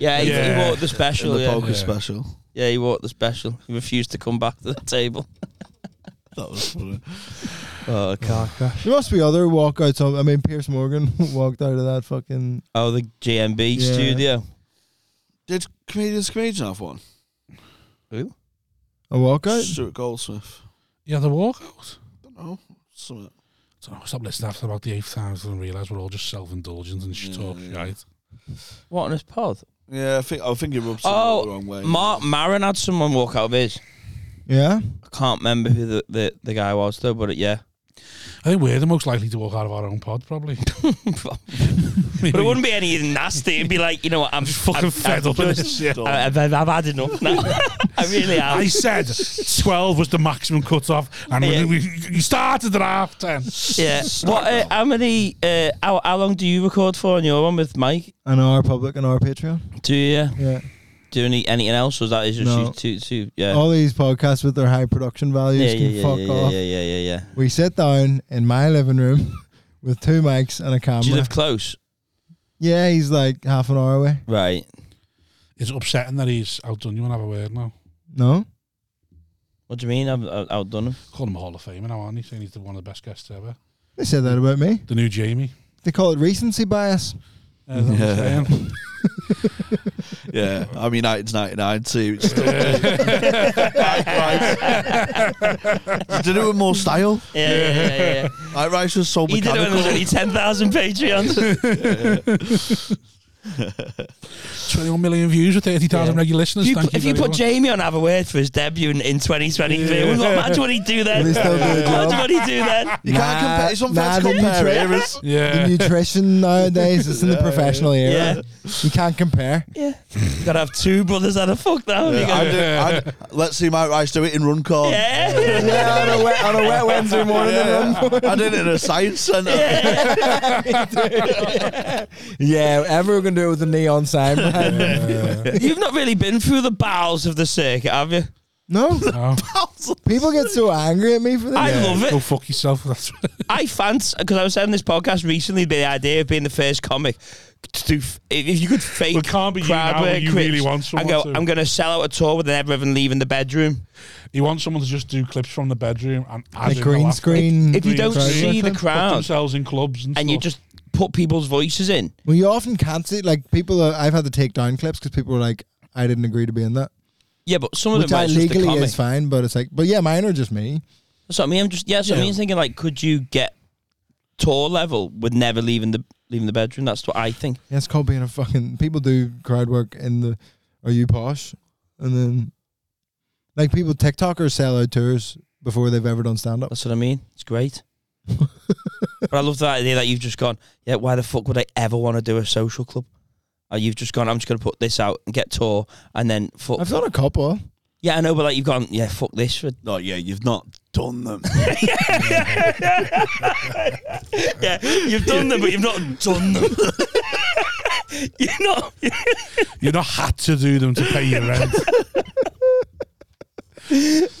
Speaker 2: Yeah, he,
Speaker 1: Yeah.
Speaker 2: he walked the
Speaker 4: In
Speaker 2: special.
Speaker 4: the
Speaker 2: Yeah.
Speaker 4: poker
Speaker 1: Yeah.
Speaker 4: special.
Speaker 2: yeah, he walked the special. He refused to come back to the table.
Speaker 4: That was funny.
Speaker 2: Oh, God.
Speaker 5: There must be other walkouts. On, I mean, Pierce Morgan walked out of that fucking.
Speaker 2: Oh, the GMB
Speaker 5: Yeah.
Speaker 2: studio.
Speaker 4: Did comedians comedian have one?
Speaker 5: A walkout?
Speaker 4: Stuart Goldsmith.
Speaker 1: Yeah, the walkout.
Speaker 4: don't know. Something.
Speaker 1: So I stop listening after about the eighth time and realise we're all just self indulgent and sh-
Speaker 4: Yeah,
Speaker 1: talk
Speaker 2: Mm.
Speaker 4: yeah.
Speaker 1: shite.
Speaker 2: What on his pod?
Speaker 4: Yeah, I think I think he rubbed someone
Speaker 2: Oh,
Speaker 4: the wrong way.
Speaker 2: Mark Maron had someone walk out of his.
Speaker 5: Yeah.
Speaker 2: I can't remember who the, the, the guy was though, but yeah.
Speaker 1: I think we're the most likely to walk out of our own pod, probably.
Speaker 2: but it wouldn't be anything nasty. It'd be like, you know what, I'm
Speaker 1: fucking
Speaker 2: I'm-
Speaker 1: fed
Speaker 2: I'm
Speaker 1: up with
Speaker 2: just-
Speaker 1: this. Yeah.
Speaker 2: I- I've, I've, I've had enough now. I really have.
Speaker 1: I said 12 was the maximum cut off, and
Speaker 2: Yeah.
Speaker 1: we, we, you started at half 10.
Speaker 2: yeah. What? Uh, how many? Uh, how, how long do you record for on your one with Mike?
Speaker 5: And our public and our Patreon.
Speaker 2: Do you
Speaker 5: Yeah.
Speaker 2: do any anything else? Or is that is just
Speaker 5: No.
Speaker 2: you two? two yeah.
Speaker 5: All these podcasts with their high production values
Speaker 2: yeah, yeah,
Speaker 5: can
Speaker 2: yeah,
Speaker 5: fuck
Speaker 2: yeah,
Speaker 5: off.
Speaker 2: yeah, yeah, yeah, yeah.
Speaker 5: We sit down in my living room with two mics and a camera.
Speaker 2: Do you live close?
Speaker 5: yeah, he's like half an hour away.
Speaker 2: Right.
Speaker 1: It's upsetting that he's outdone you and have a word now.
Speaker 5: No?
Speaker 2: What do you mean? I've, I've outdone him.
Speaker 1: Call him a Hall of Famer now, aren't he? Saying he's the, one of the best guests ever.
Speaker 5: They said that about me.
Speaker 1: The new Jamie.
Speaker 5: They call it recency bias.
Speaker 1: Uh, that's what I'm
Speaker 4: Yeah.
Speaker 1: saying.
Speaker 4: yeah, I'm United's 99 team. It's still He did it with more style.
Speaker 2: Yeah, yeah, yeah. yeah, yeah.
Speaker 4: Like Rice was so
Speaker 2: he did it when
Speaker 4: mechanical.
Speaker 2: there was only ten thousand Patreons.
Speaker 1: 21 million views with 30,000
Speaker 2: Yeah.
Speaker 1: regular listeners.
Speaker 2: You-
Speaker 1: Thank
Speaker 2: if
Speaker 1: you
Speaker 2: you
Speaker 1: very
Speaker 2: put
Speaker 1: much.
Speaker 2: Jamie on have a word for his debut in, in 2023,
Speaker 1: Yeah.
Speaker 2: well, imagine what he'd do then.
Speaker 5: Will he still do the job?
Speaker 2: Imagine what he'd do then.
Speaker 4: You can't
Speaker 5: Nah,
Speaker 4: compare. It's unfair
Speaker 5: nah,
Speaker 4: to
Speaker 5: the
Speaker 4: compare
Speaker 5: nutrition-
Speaker 4: it, is it?
Speaker 1: yeah.
Speaker 5: The nutrition nowadays is in the professional era.
Speaker 2: Yeah.
Speaker 5: You can't compare.
Speaker 2: Yeah. Gotta have two brothers that are fucked now.
Speaker 4: Yeah,
Speaker 2: You gotta-
Speaker 4: I'd do- I'd- let's see Mike Rice do it in run corn.
Speaker 2: Yeah.
Speaker 5: Yeah, on a wet, on a wet Wednesday morning.
Speaker 4: Yeah. I did it in a science centre.
Speaker 5: Yeah, everyone can do it with a neon sign. behind them.
Speaker 2: You've not really been through the bowels of the circuit, have you?
Speaker 5: No,
Speaker 1: No.
Speaker 5: people get so angry at me for this.
Speaker 2: I love
Speaker 1: Oh, Go
Speaker 2: it.
Speaker 1: fuck yourself. That's
Speaker 2: I fancy because I was saying this podcast recently the idea of being the first comic to do f- if if you could fake
Speaker 1: Well, it can't be you
Speaker 2: crowd
Speaker 1: now,
Speaker 2: work
Speaker 1: but you
Speaker 2: quips
Speaker 1: really want
Speaker 2: and
Speaker 1: someone
Speaker 2: go
Speaker 1: to.
Speaker 2: I'm going to sell out a tour without ever even leaving the bedroom.
Speaker 1: You want someone to just do clips from the bedroom and add
Speaker 5: Like
Speaker 1: in
Speaker 5: green
Speaker 1: the laugh-
Speaker 5: screen.
Speaker 2: If you
Speaker 1: Green
Speaker 2: don't
Speaker 1: crowd
Speaker 2: see
Speaker 5: work
Speaker 2: the
Speaker 5: then,
Speaker 1: Put
Speaker 2: crowd
Speaker 1: themselves in clubs and,
Speaker 2: and you
Speaker 1: stuff.
Speaker 2: just put people's voices in,
Speaker 5: Well, you often can't see like people. Are, I've had to take down clips because people were like, "I didn't agree to be in that,"
Speaker 2: yeah, but some of
Speaker 5: which
Speaker 2: them
Speaker 5: I
Speaker 2: are just the
Speaker 5: legally
Speaker 2: comic.
Speaker 5: is fine. But it's like, but yeah, mine are just me.
Speaker 2: That's what I mean. I'm just yeah. That's what I mean. I'm thinking like, could you get tour level with never leaving the leaving the bedroom? That's what I think.
Speaker 5: Yeah, it's called being a fucking. People do crowd work in the. Are you posh? And then, like people TikTokers sell out tours before they've ever done stand up.
Speaker 2: That's what I mean. It's great. but I love that idea that you've just gone. Yeah, why the fuck would I ever want to do a social club? Or you've just gone. I'm just gonna put this out and get tour, and then fuck.
Speaker 5: I've done a couple.
Speaker 2: yeah, I know, but like you've gone. Yeah, fuck this. For,
Speaker 4: No, yeah, you've not done them.
Speaker 2: yeah, you've done them, but you've not done them. you're not.
Speaker 1: You're not had to do them to pay your rent.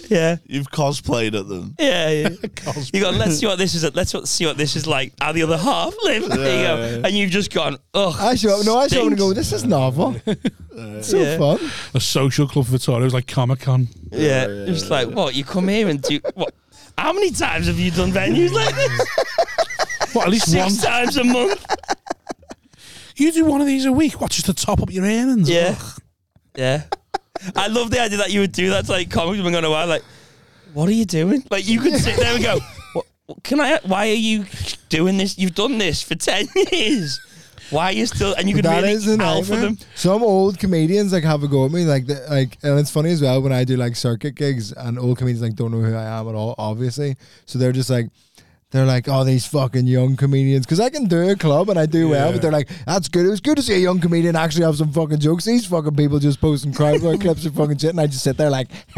Speaker 2: Yeah,
Speaker 4: you've cosplayed at them.
Speaker 2: yeah. yeah. You go. Let's see what this is. Let's see what this is like. How the other half live. There you go. And you've just gone. Ugh.
Speaker 5: I show up. No, I show up and go.
Speaker 2: stinks."
Speaker 5: This is novel. It's so
Speaker 2: Yeah.
Speaker 5: fun.
Speaker 1: a social club for Tories like Comic Con.
Speaker 2: Yeah, it's like what you come here and do. What? How many times have you done venues like this?
Speaker 1: What, at least one?
Speaker 2: Six times a month.
Speaker 1: You do one of these a week. What, just to top up your earnings?
Speaker 2: Yeah. Yeah. I love the idea that you would do that to like comics have been going a while. Like, what are you doing? Like, you could sit there and go, what, what- can I, why are you doing this? You've done this for 10 years. Why are you still, and you could
Speaker 5: That
Speaker 2: really
Speaker 5: is a
Speaker 2: alpha
Speaker 5: nightmare.
Speaker 2: them.
Speaker 5: Some old comedians like have a go at me, like the, like, and it's funny as well when I do like circuit gigs and old comedians like don't know who I am at all, obviously. So they're just like, they're like, oh, these fucking young comedians, because I can do a club and I do well, but they're like, that's good. It was good to see a young comedian actually have some fucking jokes. These fucking people just posting crowd work clips of fucking shit, and I just sit there like,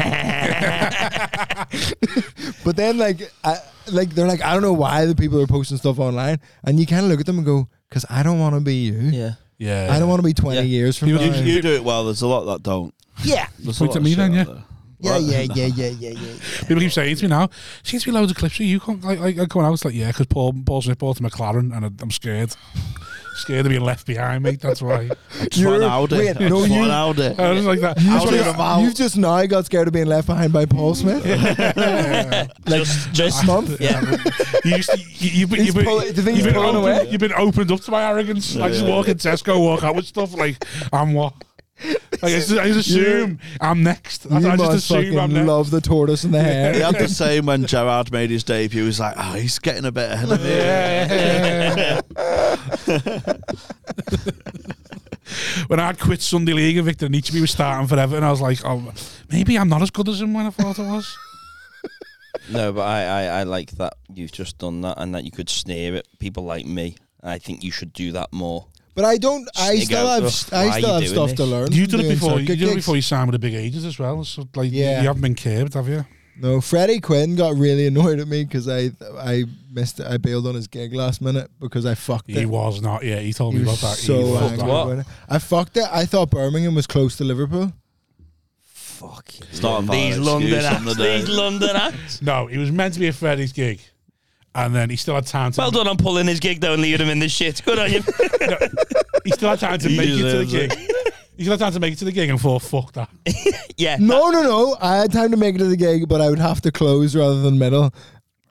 Speaker 5: but then like, I, like they're like, I don't know why the people are posting stuff online, and you kind of look at them and go. Because I don't want to be you.
Speaker 6: Yeah.
Speaker 1: Yeah.
Speaker 5: I don't want to be 20
Speaker 6: Yeah.
Speaker 5: years from
Speaker 1: You-
Speaker 5: now.
Speaker 1: you-
Speaker 4: You, you do it well. There's a lot that don't.
Speaker 5: yeah.
Speaker 4: There's a
Speaker 1: Point
Speaker 4: lot
Speaker 1: at
Speaker 4: of
Speaker 1: me
Speaker 4: shit
Speaker 1: then,
Speaker 4: out
Speaker 1: yeah.
Speaker 4: there.
Speaker 1: uh,
Speaker 5: Yeah, yeah, yeah, yeah, yeah, yeah.
Speaker 1: People keep saying to me now, seems to be loads of clips of you come, like, like, coming out. It's like, yeah, because Paul, Paul Smith bought a McLaren and I, I'm scared. scared of being left behind, mate. That's why.
Speaker 4: It's one Audi.
Speaker 5: wait, no,
Speaker 4: It's
Speaker 5: you-
Speaker 4: one Audi.
Speaker 1: I was like that.
Speaker 5: You've
Speaker 1: That's why-
Speaker 5: just, you've just now got scared of being left behind by Paul Smith.
Speaker 2: Just, just,
Speaker 5: This month.
Speaker 2: yeah.
Speaker 1: you used to, you, you've been,
Speaker 5: He's
Speaker 1: you've been,
Speaker 5: pull- do you think he's
Speaker 1: you've, been
Speaker 5: pulling
Speaker 1: opened,
Speaker 5: away?
Speaker 1: you've been opened up to my arrogance. I just walk in Tesco, walk out with stuff like I'm what. Like I just, I just assume I'm next.
Speaker 5: You
Speaker 1: That's- I just
Speaker 5: must
Speaker 1: assume I'm
Speaker 5: fucking
Speaker 1: next.
Speaker 5: love the tortoise and the
Speaker 4: He
Speaker 5: hare.
Speaker 4: had the same when Gerard made his debut. He was like, oh, he's getting a bit ahead of me.
Speaker 1: when I quit Sunday League and Victor Nietzsche was starting forever, and I was like, oh, maybe I'm not as good as him when I thought I was.
Speaker 6: No, but I, I, I like that you've just done that and that you could sneer at people like me. I think you should do that more.
Speaker 5: But I don't. I
Speaker 6: Sneak
Speaker 5: still
Speaker 6: out,
Speaker 5: have.
Speaker 6: ugh, why
Speaker 5: I
Speaker 6: are
Speaker 5: still
Speaker 6: you
Speaker 5: have
Speaker 6: doing
Speaker 5: stuff to
Speaker 6: this?
Speaker 5: learn.
Speaker 1: You
Speaker 5: from
Speaker 1: did it
Speaker 5: doing
Speaker 1: before. You
Speaker 5: circuit
Speaker 1: did it
Speaker 5: gigs.
Speaker 1: before you signed with the big agents as well. So like, you-
Speaker 5: Yeah.
Speaker 1: you haven't been curbed, have you?
Speaker 5: No, Freddie Quinn got really annoyed at me because I I missed. I bailed on his gig last minute because I fucked
Speaker 1: He
Speaker 5: it.
Speaker 1: was not. Yeah, he told
Speaker 5: He
Speaker 1: me about
Speaker 5: was
Speaker 1: that.
Speaker 5: so
Speaker 1: he fucked
Speaker 5: angry.
Speaker 1: that.
Speaker 5: about it. I fucked it. I thought Birmingham was close to Liverpool.
Speaker 6: Fuck.
Speaker 4: It's not a valid
Speaker 2: These
Speaker 4: excuse
Speaker 2: London
Speaker 4: on the
Speaker 2: acts.
Speaker 4: day.
Speaker 2: These London acts.
Speaker 1: No, it was meant to be a Freddy's gig, and then he still had time to.
Speaker 2: Well done on pulling his gig though and leaving him in this shit. Good on you.
Speaker 1: He still had time to
Speaker 4: He
Speaker 1: make it to the
Speaker 4: deserves it.
Speaker 1: gig. He still had time to make it to the gig and thought, fuck that.
Speaker 2: Yeah.
Speaker 5: No, no, no. I had time to make it to the gig, but I would have to close rather than middle. Uh,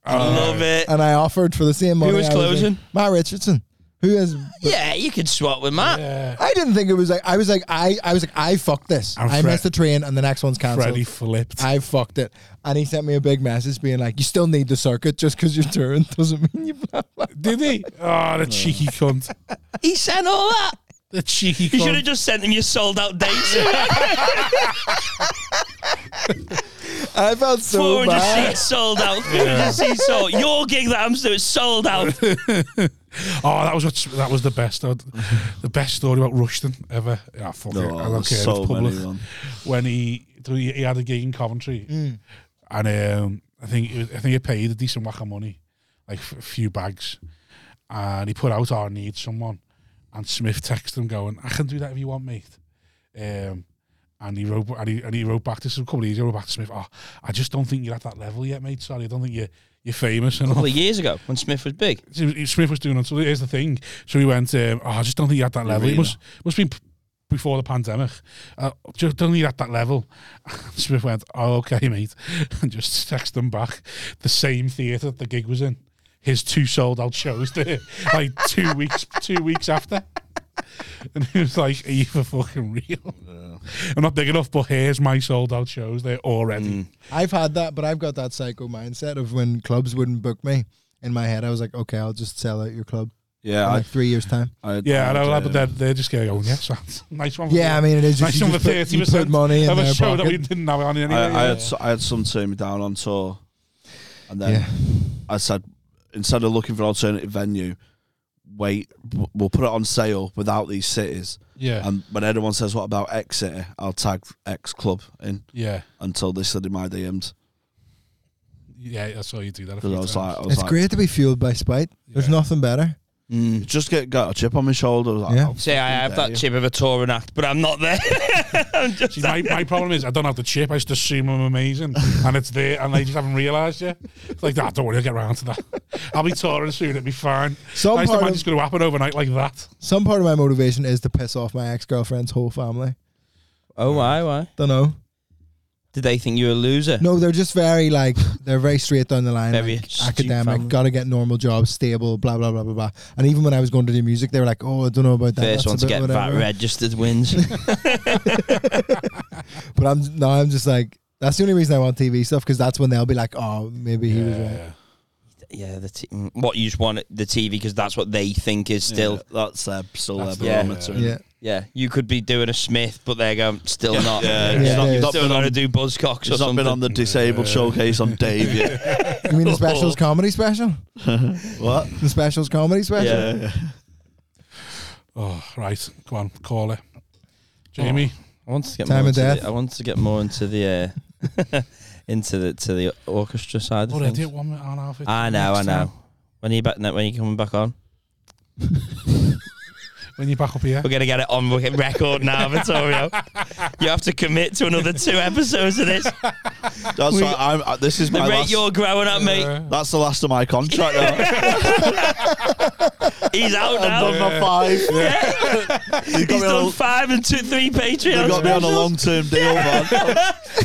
Speaker 2: I love it.
Speaker 5: And I offered for the same money.
Speaker 2: was
Speaker 5: I like,
Speaker 2: closing?
Speaker 5: Matt Richardson. Who is?
Speaker 2: Yeah, you could swap with Matt.
Speaker 5: I didn't think it was like. I was like. I. I was like. I fucked this.
Speaker 1: And
Speaker 5: I
Speaker 1: Fred-
Speaker 5: missed the train, and the next one's
Speaker 1: Freddie
Speaker 5: cancelled.
Speaker 1: flipped.
Speaker 5: I fucked it, and he sent me a big message being like, "You still need the circuit just because you're touring doesn't mean you." Blah, blah.
Speaker 1: Did he? Oh, the cheeky cunt.
Speaker 2: He sent all that.
Speaker 1: The cheeky
Speaker 2: You should have
Speaker 1: cunt.
Speaker 2: just sent him your sold out dates.
Speaker 5: I felt so
Speaker 2: 400
Speaker 5: bad.
Speaker 2: seats sold out. 400 seats sold. Your gig that I'm doing sold out.
Speaker 1: Oh, that was what, that was the best. uh, The best story about Rushton ever. Yeah, fuck it.
Speaker 4: No,
Speaker 1: I don't care.
Speaker 4: there's
Speaker 1: it's
Speaker 4: so
Speaker 1: public.
Speaker 4: many on.
Speaker 1: When he he he had a gig in Coventry, and um, I think it was, I think he paid a decent whack of money, like f- a few bags, and he put out, "Oh, I need someone," and Smith texted him going, "I can do that if you want, mate." Um, and he wrote and he, and he wrote back to some couple of years. He wrote back to Smith. Oh, I just don't think you're at that level yet, mate. Sorry, I don't think you're you're famous and all.
Speaker 6: Well, years ago when Smith was big.
Speaker 1: So he- Smith was doing it. So here's the thing. So he went, um, oh, I just don't think he had that level. He
Speaker 4: Arena.
Speaker 1: must must have been p- before the pandemic. Uh, just don't think he had that level. Smith went, oh, okay, mate. And just texted them back the same theatre the gig was in. His two sold out shows there, like two weeks, two weeks after. And he was like, are you for fucking real? I'm not big enough, but here's my sold out shows there already.
Speaker 5: I've had that, but I've got that psycho mindset of when clubs wouldn't book me. In my head, I was like, "Okay, I'll just sell out your club in
Speaker 4: Yeah,
Speaker 5: like three years' time."
Speaker 4: I, I,
Speaker 1: Yeah, I know that,
Speaker 4: um,
Speaker 1: but they're, they're just going, oh, yes, that's a nice one. for
Speaker 5: Yeah,
Speaker 1: you."
Speaker 5: I mean, it is. You,
Speaker 1: Nice
Speaker 5: you
Speaker 1: on the
Speaker 5: just put, you
Speaker 1: 30%
Speaker 5: put money in
Speaker 1: of
Speaker 5: their
Speaker 1: a show that we
Speaker 5: pocket.
Speaker 1: didn't have on anyway.
Speaker 4: I, I
Speaker 1: yeah.
Speaker 4: had s- I had some turn me down on tour, and then
Speaker 5: Yeah.
Speaker 4: I said instead of looking for an alternative venue, wait, w- we'll put it on sale without these cities.
Speaker 1: yeah,
Speaker 4: And when anyone says what about X city, I'll tag X club in
Speaker 1: yeah,
Speaker 4: until they slid in my DMs
Speaker 1: yeah. I saw you do that. a
Speaker 4: because
Speaker 1: few
Speaker 4: I was
Speaker 1: times.
Speaker 4: like, I was
Speaker 5: It's
Speaker 4: like, "Mm,
Speaker 5: great to be fueled by spite. There's
Speaker 1: Yeah.
Speaker 5: nothing better.
Speaker 4: just get got a chip on my shoulder. I was like,
Speaker 5: Yeah.
Speaker 4: "I'll
Speaker 6: See, I
Speaker 4: fucking
Speaker 6: have
Speaker 4: dare
Speaker 6: that
Speaker 4: you."
Speaker 6: chip of a touring act, but I'm not there. I'm just
Speaker 1: See, my, my problem is I don't have the chip. I just assume I'm amazing, and it's there, and they just haven't realised yet. It's like that. don't worry, I'll get around to that. I'll be touring soon. It'll be fine.
Speaker 5: Some
Speaker 1: I just
Speaker 5: part
Speaker 1: imagine
Speaker 5: of-
Speaker 1: it's going to happen overnight like that.
Speaker 5: Some part of my motivation is to piss off my ex girlfriend's whole family.
Speaker 6: Oh, why, why?
Speaker 5: Don't know.
Speaker 2: Did they think you were a loser?
Speaker 5: No, they're just very like they're very straight down the line,
Speaker 2: Very
Speaker 5: like,
Speaker 2: astute family.
Speaker 5: academic. Got to get normal jobs, stable, blah blah blah blah blah. And even when I was going to do music, they were like, "Oh, I don't know about that."
Speaker 2: First
Speaker 5: that's a
Speaker 2: one to
Speaker 5: bit
Speaker 2: get that
Speaker 5: whatever."
Speaker 2: registered wins.
Speaker 5: But I'm now I'm just like that's the only reason I want TV stuff because that's when they'll be like, "Oh, maybe he was right."
Speaker 1: Yeah.
Speaker 2: yeah, the t- mm, what you just want the TV because that's what they think is still.
Speaker 4: that's their still
Speaker 1: That's
Speaker 4: their
Speaker 2: the- yeah.
Speaker 4: barometer.
Speaker 5: Yeah, yeah.
Speaker 2: Yeah, you could be doing a Smith, but they're going still not.
Speaker 4: yeah,
Speaker 2: It's
Speaker 5: yeah,
Speaker 2: not-
Speaker 5: yeah.
Speaker 2: you've
Speaker 5: It's
Speaker 2: still got to do buzzcocks or
Speaker 4: It's not
Speaker 2: something.
Speaker 4: been on the disabled showcase on Dave yet.
Speaker 5: You mean the specials comedy special?
Speaker 4: what?
Speaker 5: The specials comedy special.
Speaker 4: Yeah.
Speaker 1: Oh, right. Go on, call it.
Speaker 4: Oh,
Speaker 1: Jamie,
Speaker 2: I wanted to get
Speaker 5: Time
Speaker 2: more
Speaker 5: of
Speaker 2: into
Speaker 5: death.
Speaker 2: The, I wanted to get more into the uh, into the to the orchestra side. Of
Speaker 1: oh,
Speaker 2: things.
Speaker 1: did one minute and a half.
Speaker 2: I know, I
Speaker 1: Next time,
Speaker 2: know. When are you back? ne- When are you coming back on?
Speaker 1: When you're back up here,
Speaker 2: We're gonna get it on record now, Vittorio. you have to commit to another two episodes of this.
Speaker 4: That's why I'm. uh, this is
Speaker 2: The
Speaker 4: my
Speaker 2: rate
Speaker 4: last.
Speaker 2: you're growing at, mate.
Speaker 1: Uh,
Speaker 4: That's the last of my contract. Now.
Speaker 2: He's out
Speaker 4: I've done
Speaker 2: now.
Speaker 4: my five. They
Speaker 2: He's
Speaker 4: got me on
Speaker 2: done
Speaker 4: a-
Speaker 2: five and two, three
Speaker 4: they
Speaker 2: Patreon
Speaker 4: got me on a
Speaker 2: specials.
Speaker 4: long term deal, man.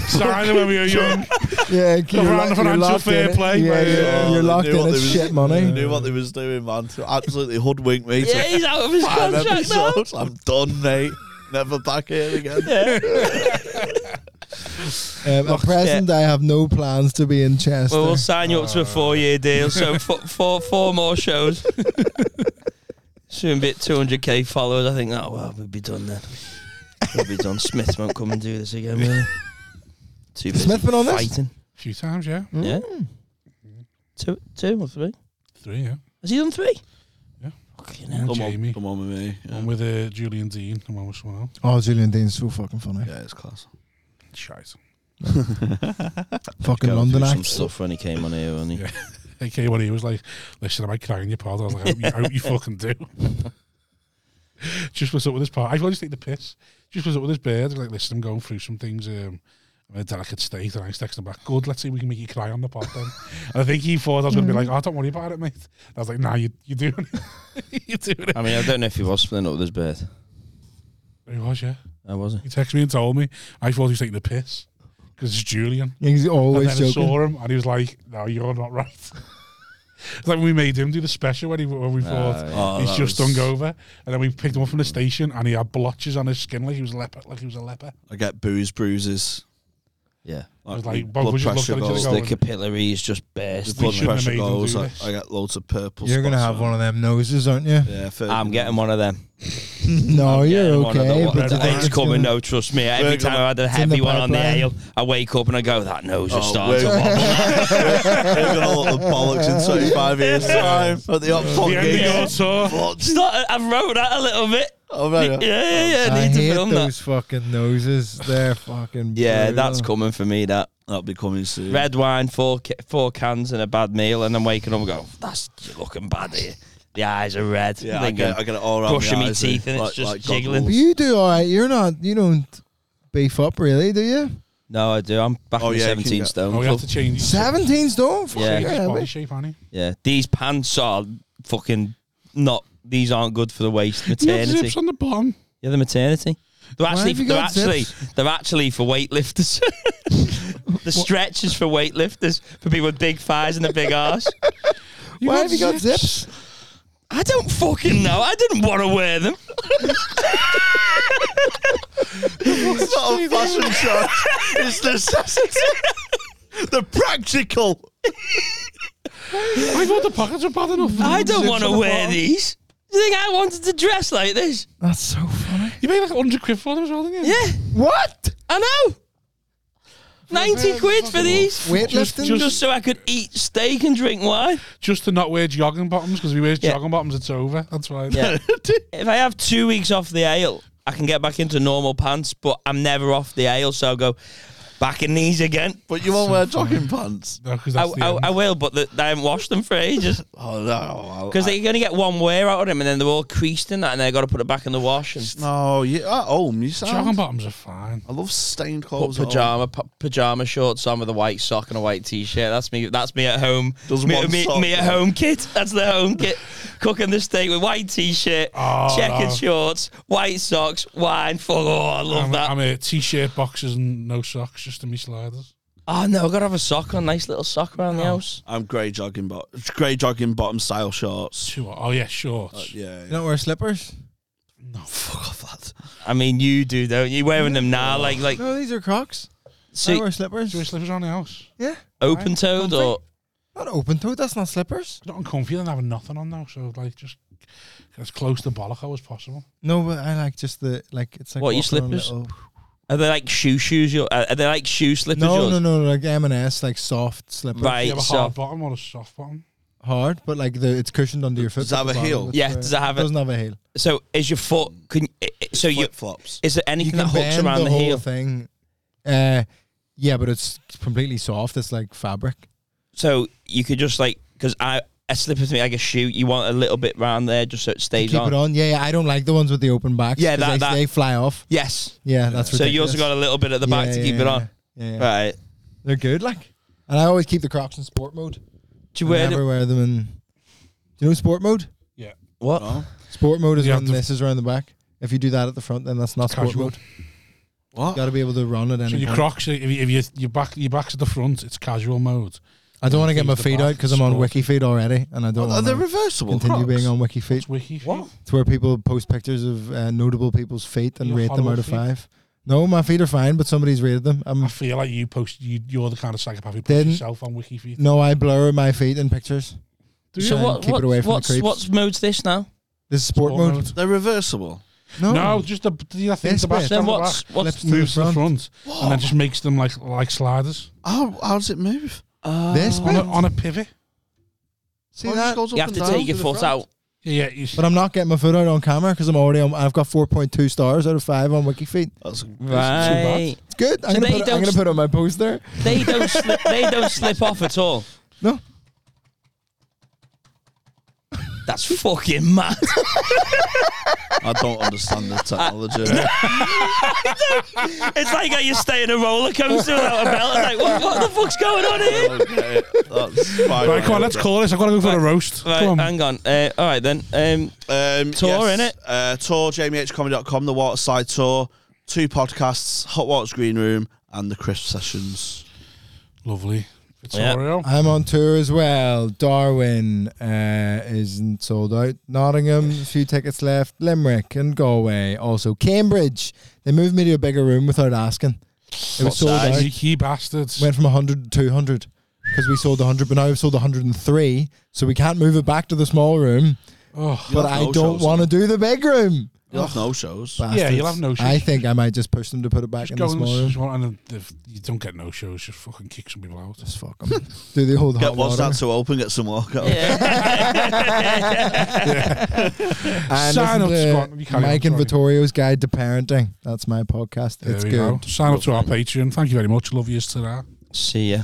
Speaker 1: sign it when we were young.
Speaker 5: Yeah, you're,
Speaker 1: round
Speaker 5: lo-
Speaker 1: of
Speaker 5: you're
Speaker 1: financial
Speaker 5: locked
Speaker 1: fair
Speaker 5: in it.
Speaker 1: play,
Speaker 5: Yeah,
Speaker 1: mate.
Speaker 5: you're,
Speaker 1: Oh,
Speaker 5: you're
Speaker 4: they
Speaker 5: locked
Speaker 4: knew
Speaker 5: in.
Speaker 4: what
Speaker 5: It's
Speaker 4: they was-
Speaker 5: shit
Speaker 4: They
Speaker 5: money.
Speaker 4: knew what they was doing, man. To absolutely hoodwink me.
Speaker 2: Yeah,
Speaker 4: to
Speaker 2: he's out of his
Speaker 4: five
Speaker 2: contract now.
Speaker 4: episodes. I'm done, mate. Never back here again.
Speaker 5: Um, at present, I have no plans to be in Chester.
Speaker 2: Well, we'll sign you up to a four-year deal, so four, four, four more shows. Soon be at 200k followers. I think that well, we'll be done then. We'll be done. Smith won't come and do this again, will he? Too busy
Speaker 5: Smith been on this?
Speaker 2: fighting.
Speaker 1: A few times, yeah.
Speaker 2: Yeah. Two, two or three?
Speaker 1: Three, yeah.
Speaker 2: Has he done three?
Speaker 1: Yeah.
Speaker 2: Fucking
Speaker 1: One
Speaker 2: hell.
Speaker 1: with
Speaker 4: Come on,
Speaker 1: Jamie,
Speaker 4: come on with me. Yeah,
Speaker 1: one with uh, Julian Dean, and one with someone else.
Speaker 5: oh, Julian Dean's so fucking funny.
Speaker 4: yeah it's class.
Speaker 1: Shite.
Speaker 5: Fucking
Speaker 4: Go
Speaker 5: London
Speaker 4: through some
Speaker 5: act.
Speaker 2: Stuff when he came on here, wasn't he?
Speaker 1: Yeah. Okay, when he was like, "Listen, I might cry in your pod," I was like, "I hope you, I hope you fucking do." just was up with this part. I always take the piss. Just was up with this bird. Like, listen, I'm going through some things. Um, I'm in a delicate state, and I was texting him back. Good, let's see if we can make you cry on the pod then. and I think he thought I was going to be like, "Oh, don't worry about it, mate." And I was like, "Nah, you you doing it? you doing it?"
Speaker 2: I mean, I don't know if he was splitting up with his birth.
Speaker 1: He was, yeah.
Speaker 5: Oh,
Speaker 2: I wasn't.
Speaker 1: He texted me and told me. I thought he was taking the piss because it's Julian.
Speaker 5: Yeah, He's
Speaker 1: And
Speaker 5: always
Speaker 1: then I
Speaker 5: joking.
Speaker 1: saw him, and he was like, "No, you're not right." it's like we made him do the special when, he, when we thought
Speaker 4: Oh,
Speaker 1: he's
Speaker 4: that
Speaker 1: just
Speaker 4: was-
Speaker 1: hungover, and then we picked him up from the station, and he had blotches on his skin like he was leper, like he was a leper.
Speaker 4: I get booze bruises.
Speaker 2: Yeah.
Speaker 1: I was like, Bob,
Speaker 4: blood
Speaker 1: we just
Speaker 4: pressure
Speaker 1: looked at each
Speaker 4: goes.
Speaker 1: other
Speaker 2: The
Speaker 1: Going.
Speaker 2: capillaries just burst.
Speaker 1: We
Speaker 4: Blood
Speaker 1: shouldn't have
Speaker 4: pressure
Speaker 1: made them
Speaker 4: goes.
Speaker 1: do
Speaker 4: I,
Speaker 1: this.
Speaker 4: I get lots of purple.
Speaker 5: You're gonna
Speaker 4: spots
Speaker 5: have
Speaker 4: on.
Speaker 5: one of them noses, aren't you?
Speaker 4: Yeah, fair-
Speaker 2: I'm getting one of them.
Speaker 5: No, you're
Speaker 2: Getting one of
Speaker 5: okay.
Speaker 2: them.
Speaker 5: But
Speaker 1: Everything's
Speaker 2: it's coming, no, trust me. Every
Speaker 4: We're
Speaker 2: time
Speaker 4: gonna-
Speaker 2: I had a
Speaker 5: in
Speaker 2: heavy
Speaker 5: the
Speaker 2: one on the
Speaker 5: pipeline.
Speaker 2: ale, I wake up and I go, that nose is
Speaker 4: Oh,
Speaker 2: starting
Speaker 4: we're-
Speaker 2: to wobble.
Speaker 4: We're gonna look the bollocks in 25 years' time at the hot
Speaker 1: The
Speaker 4: pot
Speaker 1: end of your
Speaker 4: gigs.
Speaker 1: tour.
Speaker 4: What?
Speaker 2: It's not, I've wrote that a little bit.
Speaker 4: Oh, right,
Speaker 2: Yeah,
Speaker 4: yeah.
Speaker 2: yeah, yeah. I
Speaker 5: I
Speaker 2: need to
Speaker 5: hate
Speaker 2: film
Speaker 5: those
Speaker 2: that.
Speaker 5: fucking noses. They're fucking.
Speaker 2: Yeah, that's
Speaker 5: brutal.
Speaker 2: coming for me, that.
Speaker 4: That'll be coming soon.
Speaker 2: Red wine, four ca- four cans, and a bad meal, and I'm waking up and go, "That's you're looking bad here. The eyes are red.
Speaker 4: Yeah, I
Speaker 2: Thinking,
Speaker 4: get, I get it all around
Speaker 2: brushing
Speaker 4: my
Speaker 2: me
Speaker 4: eyes,
Speaker 2: teeth
Speaker 4: eh?
Speaker 2: and it's just jiggling.
Speaker 5: But
Speaker 4: goggles.
Speaker 5: you do all right. You're not. You don't beef up really, do you?
Speaker 2: no, I do. I'm back
Speaker 4: Oh,
Speaker 2: in
Speaker 4: yeah, you can
Speaker 2: 17
Speaker 4: get-
Speaker 2: stone.
Speaker 1: Oh, we
Speaker 2: club.
Speaker 1: have to change.
Speaker 5: Seventeen stone. Fuck
Speaker 2: Yeah.
Speaker 5: yeah.
Speaker 1: change his body
Speaker 5: mate.
Speaker 1: shape, Annie.
Speaker 2: Yeah, these pants are fucking not. These aren't good for the waist.
Speaker 1: You have
Speaker 2: Maternity.
Speaker 1: zips on the bottom.
Speaker 2: Yeah, the maternity. They're
Speaker 5: Why
Speaker 2: actually
Speaker 5: have you
Speaker 2: they're
Speaker 5: got
Speaker 2: actually
Speaker 5: zips?
Speaker 2: they're actually for weightlifters. the stretch is for weightlifters for people with big thighs and a big ass.
Speaker 5: Why have you got zips?
Speaker 2: I don't fucking know. I didn't want to wear them.
Speaker 4: It's not a fashion show. It's necessity. the practical.
Speaker 1: I thought the pockets were bad enough.
Speaker 2: I don't
Speaker 1: Zips
Speaker 2: want to
Speaker 1: on the
Speaker 2: wear
Speaker 1: bottom.
Speaker 2: these. Do you think I wanted to dress like this?
Speaker 5: That's so funny.
Speaker 1: You paid like hundred quid for them as well, didn't you?
Speaker 2: Yeah,
Speaker 5: What?
Speaker 2: I know. Ninety quid for these.
Speaker 5: Weightlifting.
Speaker 1: just-
Speaker 2: Just so I could eat steak and drink wine.
Speaker 1: Just to not wear jogging bottoms because if you wear
Speaker 2: Yeah.
Speaker 1: jogging bottoms, it's over. That's right.
Speaker 2: Yeah. if I have two weeks off the ale, I can get back into normal pants, but I'm never off the ale, so I'll go back in these again.
Speaker 4: But you won't wear jogging pants.
Speaker 1: No, 'cause
Speaker 2: I,
Speaker 1: that's the
Speaker 2: I,
Speaker 1: end.
Speaker 2: I will, but the, I haven't washed them for ages
Speaker 4: Oh, no.
Speaker 2: because
Speaker 4: I-
Speaker 2: they're going to get one wear out of them, and then they're all creased and that, and then I got to put it back in the wash and
Speaker 4: No, you at home, you
Speaker 1: jogging
Speaker 4: sound.
Speaker 1: bottoms are fine.
Speaker 4: I love stained
Speaker 2: put
Speaker 4: clothes. at home.
Speaker 2: pajama pa- pajama shorts on with a white sock and a white t-shirt. That's me. That's me at home.
Speaker 4: Does
Speaker 2: me,
Speaker 4: one
Speaker 2: me,
Speaker 4: sock,
Speaker 2: me at
Speaker 4: yeah.
Speaker 2: home kit. That's the home kit. Cooking the steak with white t-shirt,
Speaker 1: Oh,
Speaker 2: checkered
Speaker 1: no.
Speaker 2: shorts, white socks, wine. Fuck, oh, I love
Speaker 1: I'm,
Speaker 2: that.
Speaker 1: I'm a t-shirt, boxes, and no socks. just in me sliders.
Speaker 6: Oh no, I gotta have a sock on, nice little sock around
Speaker 5: Oh.
Speaker 6: the house.
Speaker 4: I'm grey jogging bot, grey jogging bottom style shorts.
Speaker 1: Sure. Oh yeah, shorts.
Speaker 4: Like, yeah,
Speaker 5: You don't wear slippers?
Speaker 1: No.
Speaker 4: fuck off that.
Speaker 6: I mean, you do, don't you? You're wearing them now, like like
Speaker 5: No, these are Crocs. I
Speaker 6: see,
Speaker 5: wear slippers.
Speaker 1: Do we slippers around the house?
Speaker 5: Yeah,
Speaker 6: open toed or
Speaker 5: not open toe. That's not slippers.
Speaker 1: It's not uncomfy than having nothing on now, so like just as close to bollock as possible.
Speaker 5: No, but I like just the like. It's like
Speaker 6: What, your
Speaker 5: walking on a
Speaker 6: slippers?
Speaker 5: little-
Speaker 6: are they like shoe shoes? Your are they like shoe slippers?
Speaker 5: No,
Speaker 6: yours?
Speaker 5: no, no, like M and S, like soft slippers.
Speaker 1: Do
Speaker 6: Right,
Speaker 1: you have a
Speaker 6: so
Speaker 1: hard bottom or a soft bottom?
Speaker 5: hard, but like the it's cushioned under your foot.
Speaker 4: Does it
Speaker 5: at
Speaker 4: have
Speaker 5: the
Speaker 4: a
Speaker 5: bottom.
Speaker 4: heel?
Speaker 5: That's
Speaker 6: Yeah,
Speaker 5: where-
Speaker 6: does it have a-
Speaker 5: Doesn't have a heel.
Speaker 6: so is your foot? Can i- i- so you
Speaker 4: Flip flops.
Speaker 6: is there anything that hooks
Speaker 5: bend
Speaker 6: around the,
Speaker 5: whole
Speaker 6: heel?
Speaker 5: thing. Uh, yeah, but it's completely soft. It's like fabric.
Speaker 6: So you could just like because I a slipper to me like a shoe. You want a little bit round there just so it
Speaker 5: You
Speaker 6: stays
Speaker 5: keep
Speaker 6: on.
Speaker 5: it on. Yeah, yeah. I don't like the ones with the open backs.
Speaker 6: Yeah,
Speaker 5: 'cause
Speaker 6: that-
Speaker 5: they,
Speaker 6: that-
Speaker 5: they fly off.
Speaker 6: Yes.
Speaker 5: Yeah, that's
Speaker 6: So you
Speaker 5: ridiculous.
Speaker 6: also got a little bit at the back
Speaker 5: Yeah,
Speaker 6: to
Speaker 5: yeah,
Speaker 6: keep it
Speaker 5: yeah,
Speaker 6: on.
Speaker 5: Yeah, yeah.
Speaker 6: Right.
Speaker 5: they're good. Like, and I always keep the Crocs in sport mode. I
Speaker 6: Do you wear
Speaker 5: never
Speaker 6: them?
Speaker 5: wear them in. Do you know sport mode?
Speaker 6: what?
Speaker 4: No.
Speaker 5: Sport mode is
Speaker 1: You have
Speaker 5: when
Speaker 1: to-
Speaker 5: this is around the back. If you do that at the front, then that's not sport
Speaker 1: Casual.
Speaker 5: mode.
Speaker 4: What?
Speaker 5: Got to be able to run at any
Speaker 1: So your
Speaker 5: point.
Speaker 1: Crocs, if, you, if you, your back your back's at the front, it's casual mode.
Speaker 5: I don't want to get my
Speaker 1: the
Speaker 5: feet out
Speaker 1: back,
Speaker 5: because I'm on
Speaker 1: sport.
Speaker 5: wiki feed already, and I don't
Speaker 4: Are
Speaker 5: want
Speaker 4: they
Speaker 5: to
Speaker 4: reversible?
Speaker 5: continue
Speaker 4: Crocs?
Speaker 5: being on wiki feet.
Speaker 1: It's wiki.
Speaker 4: What?
Speaker 5: It's where people post pictures of uh, notable people's feet and
Speaker 1: You
Speaker 5: rate them
Speaker 1: follow
Speaker 5: out of
Speaker 1: feet?
Speaker 5: five. No, my feet are fine, but somebody's rated them.
Speaker 1: I
Speaker 5: I'm,
Speaker 1: feel like you post you, you're the kind of psychopath who puts
Speaker 5: Didn't-
Speaker 1: yourself on wiki feed.
Speaker 5: no, I blur my feet in pictures.
Speaker 6: So
Speaker 5: Try and
Speaker 6: what?
Speaker 5: keep
Speaker 6: what
Speaker 5: it away from
Speaker 6: what's
Speaker 5: the creeps.
Speaker 6: what's mode's this now?
Speaker 5: this is sport, mode.
Speaker 4: They're reversible.
Speaker 5: No,
Speaker 1: No, just the the thing
Speaker 5: This
Speaker 1: the back
Speaker 5: bit.
Speaker 1: on
Speaker 6: Then
Speaker 1: the
Speaker 6: what's
Speaker 1: back
Speaker 5: Let's-
Speaker 6: what's
Speaker 5: To the
Speaker 1: moves to the
Speaker 5: front.
Speaker 1: front and then just makes them like like sliders
Speaker 4: How, how does it move?
Speaker 5: this
Speaker 1: on
Speaker 5: bit.
Speaker 1: a, on a pivot.
Speaker 5: See
Speaker 4: Oh, it
Speaker 5: that?
Speaker 4: just goes
Speaker 6: you
Speaker 4: up
Speaker 6: have
Speaker 4: and
Speaker 6: to
Speaker 4: down
Speaker 6: take your
Speaker 4: the
Speaker 6: foot
Speaker 4: front.
Speaker 6: out?
Speaker 1: Yeah, yeah. You, s-
Speaker 5: But I'm not getting my foot out on camera because I'm already. On, I've got 4.2 stars out of five on wiki feet.
Speaker 4: That's
Speaker 6: Right.
Speaker 5: It's good. I'm
Speaker 6: So
Speaker 5: gonna
Speaker 6: they
Speaker 5: put, it- I'm
Speaker 6: don't
Speaker 5: gonna
Speaker 6: s-
Speaker 5: put it on my post there.
Speaker 6: They don't slip. They don't slip off at all.
Speaker 5: No.
Speaker 6: That's fucking mad.
Speaker 4: I don't understand the technology.
Speaker 6: It's like how you stay in a roller coaster without a belt. It's like, what, what the fuck's going on here?
Speaker 4: okay, that's fine.
Speaker 1: right, come on, let's call this. I've got to go for a roast.
Speaker 6: Right,
Speaker 1: come on.
Speaker 6: hang on. Uh, all right then. Um,
Speaker 4: Um,
Speaker 6: Tour,
Speaker 4: yes,
Speaker 6: innit?
Speaker 4: Uh, tour, jamiehcomedy.com, the Waterside Tour, two podcasts, Hot Waters Green Room, and the Crisp Sessions.
Speaker 1: Lovely. Vittorio.
Speaker 5: I'm on tour as well. Darwin uh, isn't sold out. Nottingham, a few tickets left. Limerick and Galway, also Cambridge. They moved me to a bigger room without asking. It was sold out.
Speaker 1: You, you bastards.
Speaker 5: Went from 100 to 200 because we sold 100, but now we've sold 103, so we can't move it back to the small room.
Speaker 1: Oh.
Speaker 5: But
Speaker 4: have
Speaker 5: I
Speaker 4: no
Speaker 5: don't
Speaker 4: shows.
Speaker 5: want to do the big room.
Speaker 4: You'll have no shows.
Speaker 1: Yeah, you'll have no
Speaker 5: Bastards. I
Speaker 1: shows.
Speaker 5: think I might just push them to put it back
Speaker 1: Just
Speaker 5: in
Speaker 1: go
Speaker 5: the
Speaker 1: and,
Speaker 5: small room.
Speaker 1: s- and then if you don't get no shows, just fucking kick some people out.
Speaker 5: Just fuck 'em. Do the old
Speaker 4: Get
Speaker 5: hot
Speaker 4: one
Speaker 5: water.
Speaker 4: stand to open, get some walkout.
Speaker 5: And
Speaker 1: Sign
Speaker 5: listen
Speaker 1: up,
Speaker 5: to
Speaker 1: Scott. You carry
Speaker 5: Mike
Speaker 1: on,
Speaker 5: and
Speaker 1: sorry.
Speaker 5: Vittorio's Guide to Parenting. That's my podcast.
Speaker 1: There
Speaker 5: it's
Speaker 1: we
Speaker 5: good.
Speaker 1: Sign up to our Patreon. Thank you very much. Love you, ta
Speaker 6: see ya.